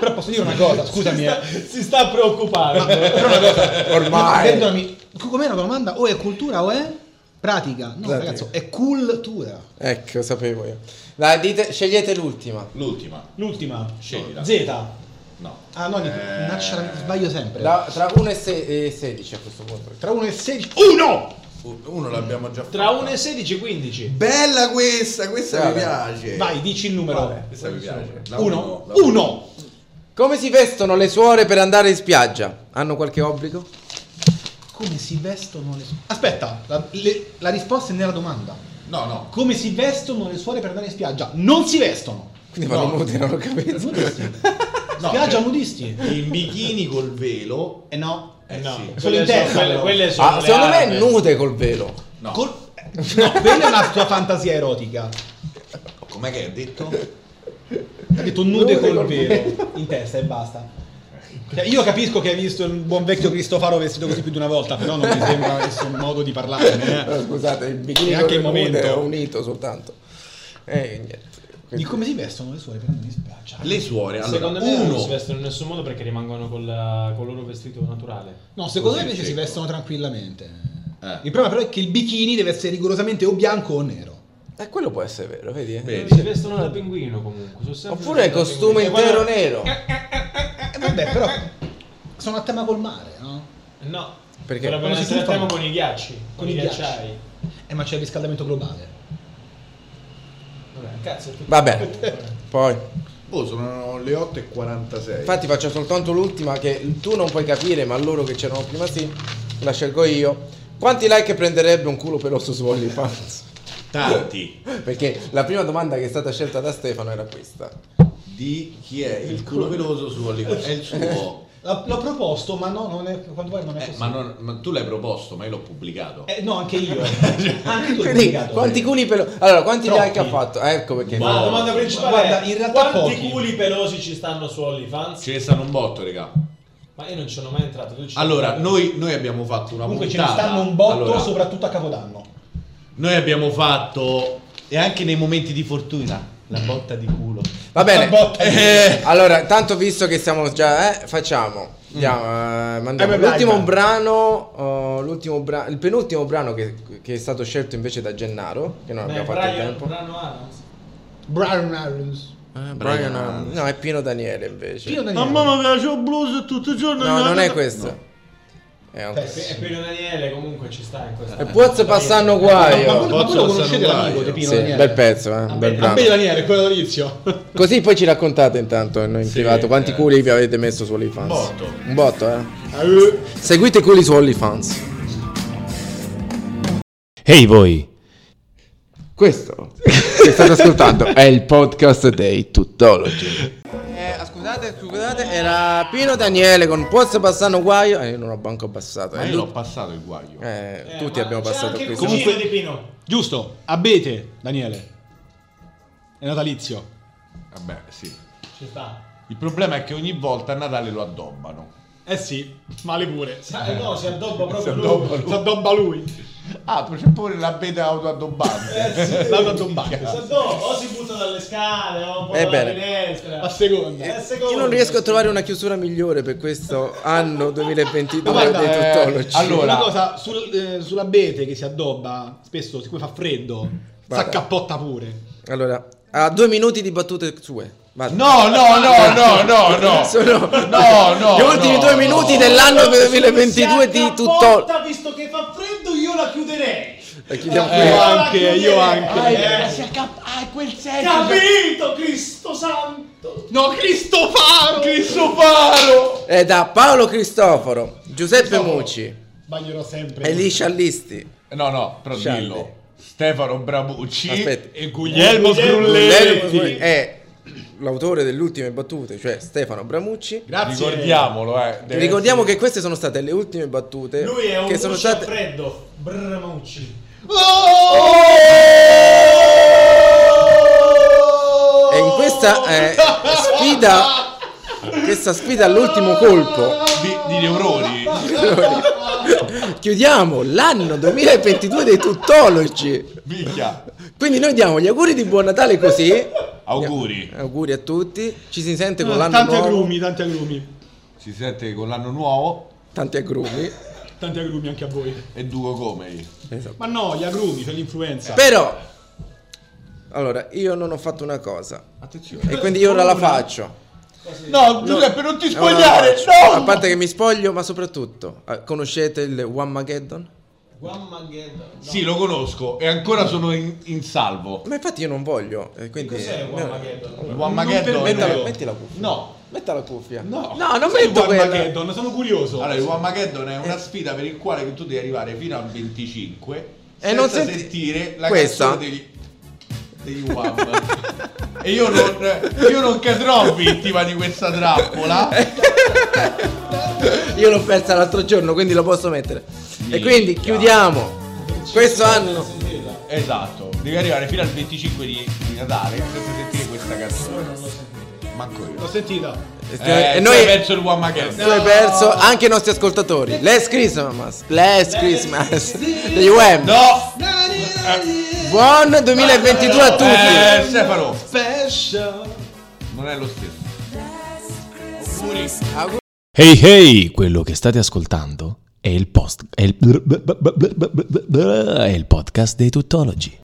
S8: Però posso dire una cosa, scusami,
S7: si,
S8: eh.
S7: sta, si sta preoccupando. (laughs)
S8: Però una
S15: (laughs)
S8: cosa.
S2: Ormai.
S8: Perdonami, com'è la domanda? O è cultura o è pratica? No,
S2: Pratica.
S8: ragazzo, è cultura.
S2: Ecco, lo sapevo io. Dai, dite, scegliete l'ultima.
S15: L'ultima,
S8: L'ultima.
S15: sceglila.
S8: Z.
S15: No.
S8: Ah no, dico,
S15: Eh.
S8: minaccia la- sbaglio sempre.
S2: La- tra 1 e, se- e 16 a questo punto.
S8: Tra 1 e 16. Uno!
S15: Uno l'abbiamo già fatto.
S7: Tra 1 e 16 15.
S15: Bella questa, questa
S2: Vabbè.
S15: mi piace.
S8: Eh. Vai, dici il numero.
S15: Questa mi piace. La
S8: Uno.
S15: la
S8: Uno.
S2: Come si vestono le suore per andare in spiaggia? Hanno qualche obbligo?
S8: Come si vestono le suore? Aspetta, la, le- la risposta è nella domanda.
S15: No, no.
S8: Come si vestono le suore per andare in spiaggia? Non si vestono.
S2: Quindi vanno nude, non ho capito.
S15: (laughs)
S8: Nudisti.
S15: No,
S8: spiaggia
S15: cioè-
S8: nudisti.
S15: In bikini col velo.
S8: Eh no.
S15: Eh sì.
S8: Solo in testa,
S7: quelle,
S8: però.
S7: quelle sono
S2: Ah,
S7: le
S2: secondo me
S7: armi.
S2: è nude col velo.
S15: No.
S8: Col- no, quella è una tua fantasia erotica.
S15: Com'è che ha detto?
S8: Ha detto nude col velo in testa e basta. Cioè, io capisco che hai visto il buon vecchio Cristofaro vestito così più di una volta, però non mi sembra nessun modo di parlarne. eh.
S2: Eh, Scusate, il bikini
S8: Neanche
S2: con
S8: il
S2: le nude
S8: momento.
S2: è unito soltanto. Eh, niente.
S8: Di
S2: Quindi-
S8: come si vestono le suore per andare in spiaggia?
S15: Le suore. Allora,
S7: Secondo me non
S15: uno.
S7: si vestono in nessun modo perché rimangono col, col loro vestito naturale.
S8: No, secondo
S15: Così,
S8: me invece si
S15: secco.
S8: vestono tranquillamente.
S15: Eh.
S8: Il problema però è che il bikini deve essere rigorosamente o bianco o nero.
S2: Eh, quello può essere vero, vedi? eh?
S15: Vedi.
S7: Si vestono da pinguino comunque. sono sempre
S2: Oppure
S7: da
S2: costume
S7: pinguino.
S2: intero nero.
S8: Eh, vabbè, però sono a tema col mare, no?
S7: No.
S2: Perché?
S7: Dovrebbero
S8: Come si
S7: essere a
S8: tuffa?
S7: tema con i ghiacci. Con,
S8: Con
S7: i
S8: i ghiacci.
S7: ghiacciai.
S8: Eh, ma c'è il riscaldamento globale.
S7: Vabbè, cazzo. è tutto-
S2: Vabbè, poi.
S15: Oh, sono le 8.46.
S2: Infatti faccio soltanto l'ultima che tu non puoi capire, ma loro che c'erano prima sì, la scelgo io. Quanti like prenderebbe un culo peloso su OnlyFans?
S15: Tanti.
S2: Perché la prima domanda che è stata scelta da Stefano era questa.
S15: Di chi è il culo veloso su OnlyFans? È il suo.
S7: L'ho, l'ho proposto, ma no, non è, quando vuoi non è
S15: Eh,
S7: possibile.
S15: ma, non- ma tu l'hai proposto, ma io l'ho pubblicato.
S7: Eh, no, anche io. anche tu hai
S2: Quindi,
S7: pubblicato.
S2: quanti culi pelosi? Allora, quanti
S7: Troppi.
S2: like ha fatto? Ah, ecco perché.
S7: Ma la domanda principale
S8: Guarda,
S7: è
S8: in realtà
S7: quanti
S8: pochi.
S7: culi pelosi ci stanno su OnlyFans?
S15: Ce ne stanno un botto, raga.
S7: Ma io non ci sono mai entrato. tu ci sei
S15: Allora,
S7: entrato?
S15: noi, noi abbiamo fatto una
S7: Comunque ce ne
S15: puntata.
S7: stanno un botto,
S15: Allora,
S7: soprattutto a Capodanno.
S15: Noi abbiamo fatto. E anche nei momenti di fortuna. La botta di culo.
S2: Va bene.
S7: La botta di-
S2: Eh, Allora, tanto visto che siamo già, eh, facciamo. Andiamo, eh, mandiamo
S7: Eh, beh,
S2: l'ultimo
S7: dai, dai.
S2: brano, oh, l'ultimo bra- il penultimo brano che, che è stato scelto invece da Gennaro, che non abbiamo fatto il
S7: Brian,
S2: tempo.
S7: Brian Adams.
S8: Brian Irons.
S2: Eh, Brian, Adams. no, è Pino Daniele invece.
S8: Pino Daniele.
S15: Mamma mi piace il blues tutto il giorno.
S2: no, non è questo. È un-
S7: Eh, sì, E Pino Daniele comunque ci sta in questa.
S2: E pozzo passano
S8: Ma
S2: guaio.
S8: quello, ma quello
S15: Pozzo
S8: conoscete
S15: San
S8: l'amico
S15: Maio.
S8: di Pino
S2: Sì,
S8: Daniele?
S2: bel pezzo, eh, bel
S8: Ah,
S2: brano.
S8: Pino Daniele, quello dall'inizio.
S2: Così poi ci raccontate intanto in in privato quanti
S15: eh.
S2: culi vi avete messo su OnlyFans.
S15: Un botto.
S2: Un botto, eh. Seguite i culi su OnlyFans.
S1: Ehi voi!
S2: Questo che state ascoltando è il podcast dei Tutologi. scusate, scusate, era Pino Daniele con Pozzo Passano Guaio. Eh, io non ho banco abbassato.
S15: Ma
S2: eh.
S15: io l'ho passato il guaio.
S2: Eh,
S7: Eh,
S2: tutti
S7: ma
S2: abbiamo
S7: c'è
S2: passato
S7: anche il
S2: questo.
S7: cugino
S8: Comunque-
S7: di Pino.
S8: Giusto, abete, Daniele. È natalizio.
S15: Vabbè, sì.
S7: Ci sta.
S15: Il problema è che ogni volta a Natale lo addobbano.
S8: Eh sì, male pure. Si
S7: Sa- eh, no, si addobba proprio lui.
S15: addobba lui.
S8: addobba lui.
S15: Ah, poi c'è pure la beta autoaddobbante.
S7: Eh, sì.
S8: (laughs) L'hanno addobbato.
S7: Si addobba, Certo, o si butta dalle scale, o un po' dalla
S2: Ebbene.
S7: finestra.
S8: A seconda.
S7: Eh, secondo
S2: Io non
S7: me.
S2: riesco a trovare una chiusura migliore per questo anno 2022
S8: Guarda,
S2: dei
S8: eh,
S2: Tutologi.
S8: allora, una cosa sul, eh, sull'abete che si addobba, spesso siccome fa freddo,
S2: Guarda.
S8: s'accappotta pure.
S2: Allora, a due minuti di battute sue. Vado.
S15: No, no, no, no, no, no.
S2: Sono
S15: No, no,
S2: gli ultimi
S15: no,
S2: due minuti
S15: no.
S2: dell'anno
S7: Se
S2: 2022 di
S7: si accapotta,
S2: tutto.
S7: visto che fa freddo, io la chiuderei.
S2: La chiudiamo
S8: Eh,
S2: qui.
S7: la
S8: anche,
S7: chiuderei.
S8: io anche.
S7: Eh,
S6: quel
S7: Capito, Cristo Santo.
S8: No, Cristofaro!
S15: Cristofaro!
S2: È da Paolo Cristoforo, Giuseppe Mucci,
S8: Sbaglierò sempre.
S2: Elisha Listi,
S15: No, no, però
S2: Scialli.
S15: dillo. Stefano Brabucci
S2: Aspetta.
S15: e Guglielmo
S2: Lello-
S15: Sgrulletti.
S2: è l'autore delle ultime battute, cioè Stefano Bramucci.
S15: Grazie. Ricordiamolo, eh. deve
S2: Ricordiamo
S15: essere-
S2: che queste sono state le ultime battute
S7: Lui è un
S2: che
S7: luce
S2: sono
S7: a
S2: state
S7: freddo. Brrmucci.
S15: Oh! Oh!
S2: e in
S8: Oh!
S2: questa eh, sfida questa sfida all'ultimo colpo
S15: Eh, di, di neuroni.
S2: chiudiamo l'anno 2022 dei tuttologi.
S15: Minchia.
S2: Quindi noi diamo gli auguri di buon Natale così.
S15: Auguri.
S2: Auguri a tutti. Ci si sente con l'anno
S8: Ah, Tanti
S2: nuovo.
S8: agrumi, tanti agrumi.
S15: Si sente che con l'anno nuovo
S2: Tanti agrumi.
S8: Tanti agrumi anche a voi.
S15: e Duo Comey.
S2: Esatto.
S8: Ma no, gli agrumi, c'è l'influenza.
S2: Però Allora, io non ho fatto una cosa.
S15: Attenzione.
S2: E quindi io ora la faccio.
S15: No, Giuseppe, non ti
S2: Ora la
S15: spogliare.
S2: faccio.
S15: No.
S2: A parte che mi spoglio, ma soprattutto, eh, conoscete il One Mageddon?
S7: Guammageddon. No.
S15: Sì, lo conosco e ancora sono in, in salvo.
S2: Ma infatti io non voglio, eh, quindi
S7: Cos'è
S2: no.
S7: Guammageddon?
S15: Juan Mageddon.
S2: Mettila- metti la cuffia.
S15: No.
S2: Metti la cuffia.
S15: No.
S2: no non
S8: Cos'è il
S2: metto
S8: One
S2: quella.
S8: Mageddon? Sono curioso.
S15: Allora, il One Mageddon è una sfida per il quale tu devi arrivare fino a 25
S2: E
S15: senza
S2: non senti-
S15: sentire la
S2: Questa?
S15: canzone degli degli Wham. e io non io non cadrò vittima di questa trappola.
S2: Io l'ho persa l'altro giorno, quindi lo posso mettere. E quindi chiudiamo questo anno.
S15: Esatto, devi arrivare fino al 25 di, di Natale senza sentire questa canzone. Manco io.
S8: L'ho sentita.
S15: Eh,
S2: e noi
S15: hai perso il One Mageddon.
S2: tu hai perso anche i nostri ascoltatori. Last Christmas, last Christmas degli Wham.
S15: No!
S2: Buon 2022 a
S15: Eh,
S2: tutti.
S15: Stefano! Non è lo stesso.
S1: Ehi ehi! Quello che state ascoltando è il post... è il... è il podcast dei Tuttologi.